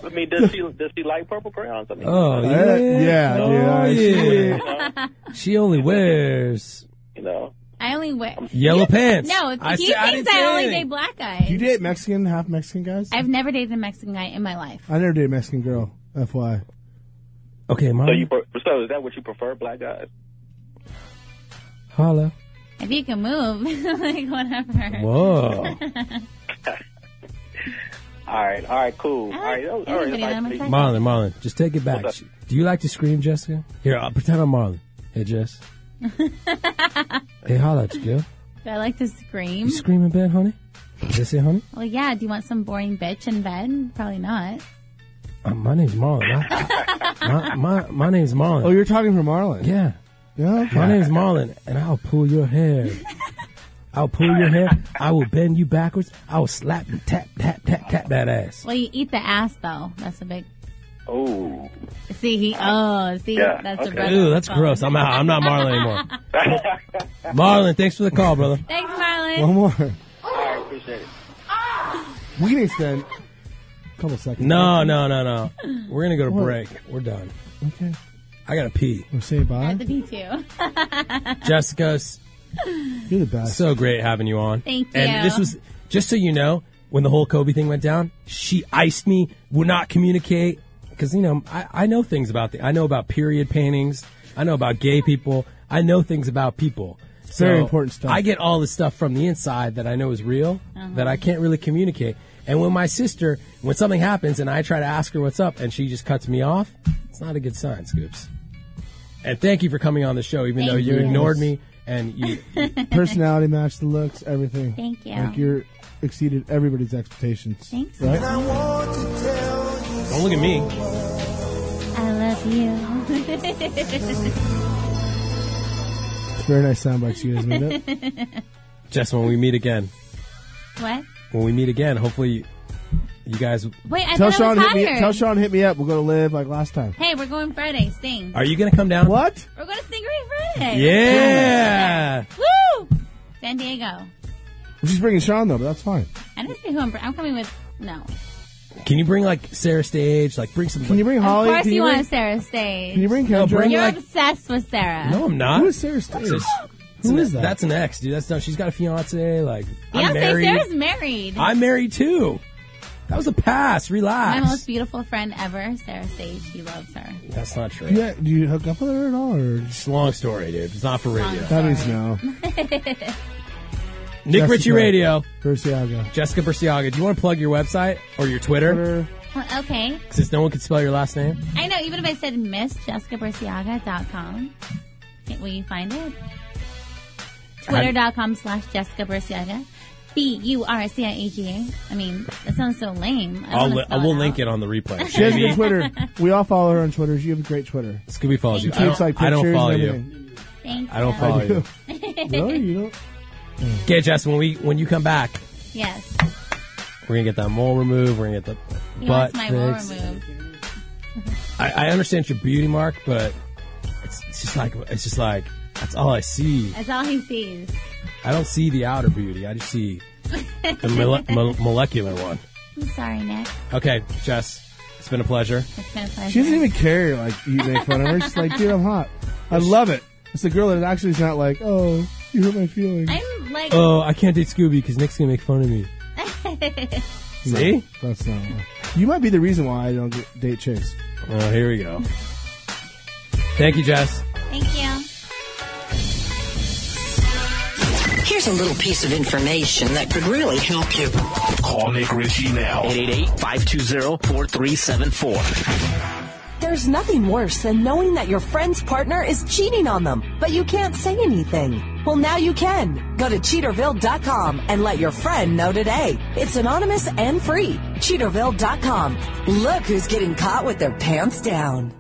S21: I mean, does she does she like purple crayons? I mean,
S3: Oh yeah,
S21: uh,
S3: oh,
S21: dude,
S3: yeah. She only wears
S21: you know
S10: I only wear
S3: yellow pants.
S10: No, he
S3: said- I
S10: thinks
S3: didn't
S10: I
S3: say
S10: only
S3: anything.
S10: date black guys.
S4: You date Mexican, half Mexican guys?
S10: I've never dated a Mexican guy in my life.
S4: I never dated a Mexican girl. FY.
S3: Okay, Marlon.
S21: So you pre- so is that what you prefer, black guys?
S3: Holla.
S10: If you can move, like whatever.
S3: Whoa.
S21: All right, all right, cool. All right, all right.
S10: anybody that I'm
S3: Marlon, Marlon, just take it back.
S21: What's
S3: Do you like to scream, Jessica? Here, I'll pretend I'm Marlon. Hey, Jess. hey, holla at you, girl.
S10: Do I like to scream?
S3: You scream in bed, honey? Jesse, honey?
S10: Well, yeah. Do you want some boring bitch in bed? Probably not.
S3: Uh, my name's Marlon. I, my, my, my name's Marlon.
S4: Oh, you're talking for Marlon?
S3: Yeah.
S4: Yeah.
S3: My name's Marlon, and I'll pull your hair. I'll pull your hair. I will bend you backwards. I will slap and tap, tap, tap, tap that ass.
S10: Well, you eat the ass though. That's a big.
S21: Oh.
S10: See he. Oh, see
S3: Yeah,
S10: that's a brother.
S3: Ew, that's gross. I'm out. I'm not Marlon anymore. Marlon, thanks for the call, brother.
S10: Thanks, Marlon.
S4: One more.
S21: All right, appreciate it.
S4: We can extend a couple seconds.
S3: No, no, no, no. We're gonna go to
S4: What?
S3: break. We're done.
S4: Okay.
S3: I gotta pee.
S4: We're saying bye.
S10: The B two.
S3: Jessica, s-
S4: You're the best.
S3: so great having you on.
S10: Thank
S3: And
S10: you.
S3: this was just so you know, when the whole Kobe thing went down, she iced me, would not communicate because you know I, I know things about the I know about period paintings, I know about gay people, I know things about people. So
S4: Very important stuff.
S3: I get all the stuff from the inside that I know is real that I can't really communicate. And when my sister, when something happens and I try to ask her what's up and she just cuts me off, it's not a good sign, Scoops. And thank you for coming on the show, even though
S4: Thank
S3: you
S4: you.
S3: ignored me and you
S4: Personality match, the looks, everything.
S10: Thank you.
S4: Like you're exceeded everybody's expectations.
S10: Thanks.
S4: Right?
S3: Don't look at me.
S10: I love you.
S4: Very nice sound bites you guys made up.
S3: Jess, when we meet again,
S10: what?
S3: when we meet again, hopefully you, you guys.
S10: Wait, I
S4: tell
S10: thought I
S4: Sean
S10: was
S4: hit me.
S10: hired.
S4: Tell Sean hit me up. We'll go to live like last time.
S10: Hey, we're going Friday. Sting.
S3: Are you going to come down?
S4: What?
S10: We're going to Stingray Friday.
S3: Yeah.
S10: Woo! San Diego.
S4: She's bringing Sean though, but that's fine.
S10: I didn't say who I'm. br- I'm coming with. No.
S3: Can you bring like Sarah Stage? Like bring some. Can you
S4: bring
S10: of course, you, want Sarah Stage.
S3: can you bring No, Kendra? bring,
S10: You're
S3: like-
S10: obsessed with Sarah.
S3: No, I'm not.
S4: Who is Sarah Stage?
S3: Who is that? That's an ex, dude. That's not. She's got a fiance. Like
S10: Beyonce
S3: I'm married.
S10: Sarah's married.
S3: I'm married too. That was a pass.
S10: My
S3: Relax.
S10: most beautiful friend ever, Sarah Stage. He loves her.
S3: That's not true.
S4: Yeah. Do you hook up with her at all? Or
S3: It's a long story, dude. It's not for
S10: Long
S3: radio.
S4: that means no.
S3: Nick
S4: Jessica
S3: Ritchie Radio.
S4: Burciaga.
S3: Jessica Berciaga. Do you want to plug your website or your Twitter?
S10: Well, okay.
S3: Since no one could spell your last name.
S10: I know. Even if I said MissJessicaBerciaga.com, will you find it? Twitter.com slash Jessica Berciaga. B U R C I A G A. I mean, that sounds so lame. I
S3: I'll
S10: wanna
S3: li- I
S10: spell
S3: will
S10: it out.
S3: uh, link it on the replay.
S4: She has a
S3: Maybe
S4: good Twitter. We all follow her on Twitter. You have a great Twitter.
S3: Scooby follows you.
S4: She
S3: I don't,
S4: tweets, like,
S3: I don't
S4: pictures
S3: follow
S4: and
S3: you.
S4: everything.
S10: Thank
S3: I don't
S10: you.
S3: follow you.
S4: Really? You don't? Mm.
S3: Okay, Jess, when we when you come back,
S10: Yes.
S3: we're gonna get that mole removed. We're gonna get the
S10: He
S3: butt
S10: wants my war
S3: fixed.
S10: removed.
S3: I, I understand your beauty mark, but it's, it's just like it's just like that's all I see.
S10: That's all he sees.
S3: I don't see the outer beauty. I just see the mole- mo- molecular one.
S10: I'm sorry, Nick.
S3: Okay, Jess, It's been a pleasure.
S10: It's been a pleasure.
S4: She doesn't even care. Like you make fun of her. She's like, dude, I'm hot. I love it. It's the girl that actually is not like, oh, you hurt my feelings.
S10: I'm like,
S3: Oh, I can't date Scooby because Nick's gonna make fun of me.
S4: No,
S3: See?
S4: that's not. Why. You might be the reason why I don't get- date Chase.
S3: Oh, here we go. Thank you, Jess.
S10: Thank you.
S22: Here's a little piece of information that could really help you.
S1: Call Nick Ritchie now. 888-520-4374.
S23: There's nothing worse than knowing that your friend's partner is cheating on them, but you can't say anything. Well, now you can. Go to cheaterville.com and let your friend know today. It's anonymous and free. Cheaterville.com. Look who's getting caught with their pants down.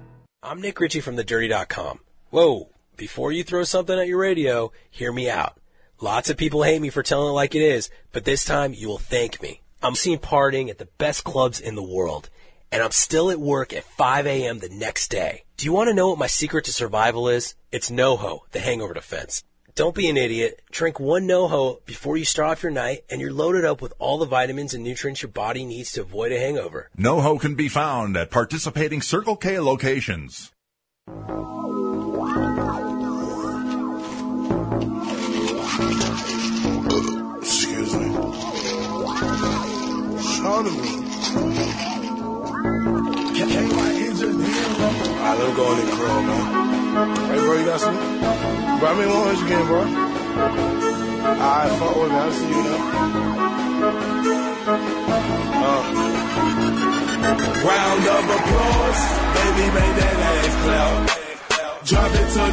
S24: I'm Nick Ritchie from thedirty.com. Whoa, before you throw something at your radio, hear me out. Lots of people hate me for telling it like it is, but this time you will thank me. I'm seen partying at the best clubs in the world, and I'm still at work at 5 a.m. the next day. Do you want to know what my secret to survival is? It's NoHo, the hangover defense. Don't be an idiot. Drink one NoHo before you start off your night, and you're loaded up with all the vitamins and nutrients your body needs to avoid a hangover.
S7: NoHo can be found at participating Circle K locations.
S11: Excuse me. Pardon me. Alright, let me go in the crib, man. Hey, bro, you got some? Bro, I mean, long as you can, bro. Alright, fuck with me. I'll see you now. Uh. Round of applause. Baby, make that ass clap. Drop it to the floor,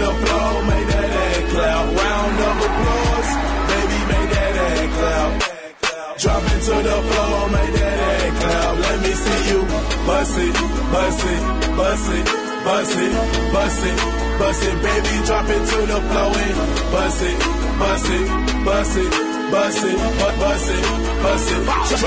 S11: make that ass clap. Round of applause. Baby, make that ass clap. Drop it to the floor, make that ass clap. Let me see you bust it, bust it, bust it, bust it, bust it, bust it, baby. Drop it to the floor and bust it, bust it, bust it, bust it, bu- bust it, bust it.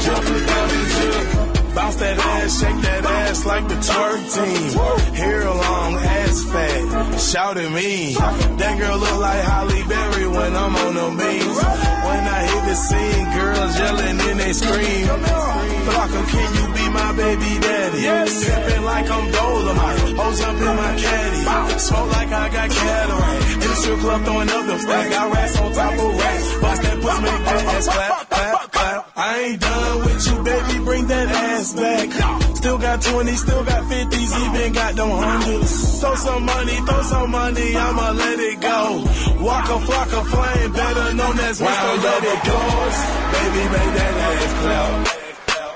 S11: Drop it down the jig. Bounce that ass, shake that ass like the twerk team. Hair long, ass fat, shout at me. That girl look like Holly Berry when I'm on the means. When I hit the scene, girls yelling and they scream. Flocka, can you be my baby daddy? Yes. Pimpin' like I'm Dolomite. Hoes up in my caddy. Smoke like I got cataract. In the strip club throwing up the flag. Got rats on top of rats. Bust that puss, make that ass clap, clap, clap. I ain't done with you, baby. Bring that ass back. Still got 20, still got 50s, even got them hundreds. Throw some money, throw some money, I'ma let it go. Walk a flock of flame, better known as Mr. Let It Go. Baby, make that ass clap.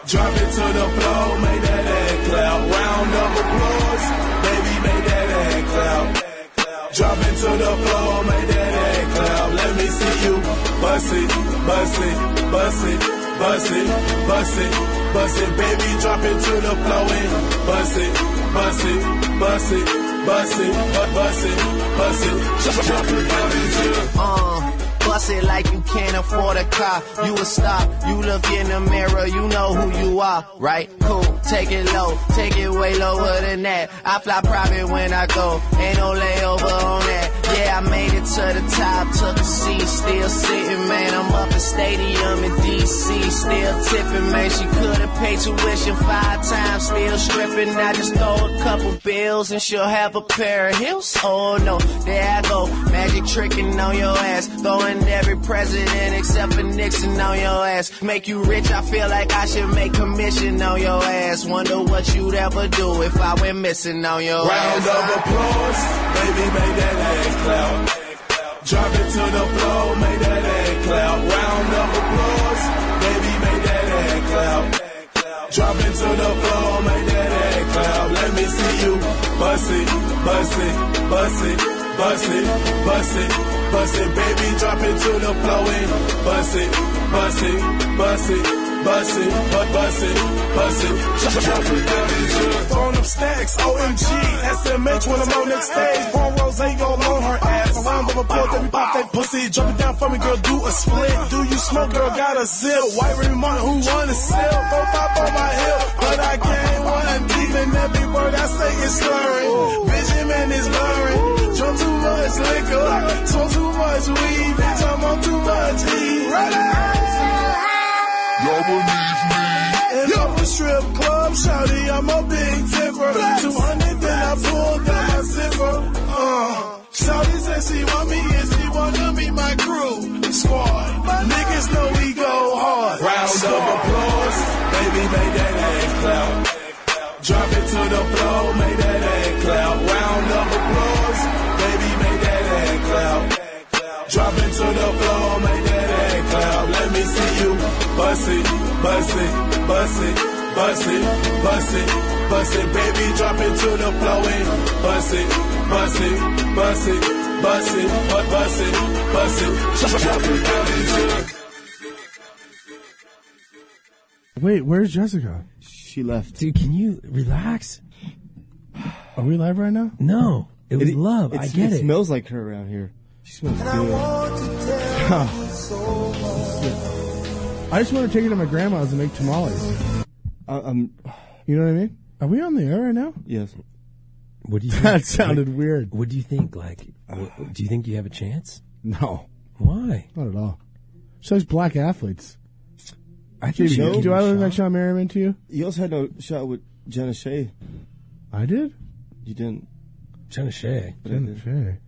S11: Drop it to the floor, make that ass clap. Round of applause, baby, make that ass clap. Drop it to the floor, make that ass clap. Let me see you bust it, bust it, bust it, bust it, bust it, bust it, baby. Drop it to the floor and bust it, bust it, bust it, bust it, bu- bust it, bust it. Drop it down the gym.
S25: Uh, bust it like you can't afford a car. You a star, you look in the mirror, you know who you are, right? Cool, take it low, take it way lower than that. I fly private when I go, ain't no layover on that. Yeah, I made it to the top, took a seat, still sitting, man. I'm up in stadium in DC, still tipping, man. She could've paid tuition five times, still stripping. I just throw a couple bills and she'll have a pair of heels. Oh no, there I go, magic tricking on your ass, throwing every president except for Nixon on your ass. Make you rich, I feel like I should make commission on your ass. Wonder what you'd ever do if I went missing on your
S11: Round
S25: ass.
S11: of applause, baby, make that ass clap. Drop it to the floor, make that ass clap. Round of applause, baby, make that ass clap. Drop it to the floor, make that ass clap. Let me see you bust it, bust it, bust it, bust it, bust it, bust it, baby. Drop it to the floor and bust it, bust it, bust it. Bust it, bu- bust it, bust it, drop it down the gym. Throwing up stacks, OMG, SMH when I'm on next stage. Paul Rose ain't gon' loan her ass. A round of applause, baby, pop that pussy. Drop it down for me, girl, do a split. Do you smoke, girl, got a zip. White Remy Martin, who won a sip? Four pop on my hip, but I can't one deep. And every word I say is slurring. Vision, man, is blurring. Drunk too much liquor, smoke too much weed. Bitch, I'm on too much E. Y'all believe me. In a strip club, shouty, I'm a big I pulled that zipper. Uh. Shawty says she want me and she wanna be my crew squad. My niggas know we go hard. Round of applause, baby, make that ass clap. Drop it to the floor, make that ass clap. Round of applause, baby, make that ass clap. Drop it to the floor, make that ass clap. Let me see you bust it, bust it, bust it, bust it, bust it, bust it, baby. Drop it to the floor and bust it, bust it, bust it, bust it, bu- bust it, bust it. Drop it down and shake.
S4: Wait, where's Jessica?
S3: She left. Dude, can you relax?
S4: Are we live right now?
S3: No. It was love. I
S5: it's-
S3: get it.
S5: smells like her around here. She smells
S4: And
S5: good.
S4: I I just want to take her to my grandma's and make tamales. Uh,
S5: um,
S4: you know what I mean? Are we on the air right now?
S5: Yes.
S3: What do you
S4: That
S3: think-
S4: sounded
S3: what-
S4: weird. Uh,
S3: What do you think? Like, wh- do you think you have a chance?
S4: No.
S3: Why?
S4: Not at all. She likes black athletes.
S3: I
S5: think she
S4: do,
S5: could
S4: do I
S5: give it a
S4: look like
S5: shot.
S4: Sean Merriman to you?
S5: You also had no shot with Jenna Shea.
S4: I did.
S5: You didn't.
S3: Jenna Shea.
S4: Jenna Shea.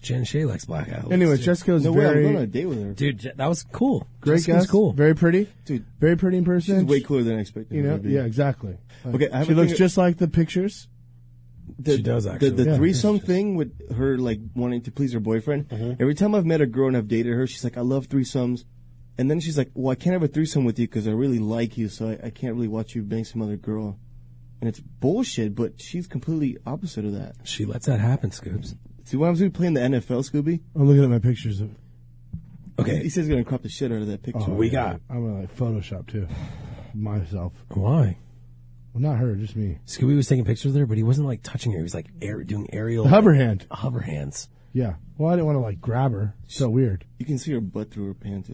S3: Jen Shea likes black athletes.
S4: Anyway, Jessica was
S5: no
S4: very-
S5: way. I'm going on a date with her.
S3: Dude, Je- that was cool.
S4: Great
S5: Jessica's
S4: guest.
S5: cool.
S4: Very pretty.
S5: Dude.
S4: Very pretty in person.
S5: She's way cooler than I expected.
S4: You
S5: her
S4: know?
S5: to be.
S4: Yeah, exactly. Like,
S5: Okay, I have
S4: she
S5: a
S4: looks
S5: thing-
S4: just like the pictures.
S5: The,
S4: She does,
S5: the-
S4: actually.
S5: The,
S4: Yeah.
S5: threesome thing with her like wanting to please her boyfriend.
S4: Mm-hmm.
S5: Every time I've met a girl and I've dated her, she's like, "I love threesomes," and then she's like, "Well, I can't have a threesome with you because I really like you, so I, I can't really watch you bang some other girl." And it's bullshit, but she's completely opposite of that.
S3: She lets that happen, Scoops.
S5: See, when I was playing the NFL, Scooby,
S4: I'm looking at my pictures of.
S3: Okay.
S5: he says he's gonna crop the shit out of that picture.
S4: Oh, yeah. I'm gonna like Photoshop too. Myself.
S3: Why?
S4: Well, not her, just me.
S3: Scooby was taking pictures with her, but he wasn't like touching her. He was like air, doing aerial
S4: The hover hand.
S3: hover hands.
S4: Yeah. Well, I didn't want to like grab her. So weird.
S5: You can see her butt through her pants.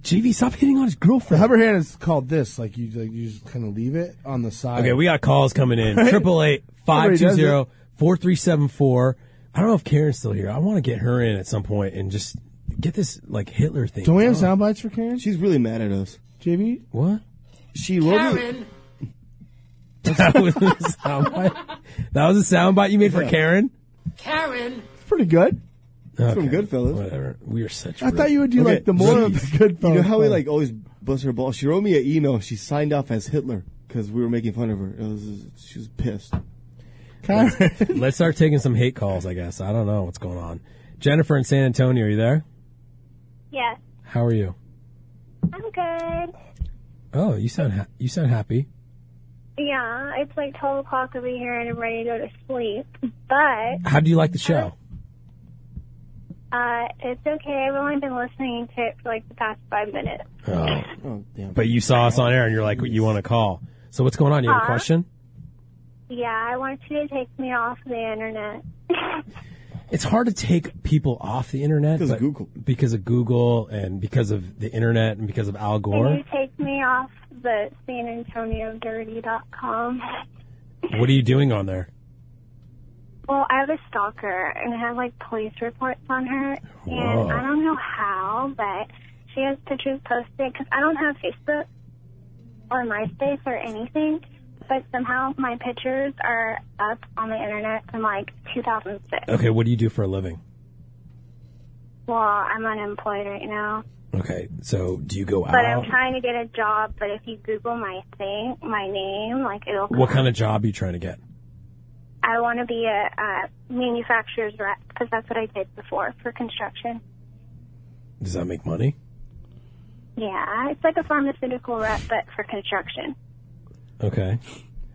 S3: JV, stop hitting on his girlfriend.
S4: The hover hand is called this. Like you, like you just kind of leave it on the side.
S3: Okay, we got calls coming in.
S4: Right?
S3: Triple eight five
S4: Everybody
S3: two
S4: does
S3: zero
S4: it.
S3: four three seven four. I don't know if Karen's still here. I want to get her in at some point and just get this like Hitler thing.
S4: Don't we have sound bites for Karen?
S5: She's really mad at us.
S4: JB,
S3: What?
S5: She wrote it-
S3: That was a soundbite. That was a soundbite you made for
S5: Yeah.
S3: Karen.
S5: Karen.
S4: Pretty good.
S5: That's
S3: Okay.
S5: from Goodfellas.
S3: Whatever. We are such.
S4: I thought you would do, like, the more of the Goodfellas
S5: You know how we
S4: part.
S5: like always bust her ball. She wrote me an email. She signed off as Hitler because we were making fun of her. It was, she was pissed.
S3: Let's, let's start taking some hate calls. I guess I don't know what's going on. Jennifer in San Antonio, are you there?
S14: Yes.
S3: How are you?
S14: I'm good.
S3: Oh, you sound ha- you sound happy.
S14: Yeah, it's like 12 o'clock over here and I'm ready to go to sleep. But
S3: How do you like the show?
S14: uh, it's okay. I've only been listening to it for like the past five minutes.
S3: Oh,
S5: oh damn!
S3: But you saw us on air and you're like, you want to call. So what's going on? You have a
S14: Huh?
S3: question?
S14: Yeah, I want you to take me off the internet.
S3: It's hard to take people off the internet
S5: Because of
S3: but- because of Google and because of the internet and because of Al
S14: Can
S3: Gore.
S14: you take me off the San Antonio Dirty.com? Mm-hmm.
S3: What are you doing on there?
S14: Well, I have a stalker and I have like police reports on her,
S3: Whoa.
S14: and I don't know how, but she has pictures posted because I don't have Facebook or MySpace or anything, but somehow my pictures are up on the internet from like 2006.
S3: Okay, what do you do for a living?
S14: Well, I'm unemployed right now,
S3: Okay, so do you go
S14: but I'm
S3: out?
S14: trying to get a job. But if you Google my thing, my name, like it'll. Come
S3: What kind of job are you trying to get?
S14: I want to be a, uh manufacturer's rep because that's what I did before for construction.
S3: Does that make money?
S14: Yeah, it's like a pharmaceutical rep, but for construction.
S3: Okay.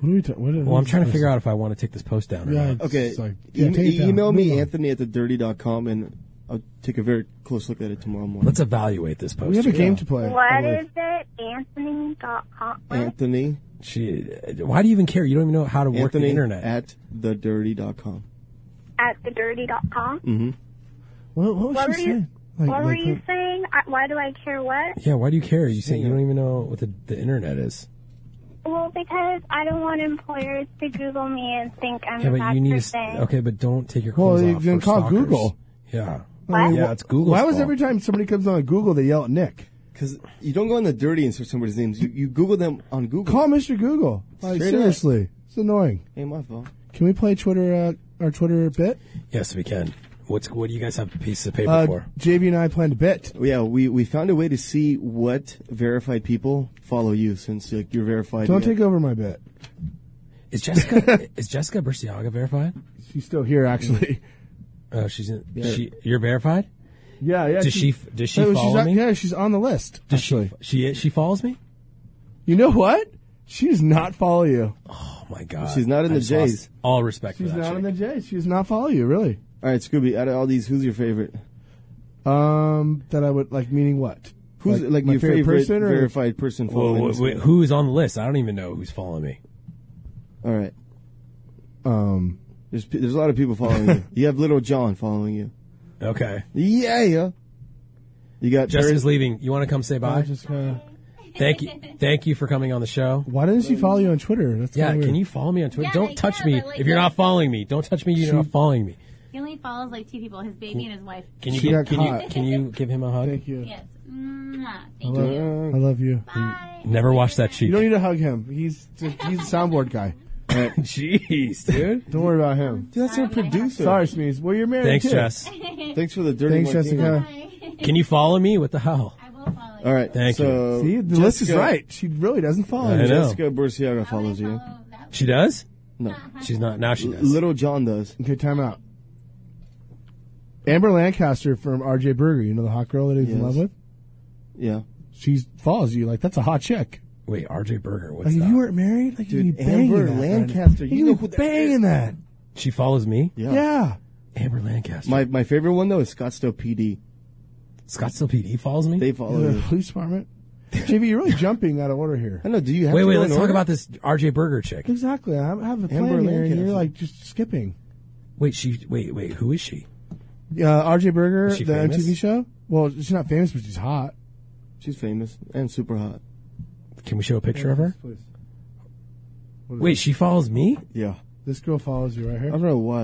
S4: What are we talking?
S3: Well, I'm trying to figure out if I want to take this post down. Or not.
S5: Okay.
S3: yeah,
S5: E-
S3: take it down.
S5: email
S3: Move
S5: me
S3: on.
S5: Anthony at the dirty.com and I'll take a very close look at it tomorrow morning.
S3: Let's evaluate this post.
S5: We have a game to
S14: What
S5: play.
S14: is
S5: I believe.
S14: it? Anthony.com.
S5: Anthony.
S3: She. Why do you even care? You don't even know how to work the
S5: Anthony
S3: internet.
S5: at the dirty.com.
S14: At the dirty.com.
S5: Mm-hmm.
S4: Well, what was
S14: What were
S4: she
S14: you,
S4: saying? Like-
S14: what were
S4: like
S14: you saying? I, why do I care what?
S3: Yeah, why do you care? You say you don't even know what the, the internet is.
S14: Well, because I don't want employers to Google me and think I'm
S3: Yeah,
S14: a
S3: but
S14: bad
S3: you need to. s-
S14: person.
S3: Okay, but don't take your
S4: Well,
S3: clothes
S4: you
S3: off.
S4: can
S3: for
S4: call
S3: stalkers.
S4: Google.
S3: Yeah.
S4: Why-
S3: Yeah, it's Google's
S4: Why was
S3: fault.
S4: every time somebody comes on Google they yell at Nick?
S5: Because you don't go on the dirty and search somebody's names. You, you Google them on Google.
S4: Call Mr. Google. Like,
S5: Straight up.
S4: seriously, it's annoying.
S5: Ain't my fault.
S4: Can we play Twitter uh, our Twitter bit?
S3: Yes, we can. What's what do you guys have pieces of paper
S4: Uh,
S3: for?
S4: JV and I planned a bit.
S5: Yeah, we, we found a way to see what verified people follow you since like you're verified.
S4: Don't
S5: yeah.
S4: take over my bit.
S3: Is Jessica is Jessica Berciaga verified?
S4: She's still here, actually.
S5: Mm-hmm.
S3: Oh, she's in,
S4: Yeah.
S3: she. You're verified.
S4: Yeah, yeah.
S3: Does she
S4: she's-
S3: does she
S4: Oh, she's
S3: follow
S4: on-
S3: me?
S4: Yeah, she's on the list.
S3: Does she she she follows me?
S4: You know what? She does not follow you.
S3: Oh my god,
S5: She's not in
S3: I
S5: the
S3: just lost
S5: J's.
S3: All respect
S4: She's
S3: for that.
S4: not in the J. She does not follow you, really.
S5: All right, Scooby. Out of all these, who's your favorite?
S4: Um, that I would like. Meaning what?
S5: Who's like,
S4: my
S5: your favorite,
S4: person or
S5: verified person
S3: Whoa,
S5: following?
S3: whoa,
S5: this
S3: wait,
S5: guy?
S3: who is on the list? I don't even know who's following me.
S5: All right.
S4: Um,
S5: there's pe- there's a lot of people following you. You have little John following you.
S3: Okay.
S5: Yeah, yeah. You got
S3: Justin's
S5: Paris-
S3: leaving. You want to come say bye?
S4: I just uh, kinda-
S3: Thank you. Thank you for coming on the show.
S4: Why doesn't she follow you on Twitter? That's
S3: Yeah,
S4: kinda weird.
S3: can you follow me on Twitter? don't touch me if you're not following me. Don't touch me. You're not following me.
S10: He only follows like two people: his baby and his wife.
S3: Can you
S4: She
S3: give,
S4: got
S3: can
S4: caught.
S3: you can you give him a hug? Thank
S4: you.
S10: Yes. Mwah.
S4: I
S10: Thank
S4: love,
S10: you.
S4: I love you.
S3: Never wash that
S4: You
S3: cheek.
S4: don't need to hug him. He's just, he's a soundboard guy.
S3: Jeez, dude.
S4: Don't worry about him.
S5: that's our producer.
S4: Sorry, Smeeze. Well, you're married.
S3: Thanks,
S4: too.
S3: Jess.
S5: Thanks for the dirty.
S4: Thanks,
S5: martini.
S4: Jessica.
S3: Can you follow me? What the hell?
S5: All right.
S3: Thank
S5: so
S3: you.
S4: See, the list is right. She really doesn't follow.
S3: I
S4: you.
S3: know.
S5: Jessica Burciaga follows you.
S3: Oh, She does?
S5: No.
S3: She's not. Now she does.
S5: Little John does.
S4: Okay, time out. Amber Lancaster from RJ Burger. You know the hot girl that he's in
S5: Yes.
S4: love with.
S5: Yeah.
S4: She follows you. Like that's a hot chick.
S3: Wait, RJ Berger. What's
S4: Like if
S3: that?
S4: you weren't married, like
S5: Dude,
S4: you'd be banging
S5: Amber
S4: that right
S5: Lancaster,
S4: now.
S5: you
S4: You'd
S5: know
S4: be
S5: who that
S4: banging that.
S3: She follows me?
S5: Yeah.
S4: Yeah.
S3: Amber Lancaster.
S5: My my favorite one though is Scottsdale PD.
S3: Scottsdale PD follows me?
S5: They
S4: You
S5: follow
S4: know,
S5: you.
S4: the police department. JV, you're really jumping out of order here.
S5: I know. Do you have
S3: Wait,
S5: to
S3: wait,
S5: go
S3: let's
S5: in
S3: talk
S5: order?
S3: about this RJ Berger chick.
S4: Exactly. I have a plan
S5: Amber
S4: here, and
S5: Lancaster.
S4: you're like just skipping.
S3: Wait, she wait, wait, who is she?
S4: Uh, RJ Berger,
S3: Is she
S4: the
S3: famous?
S4: MTV show. Well, she's not famous, but she's hot.
S5: She's famous and super hot.
S3: Can we show a picture of her? Wait, she follows me?
S5: Yeah.
S4: This girl follows you right
S5: I
S4: here.
S5: don't know why.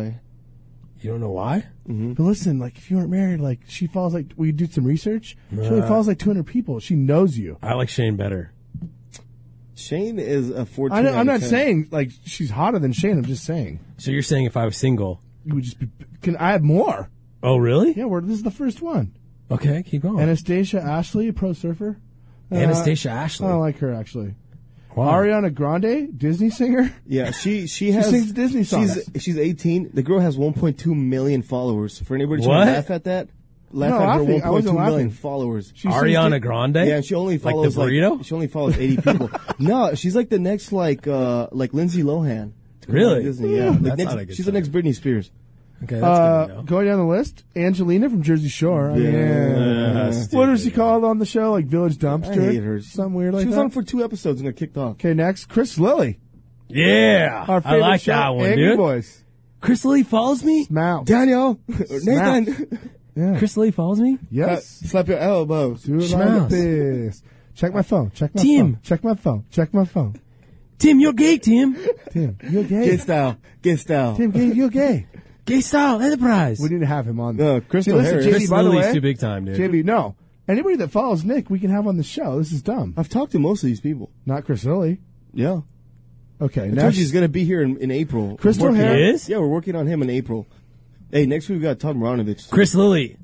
S5: Mm-hmm.
S3: You don't know why?
S4: But listen, like if you weren't married, like she follows like we did some research. She only
S3: Nah.
S4: follows like 200 people. She knows you.
S3: I like Shane better.
S5: Shane is a fourteen.
S4: I know,
S5: out
S4: I'm
S5: of
S4: not
S5: 10.
S4: saying like she's hotter than Shane. I'm just saying
S3: So you're saying if I was single.
S4: you would just be. Can I have more?
S3: Oh, really?
S4: Yeah, we're, this is the first one.
S3: Okay, keep going.
S4: Anastasia Ashley, a pro surfer. Uh,
S3: Anastasia Ashley.
S4: I don't like her actually.
S3: Wow.
S4: Ariana Grande, Disney singer.
S5: Yeah, she she
S4: She
S5: has
S4: sings Disney songs.
S5: She's she's 18. The girl has 1.2 million followers. For anybody trying
S3: What?
S5: to laugh at that, laugh
S4: No,
S5: at her
S4: laughing. I
S5: 1.2
S4: wasn't
S5: million
S4: laughing.
S5: followers.
S4: She sings
S3: Ariana
S4: Di-
S3: Grande?
S5: yeah, and she only
S3: Like
S5: follows
S3: the burrito?
S5: she only follows 80 people. no, she's like the next like uh like Lindsay Lohan.
S3: Really?
S5: Disney, yeah.
S3: Yeah,
S5: Like
S3: that's
S5: next-
S3: not a good
S5: she's the next Britney Spears.
S3: okay, that's
S4: Uh,
S3: good to know.
S4: going down the list, Angelina from Jersey Shore. I mean,
S5: Yeah,
S4: what was she called on the show? Like Village
S5: I
S4: Dumpster?
S5: hate her.
S4: Something weird like
S5: She was
S4: that.
S5: on for two episodes and got kicked off.
S4: okay, next, Chris Lilly.
S3: Yeah.
S4: Our
S3: I
S4: favorite
S3: like
S4: show,
S3: that one,
S4: Angry
S3: dude.
S4: Boys.
S3: Chris Lee follows me?
S4: Mouth.
S5: Daniel, Nathan,
S4: Yeah.
S3: Chris Lee follows me?
S4: Yes.
S5: slap your elbows.
S4: Do it
S3: Schmaus.
S4: like this. Check my phone. Check my
S3: Tim.
S4: phone. Check my phone. Check my phone.
S3: Tim, you're gay, Tim.
S4: Tim, you're gay.
S5: Get style, get style.
S4: Tim, gay, you're gay.
S3: gay style enterprise.
S4: We need to have him on.
S5: No, Crystal
S4: Hey, listen,
S5: Harris.
S4: JB,
S3: Chris
S4: by the
S3: Lilly's
S4: way-
S3: too big time, dude.
S4: JB, no. Anybody that follows Nick, we can have on the show. This is dumb.
S5: I've talked to most of these people.
S4: Not Chris Lilly.
S5: Yeah.
S4: Okay,
S5: I told
S4: next.
S5: you he's going to be here in, in April.
S4: Crystal
S5: We're working
S4: Hair?
S5: on-
S3: He is?
S5: Yeah, we're working on him in April. Hey, next week we've got Tom Ronovich.
S3: Chris Lilly,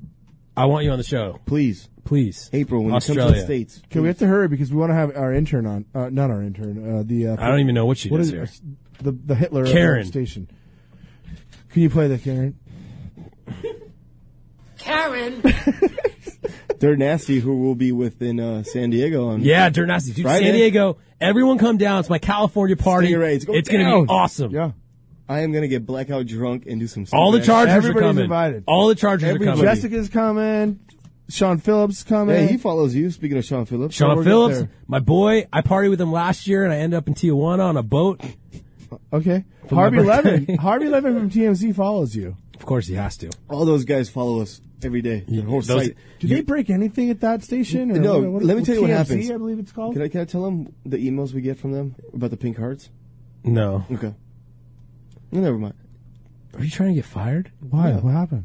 S3: I want you on the show.
S5: Please.
S3: Please.
S5: April, when he comes
S3: Australia.
S5: to the States.
S4: Okay, we have to hurry because we want to have our intern on. Uh, not our intern. Uh, the uh,
S3: I don't even know what she
S4: what
S3: does
S4: is
S3: here.
S4: it? The the Hitler of
S3: Karen.
S4: the station. Can you play the Karen?
S26: Karen.
S5: They're nasty, who will be within uh, San Diego on.
S3: Yeah, Dirt Nasty. Dude,
S5: Friday.
S3: San Diego, everyone come down. It's my California party.
S5: Stingrays, go
S3: it's gonna
S5: down.
S3: be awesome.
S4: Yeah.
S5: I am going to get blackout drunk and do some
S3: All the
S5: stingrays.
S3: Chargers
S4: Everybody's
S3: are coming.
S4: invited.
S3: All the Chargers
S5: Everybody.
S3: are coming.
S4: Jessica's coming. Sean Phillips coming.
S5: Hey, he follows you. Speaking of Sean Phillips.
S3: Sean
S4: we'll get
S3: Phillips,
S4: there.
S3: my boy. I partied with him last year, and I ended up in Tijuana on a boat.
S4: okay.
S3: For my
S4: Harvey
S3: birthday.
S4: Levin. Harvey Levin from TMZ follows you.
S3: Of course, he has to.
S5: All those guys follow us every day. The whole
S3: Those-
S5: site.
S4: Do they break anything at that station? Or
S5: No,
S4: what- what-
S5: let me tell you what
S4: TMZ,
S5: happens.
S4: I believe it's called.
S5: Can I, can I tell them the emails we get from them about the pink hearts?
S3: No.
S5: Okay. No, never mind.
S3: Are you trying to get fired?
S4: Why? What happened?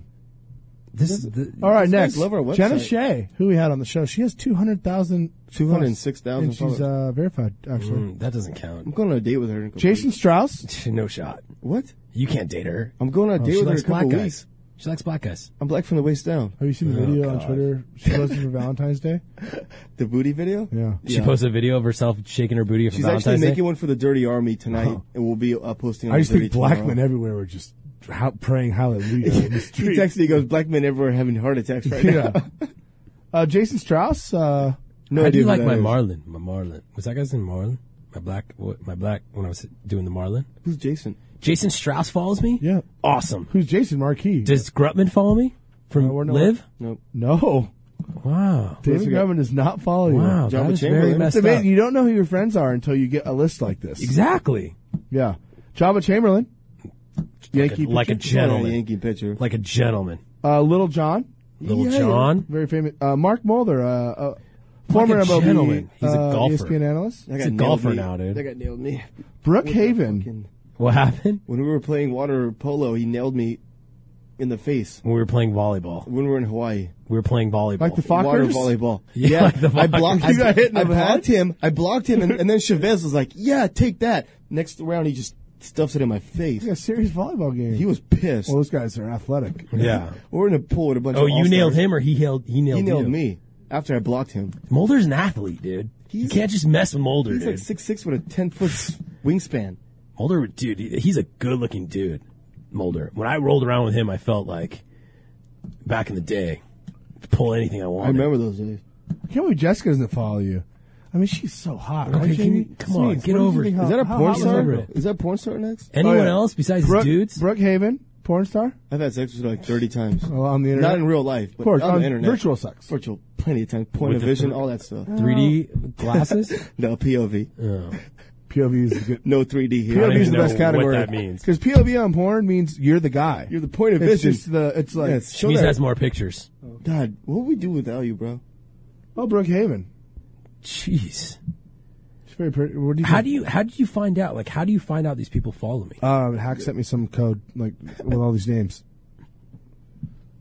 S3: This is the,
S4: All right, next.
S5: love our
S4: Jenna
S5: website.
S4: Shea, who we had on the show, she has 200,000
S5: 206,000
S4: and She's uh, verified, actually.
S3: Mm, that doesn't count.
S5: I'm going on a date with her. In a couple
S4: Jason Strauss?
S3: no shot.
S5: What?
S3: You can't date her.
S5: I'm going on a
S3: Oh,
S5: date
S3: she
S5: with her in
S3: likes
S5: a couple
S3: black guys.
S5: weeks.
S3: She likes black guys.
S5: I'm black from the waist down.
S4: Have you seen the
S5: Oh,
S4: video on
S5: God.
S4: Twitter she posted for Valentine's Day?
S5: The booty video?
S4: Yeah.
S3: She posted a video of herself shaking her booty for
S5: She's actually
S3: Valentine's Day. Oh.
S5: making one for the Dirty Army tonight, and we'll be uh, posting. On
S4: I just
S5: the Dirty
S4: think black
S5: tomorrow.
S4: men everywhere were just how, praying hallelujah in the
S5: He
S4: street.
S5: texted. He goes, "Black men everywhere having heart attacks right
S4: Yeah.
S5: now."
S4: Uh, Jason Strauss? Uh,
S3: I do like my Marlin. My Marlin. Was that guy's name Marlin? My black, what- my black, when I was doing the Marlin.
S5: Who's Jason?
S3: Jason Strauss follows me?
S4: Yeah.
S3: Awesome.
S4: Who's Jason Marquis?
S3: Does Grutman follow me? From
S4: Uh, we're not-
S3: Live?
S5: Nope.
S4: No.
S3: Wow.
S4: David Grumman does not follow you.
S3: Wow, that Jabba is very Chamberlain. messed
S4: It's amazing.
S3: up.
S4: You don't know who your friends are until you get a list like this.
S3: Exactly.
S4: Yeah. Jabba Chamberlain. Yankee
S3: like a
S4: pitcher.
S3: gentleman.
S5: Yankee pitcher.
S3: Like a gentleman.
S4: Uh, Little John.
S3: Little John.
S4: Very famous. Uh, Mark Mulder, uh, uh, former
S3: a
S4: MLB,
S3: gentleman. He's a
S4: uh,
S3: golfer.
S4: ESPN analyst.
S3: He's a golfer now, dude.
S5: That guy nailed me.
S4: Brooke Haven.
S3: What happened?
S5: When we were playing water polo, he nailed me in the face.
S3: When we were playing volleyball.
S5: When we were in Hawaii.
S3: We were playing volleyball.
S5: Like the Fockers? Water volleyball. Yeah,
S3: like the
S5: I blocked.
S3: Fockers.
S5: I, I blocked him. I blocked him, and, and then Chavez was like, "Yeah, take that." Next round, he just stuffs it in my face.
S4: Yeah, serious volleyball game.
S5: He was pissed.
S4: Well, those guys are athletic.
S3: Yeah.
S5: We're in a pool with a bunch
S3: Oh,
S5: of.
S3: you
S5: all-stars.
S3: nailed him or he nailed he nailed,
S5: He nailed
S3: you?
S5: me after I blocked him.
S3: Mulder's an athlete, dude. you can't just mess with Mulder,
S5: He's
S3: dude.
S5: like six six with a ten foot wingspan.
S3: Mulder, dude, he- he's a good looking dude. Mulder. When I rolled around with him, I felt like back in the day, could pull anything I
S5: I
S3: wanted.
S5: remember those days.
S4: I can't believe Jessica doesn't follow you. I mean, she's so hot.
S3: Okay,
S4: right,
S3: can
S4: Jamie?
S3: you- come on,
S4: Sweet.
S3: get
S4: What do you
S3: over it.
S4: think-
S3: Is that a
S4: how-
S3: porn
S4: how hot was
S3: star?
S4: that girl?
S5: Is that porn star next?
S3: Anyone else besides
S4: Brooke,
S3: dudes?
S4: Brooke Haven, porn star.
S5: I've had sex with her like thirty times
S4: Well, on the internet?
S5: Not in real life, but
S4: Of course,
S5: on,
S4: on
S5: the internet.
S4: virtual sex.
S5: Virtual, plenty of times. Point
S3: With
S5: of
S3: the
S5: vision,
S3: th-
S5: all that stuff.
S3: 3D glasses?
S5: no POV.
S4: POV is good.
S5: No 3D here.
S4: POV is the best
S3: know what
S4: category.
S3: that means.
S4: Because POV on porn means you're the guy.
S5: You're the point of
S4: It's
S5: vision.
S4: just the. It's like.
S5: Yeah, it's-
S3: She
S5: show
S3: needs
S5: that.
S3: has more pictures.
S5: God, what would we do without you, bro?
S4: oh, Brooke Haven.
S3: Jeez.
S4: She's very pretty. What do you?
S3: How
S4: think?
S3: do you how did you find out? Like how do you find out these people follow me?
S5: Uh,
S4: Um, Hack sent me some code like with all these names.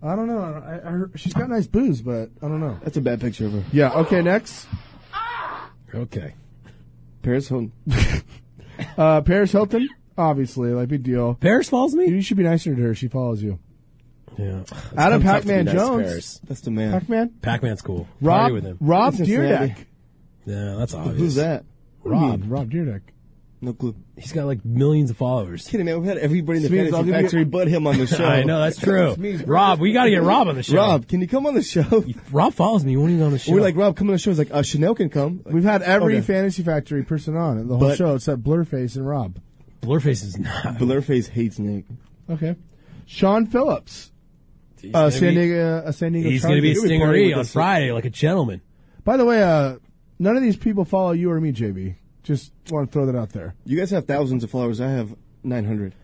S4: I don't know. I, I heard, she's got nice boobs, but I don't know.
S5: That's a bad picture of her.
S4: Yeah. Okay. Next,
S3: Okay.
S5: Paris Hilton.
S4: uh, Paris Hilton. Obviously, like big deal.
S3: Paris follows me?
S4: You should be nicer to her. She follows you.
S3: Yeah. It's
S4: Adam
S3: tough to be
S4: Pac-Man
S3: nice to
S4: Jones.
S3: Paris.
S5: That's the man.
S4: Pac-Man.
S3: Pac-Man's cool.
S4: Rob.
S3: Party with him.
S4: Rob
S5: Cincinnati.
S4: Deerdeck.
S3: Yeah, that's obvious.
S5: Who's that?
S4: Rob. Rob Deerdeck.
S5: No clue.
S3: He's got like millions of followers.
S5: Kidding, man. We had everybody in the
S4: Smeeze, I'll
S5: fantasy
S4: give you-
S5: factory but him on the show.
S3: I know that's true.
S4: me.
S3: Rob, we got to get Rob on the show.
S5: Rob, can you come on the show?
S3: Rob follows me. He won't even on the show.
S5: We're like, Rob, come on the show. He's like, uh, Chanel can come.
S4: We've had every
S5: Okay.
S4: Fantasy Factory person on in the whole
S5: But-
S4: show except Blurface and Rob.
S3: Blurface is not.
S5: Blurface hates Nick.
S4: Okay. Sean Phillips. Uh, San Diego. Uh, San Diego.
S3: He's going to be a
S4: Chargers.
S3: stingaree on Friday, like a gentleman.
S4: By the way, uh, none of these people follow you or me, JB. Just want to throw that out there.
S5: You guys have thousands of followers. I have 900.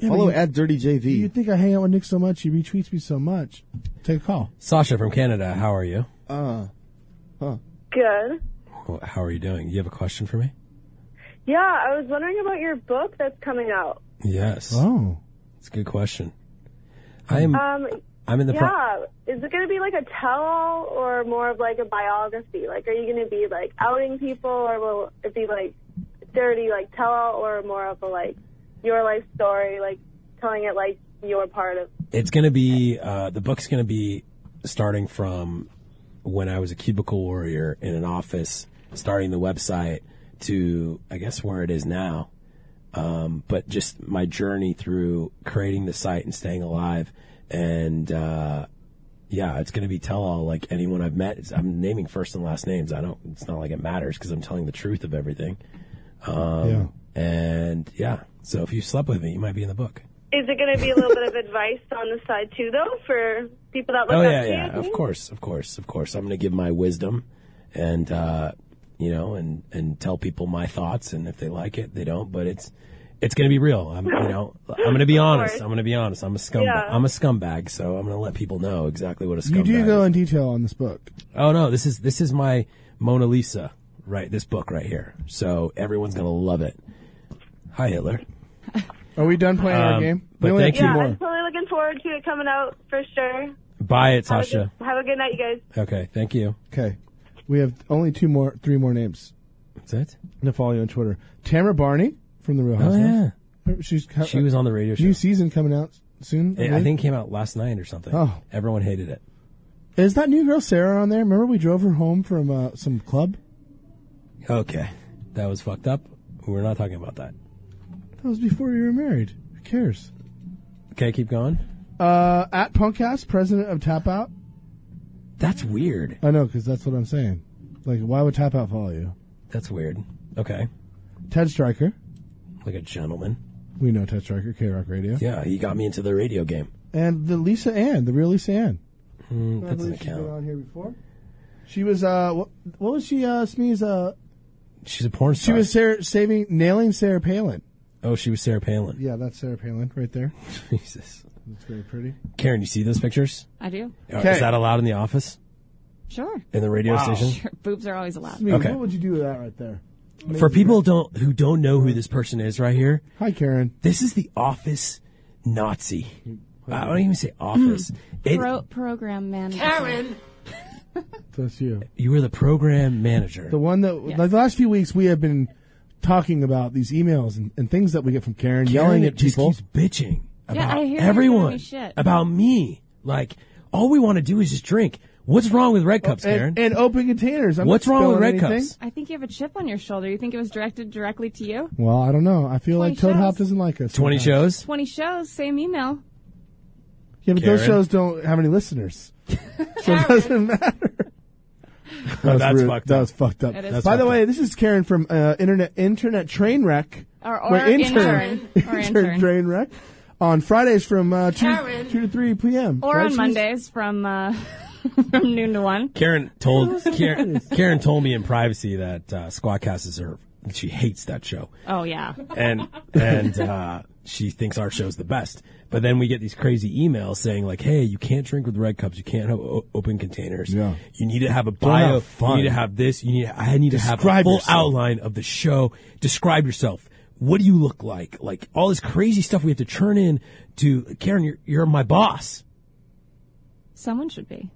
S5: Follow at Dirty JV.
S4: You think I hang out with Nick so much? He retweets me so much. Take a call.
S3: Sasha from Canada, how are you?
S5: uh,
S13: Good.
S3: Wh- How are you doing? You have a question for me?
S13: Yeah, I was wondering about your book that's coming out.
S3: Yes,
S4: Oh,
S3: it's a good question. I am.
S13: Um,
S3: I'm in the. Pro-
S13: yeah, is it going to be like a tell-all or more of like a biography? Like, are you going to be like outing people, or will it be like dirty like tell-all, or more of a like your life story, like telling it like your part of?
S3: it's going to be uh, the book's going to be starting from when I was a cubicle warrior in an office, starting the website to I guess where it is now. Um, but just my journey through creating the site and staying alive, and uh, yeah, it's going to be tell all like anyone I've met. It's, I'm naming first and last names. I don't. It's not like it matters because I'm telling the truth of everything. Um,
S4: Yeah.
S3: And yeah, so if you slept with me, you might be in the book.
S13: Is it going to be a little bit of advice on the side too, though, for people that look
S3: Oh
S13: up
S3: yeah,
S13: to
S3: yeah.
S13: you?
S3: Of course, of course, of course. I'm going to give my wisdom, and uh, you know, and and tell people my thoughts, and if they like it, they don't. But it's it's going to be real. I'm you know, I'm going to be honest.
S13: course.
S3: I'm going to be honest. I'm a scumbag.
S13: Yeah.
S3: I'm a scumbag. So I'm going to let people know exactly what a scumbag.
S4: you do
S3: is.
S4: go in detail on this book.
S3: Oh no, this is this is my Mona Lisa. Right, this book right here. So everyone's going to love it. Hi Hitler.
S4: Are we done playing our
S3: Um,
S4: game?
S3: but
S4: we only
S3: thank
S4: have two
S3: you.
S4: more.
S9: I'm totally looking forward to it coming out for sure.
S3: Buy it,
S9: Have a
S3: Tasha.
S9: good- Have a good night, you guys.
S3: Okay, thank you.
S4: Okay. We have only two more, three more names.
S3: That's it.
S4: To follow you on Twitter, Tamara Barney from the Real
S3: Oh,
S4: Housewives. yeah, she's
S3: She was on the radio
S4: New season coming out soon.
S3: It, I
S4: believe.
S3: think it came out last night or something.
S4: Oh.
S3: Everyone hated it.
S4: Is that new girl Sarah on there? Remember we drove her home from uh, some club?
S3: Okay. That was fucked up. We're not talking about that.
S4: That was before you were married. Who cares?
S3: Okay, keep going.
S4: Uh, at Punkcast, president of Tap Out.
S3: That's weird.
S4: I know, because that's what I'm saying. Like, why would Tap Out follow you?
S3: That's weird. Okay.
S4: Ted Stryker.
S3: Like a gentleman.
S4: We know Ted Stryker, K Rock Radio.
S3: Yeah, he got me into the radio game.
S4: And the Lisa Ann, the real Lisa Ann.
S3: Mm,
S4: I
S3: that doesn't
S4: believe she's
S3: count.
S4: been on here before. She was uh, what, what was she? Uh, Smee's uh,
S3: She's a porn
S4: she
S3: star.
S4: was Sarah, saving nailing Sarah Palin.
S3: oh, she was Sarah Palin.
S4: Yeah, that's Sarah Palin right there.
S3: Jesus.
S4: That's very pretty.
S3: Karen, you see those pictures?
S12: I do.
S3: Uh,
S4: Okay.
S3: Is that allowed in the office?
S12: Sure.
S3: In the radio station?
S12: Sure. Boobs are always allowed.
S4: Smee,
S3: Okay.
S4: what would you do with that right there?
S3: For people don't who don't know who this person is right here.
S4: Hi, Karen.
S3: This is the office Nazi. I don't even say office.
S12: Mm.
S3: It-
S12: Pro- program manager.
S13: Karen!
S4: That's you.
S3: you were the program manager.
S4: The one that like the last few weeks we have been talking about these emails and, and things that we get from Karen, yelling at
S3: just
S4: people.
S3: keeps bitching
S12: Yeah,
S3: about
S12: I hear her
S3: everyone,
S12: giving me shit.
S3: about me. Like all we want to do is just drink. What's wrong with red cups, Karen?
S4: and, and open containers. I'm
S3: What's
S4: not
S3: wrong with
S4: spilling
S3: Red
S4: anything.
S3: Cups?
S12: I think you have a chip on your shoulder. You think it was directed directly to you?
S4: Well, I don't know. I feel like
S12: 20
S4: Toad Hop
S12: shows.
S4: doesn't like us.
S3: 20
S4: sometimes.
S12: 20 shows, same email.
S4: Yeah, but those
S3: Karen.
S4: shows don't have any listeners. so it doesn't matter. That was
S3: that's
S4: rude.
S3: fucked
S4: That
S3: up.
S4: was fucked up.
S12: It is
S4: By
S12: fucked
S4: the
S12: up.
S4: way, this is Karen from uh, Internet Internet Trainwreck.
S12: Or- or
S4: Wait,
S12: intern. Or intern.
S4: Trainwreck. On Fridays from uh, 2,
S12: Karen.
S4: 2 to 3 p.m.
S12: Or
S4: Right,
S12: on
S4: she's-
S12: Mondays from, uh, from noon to 1.
S3: Karen told Karen, Karen told me in privacy that uh, Squadcast is her. She hates that show,
S12: Oh, yeah.
S3: and and uh, she thinks our show's the best. But then we get these crazy emails saying like, "Hey, you can't drink with red cups. You can't have o- open containers.
S4: Yeah.
S3: You need to have a
S4: Don't
S3: bio.
S4: have fun.
S3: You need to have this. You need. I need to have a
S4: Describe
S3: full
S4: yourself.
S3: outline of the show. Describe yourself. What do you look like? Like all this crazy stuff we have to churn in to Karen. You're you're my boss.
S12: Someone should be.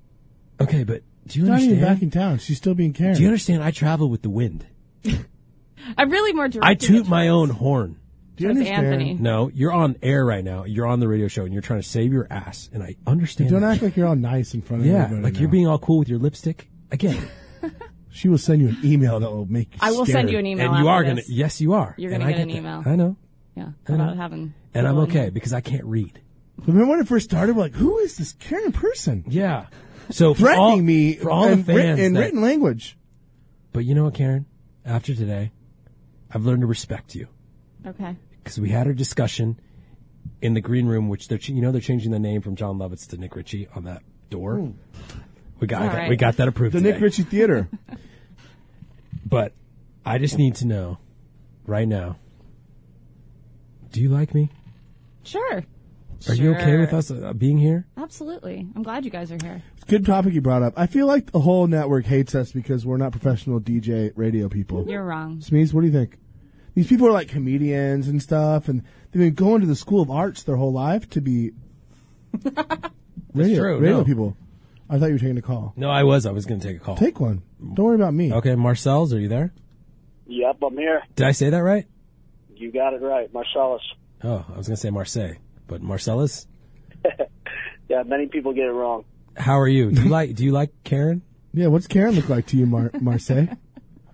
S3: Okay, but do you
S4: She's not even
S3: understand?
S4: back in town. She's still being Karen.
S3: do you understand? I travel with the wind.
S12: I'm really more directed.
S3: I toot my own horn.
S12: Do you That's understand? Anthony.
S3: No, you're on air right now. You're on the radio show, and you're trying to save your ass. And I
S4: You
S3: understand.
S4: don't
S3: that.
S4: act like you're all nice in front of
S3: yeah,
S4: everybody
S3: like you're
S4: now.
S3: being all cool with your lipstick again.
S4: She will send you an email that will make you
S12: I will send
S4: scared.
S12: you an email.
S3: and you
S12: after
S3: are gonna.
S12: this.
S3: Yes, you are.
S12: You're
S3: And
S12: gonna
S3: I
S12: get an
S3: that.
S12: email.
S3: I know,
S12: Yeah.
S3: I know.
S12: About having.
S3: and I'm
S12: people in
S3: okay because I can't read.
S4: Remember when it first started? We're like, who is this Karen person?
S3: Yeah. So for
S4: Threatening
S3: all,
S4: me
S3: for all
S4: in,
S3: the fans
S4: writ- in
S3: that-
S4: written language.
S3: But you know what, Karen? After today, I've learned to respect you.
S12: Okay.
S3: because we had a discussion in the green room, which they're ch- you know they're changing the name from John Lovitz to Nick Ritchie on that door. We got
S4: All right.
S3: we got that approved.
S4: Hmm. The
S3: today.
S4: Nick Ritchie Theater.
S3: but I just need to know right now. Do you like me?
S12: Sure. Are
S3: Are you okay with us uh, being here?
S12: Absolutely. I'm glad you guys are here.
S4: Good topic you brought up. I feel like the whole network hates us because we're not professional DJ radio people.
S12: You're wrong.
S4: Smeeze, what do you think? These people are like comedians and stuff, and they've been going to the School of Arts their whole life to be radio,
S3: true,
S4: radio
S3: no.
S4: people. I thought you were taking a call.
S3: No, I was. I was going to take a call.
S4: Take one. Don't worry about me.
S3: Okay, Marcel's, are you there?
S18: Yep, I'm here.
S3: Did I say that right?
S18: You got it right, Marcellus.
S3: Oh, I was going to say Marseille, but Marcellus,
S18: Yeah, many people get it wrong.
S3: how are you? Do you like do you like Karen?
S4: Yeah, what's Karen look like to you, Mar- Marseille?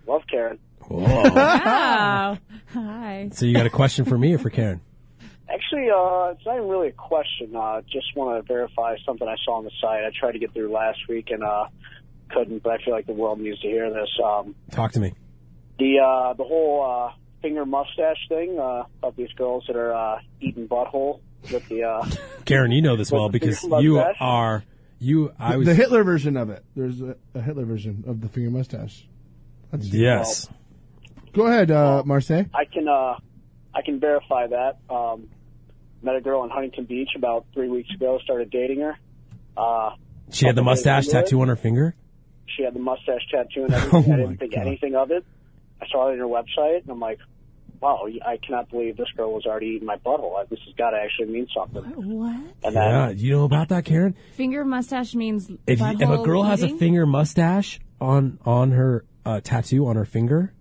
S18: Love Karen.
S12: Wow. Hi.
S3: so you got a question for me or for Karen?
S18: Actually, uh, it's not even really a question. Uh, just want to verify something I saw on the site. I tried to get through last week and uh, couldn't, but I feel like the world needs to hear this. Um,
S3: Talk to me.
S18: the uh, the whole uh, finger mustache thing uh, of these girls that are uh, eating butthole with the uh,
S3: Karen, you know this well because you
S18: mustache?
S3: are you. I was
S4: the Hitler version of it. There's a, a Hitler version of the finger mustache. That's
S3: Yes.
S4: Go ahead, uh, Marseille.
S18: I can uh, I can verify that. Um, met a girl in Huntington Beach about three weeks ago. Started dating her. Uh,
S3: She had the mustache tattoo on her finger.
S18: she had the mustache tattoo and everything.
S3: Oh
S18: I
S3: my
S18: didn't think
S3: God.
S18: anything of it. I saw it on her website, and I'm like, wow, I cannot believe this girl was already eating my butthole. This has got to actually mean something.
S12: What?
S18: And then,
S3: Yeah, you know about that, Karen?
S12: Finger mustache means
S3: If,
S12: butthole
S3: if a girl has a
S12: eating?
S3: finger mustache on on her uh, tattoo on her finger,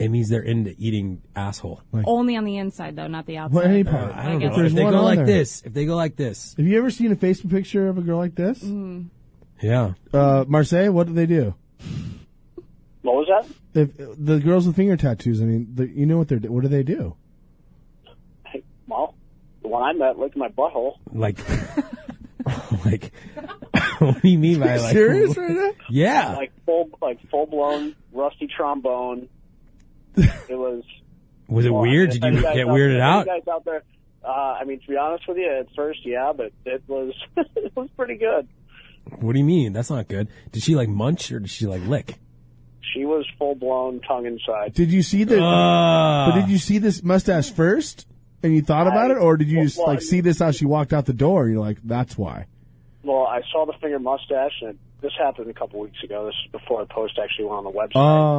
S3: it means they're into eating asshole.
S12: Only on the inside though, not the outside.
S4: Well, any part.
S12: I
S4: I don't
S12: guess.
S4: know. There's
S3: Uh, if they
S4: one
S3: go
S4: on
S3: like
S4: there.
S3: this, if they go like this,
S4: Have you ever seen a Facebook picture of a girl like this?
S12: Mm.
S3: Yeah.
S4: Uh, Marseille, what do they do?
S18: what was that?
S4: If the girls with finger tattoos, I mean, the, you know what they're. What do they do?
S18: Well, the one I met licked my butthole.
S3: like, like, what do you mean by like?
S18: serious right now?
S3: Yeah.
S18: Like full, like full blown rusty trombone. It was.
S3: Was it
S18: Well,
S3: weird?
S18: if
S3: Did you
S18: any
S3: get
S18: guys out-
S3: weirded
S18: if any
S3: out?
S18: Guys out there, uh, I mean, to be honest with you, at first, yeah, but it was it was pretty good.
S3: What do you mean? That's not good. Did she like munch or did she like lick?
S18: She was full blown tongue inside.
S4: Did you see the?
S3: Ah.
S4: but did you see this mustache first, and you thought about it, or did you just
S18: well,
S4: like see this how she walked out the door? and You're like, that's why.
S18: Well, I saw the finger mustache, and this happened a couple weeks ago. This is before the post actually went on the website.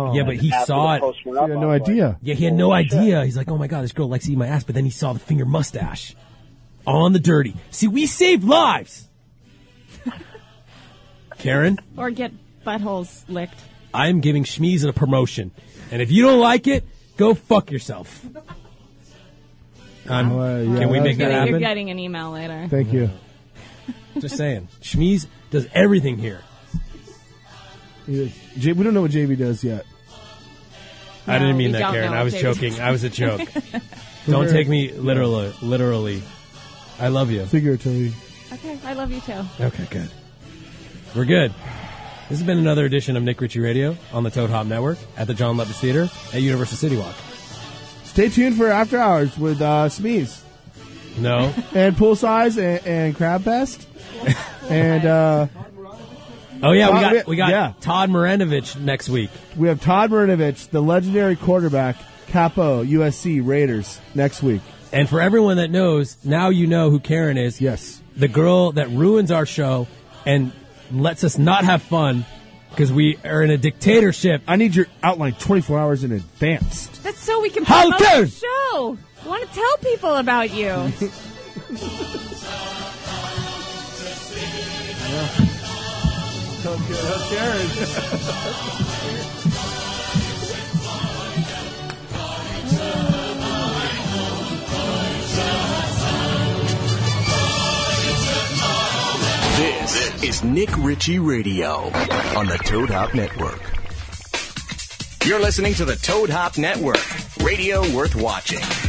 S4: Oh.
S3: Yeah, but he
S18: After
S3: saw
S18: the
S3: it.
S18: post went up, I was like,
S3: Yeah, he had no idea. He's like, oh my god, this girl likes to eat my ass. But then he saw the finger mustache on the dirty. See, we save lives. Karen,
S12: Or get buttholes licked.
S3: I am giving Schmeez a promotion, and if you don't like it, go fuck yourself. I'm,
S4: yeah,
S3: can we
S4: that was
S3: make that
S4: good.
S3: happen?
S12: You're getting an email later.
S4: Thank you.
S3: Just saying, Schmeez does everything here.
S4: Yeah, J- we don't know what JB does yet.
S3: I didn't
S4: No,
S3: mean
S4: we
S3: that,
S4: don't
S3: Karen.
S4: know
S3: I was
S4: what David
S3: joking.
S4: does.
S3: I was a joke. Don't take me literally. Literally, I love you.
S4: Figuratively.
S12: Okay, I love you too.
S3: Okay, good. We're good. This has been another edition of Nick Ritchie Radio on the Toad Hop Network at the John Levis Theater at Universal City Walk.
S4: Stay tuned for After Hours with uh, Smeeze.
S3: No,
S4: and pool size and, and crab fest and uh,
S3: oh yeah, we
S4: Todd-
S3: got we got
S4: yeah.
S3: Todd Maranovich next week.
S4: we have Todd Marinovich, the legendary quarterback, Capo USC Raiders next week.
S3: And for everyone that knows, now you know who Karen is.
S4: Yes,
S3: the girl that ruins our show and lets us not have fun because we are in a dictatorship.
S4: I need your outline 24 hours in advance.
S12: That's so we can
S3: How
S12: promote
S3: dare-
S12: the show. I want to tell people about you.
S1: This is Nick Ritchie Radio on the Toad Hop Network. You're listening to the Toad Hop Network, radio worth watching.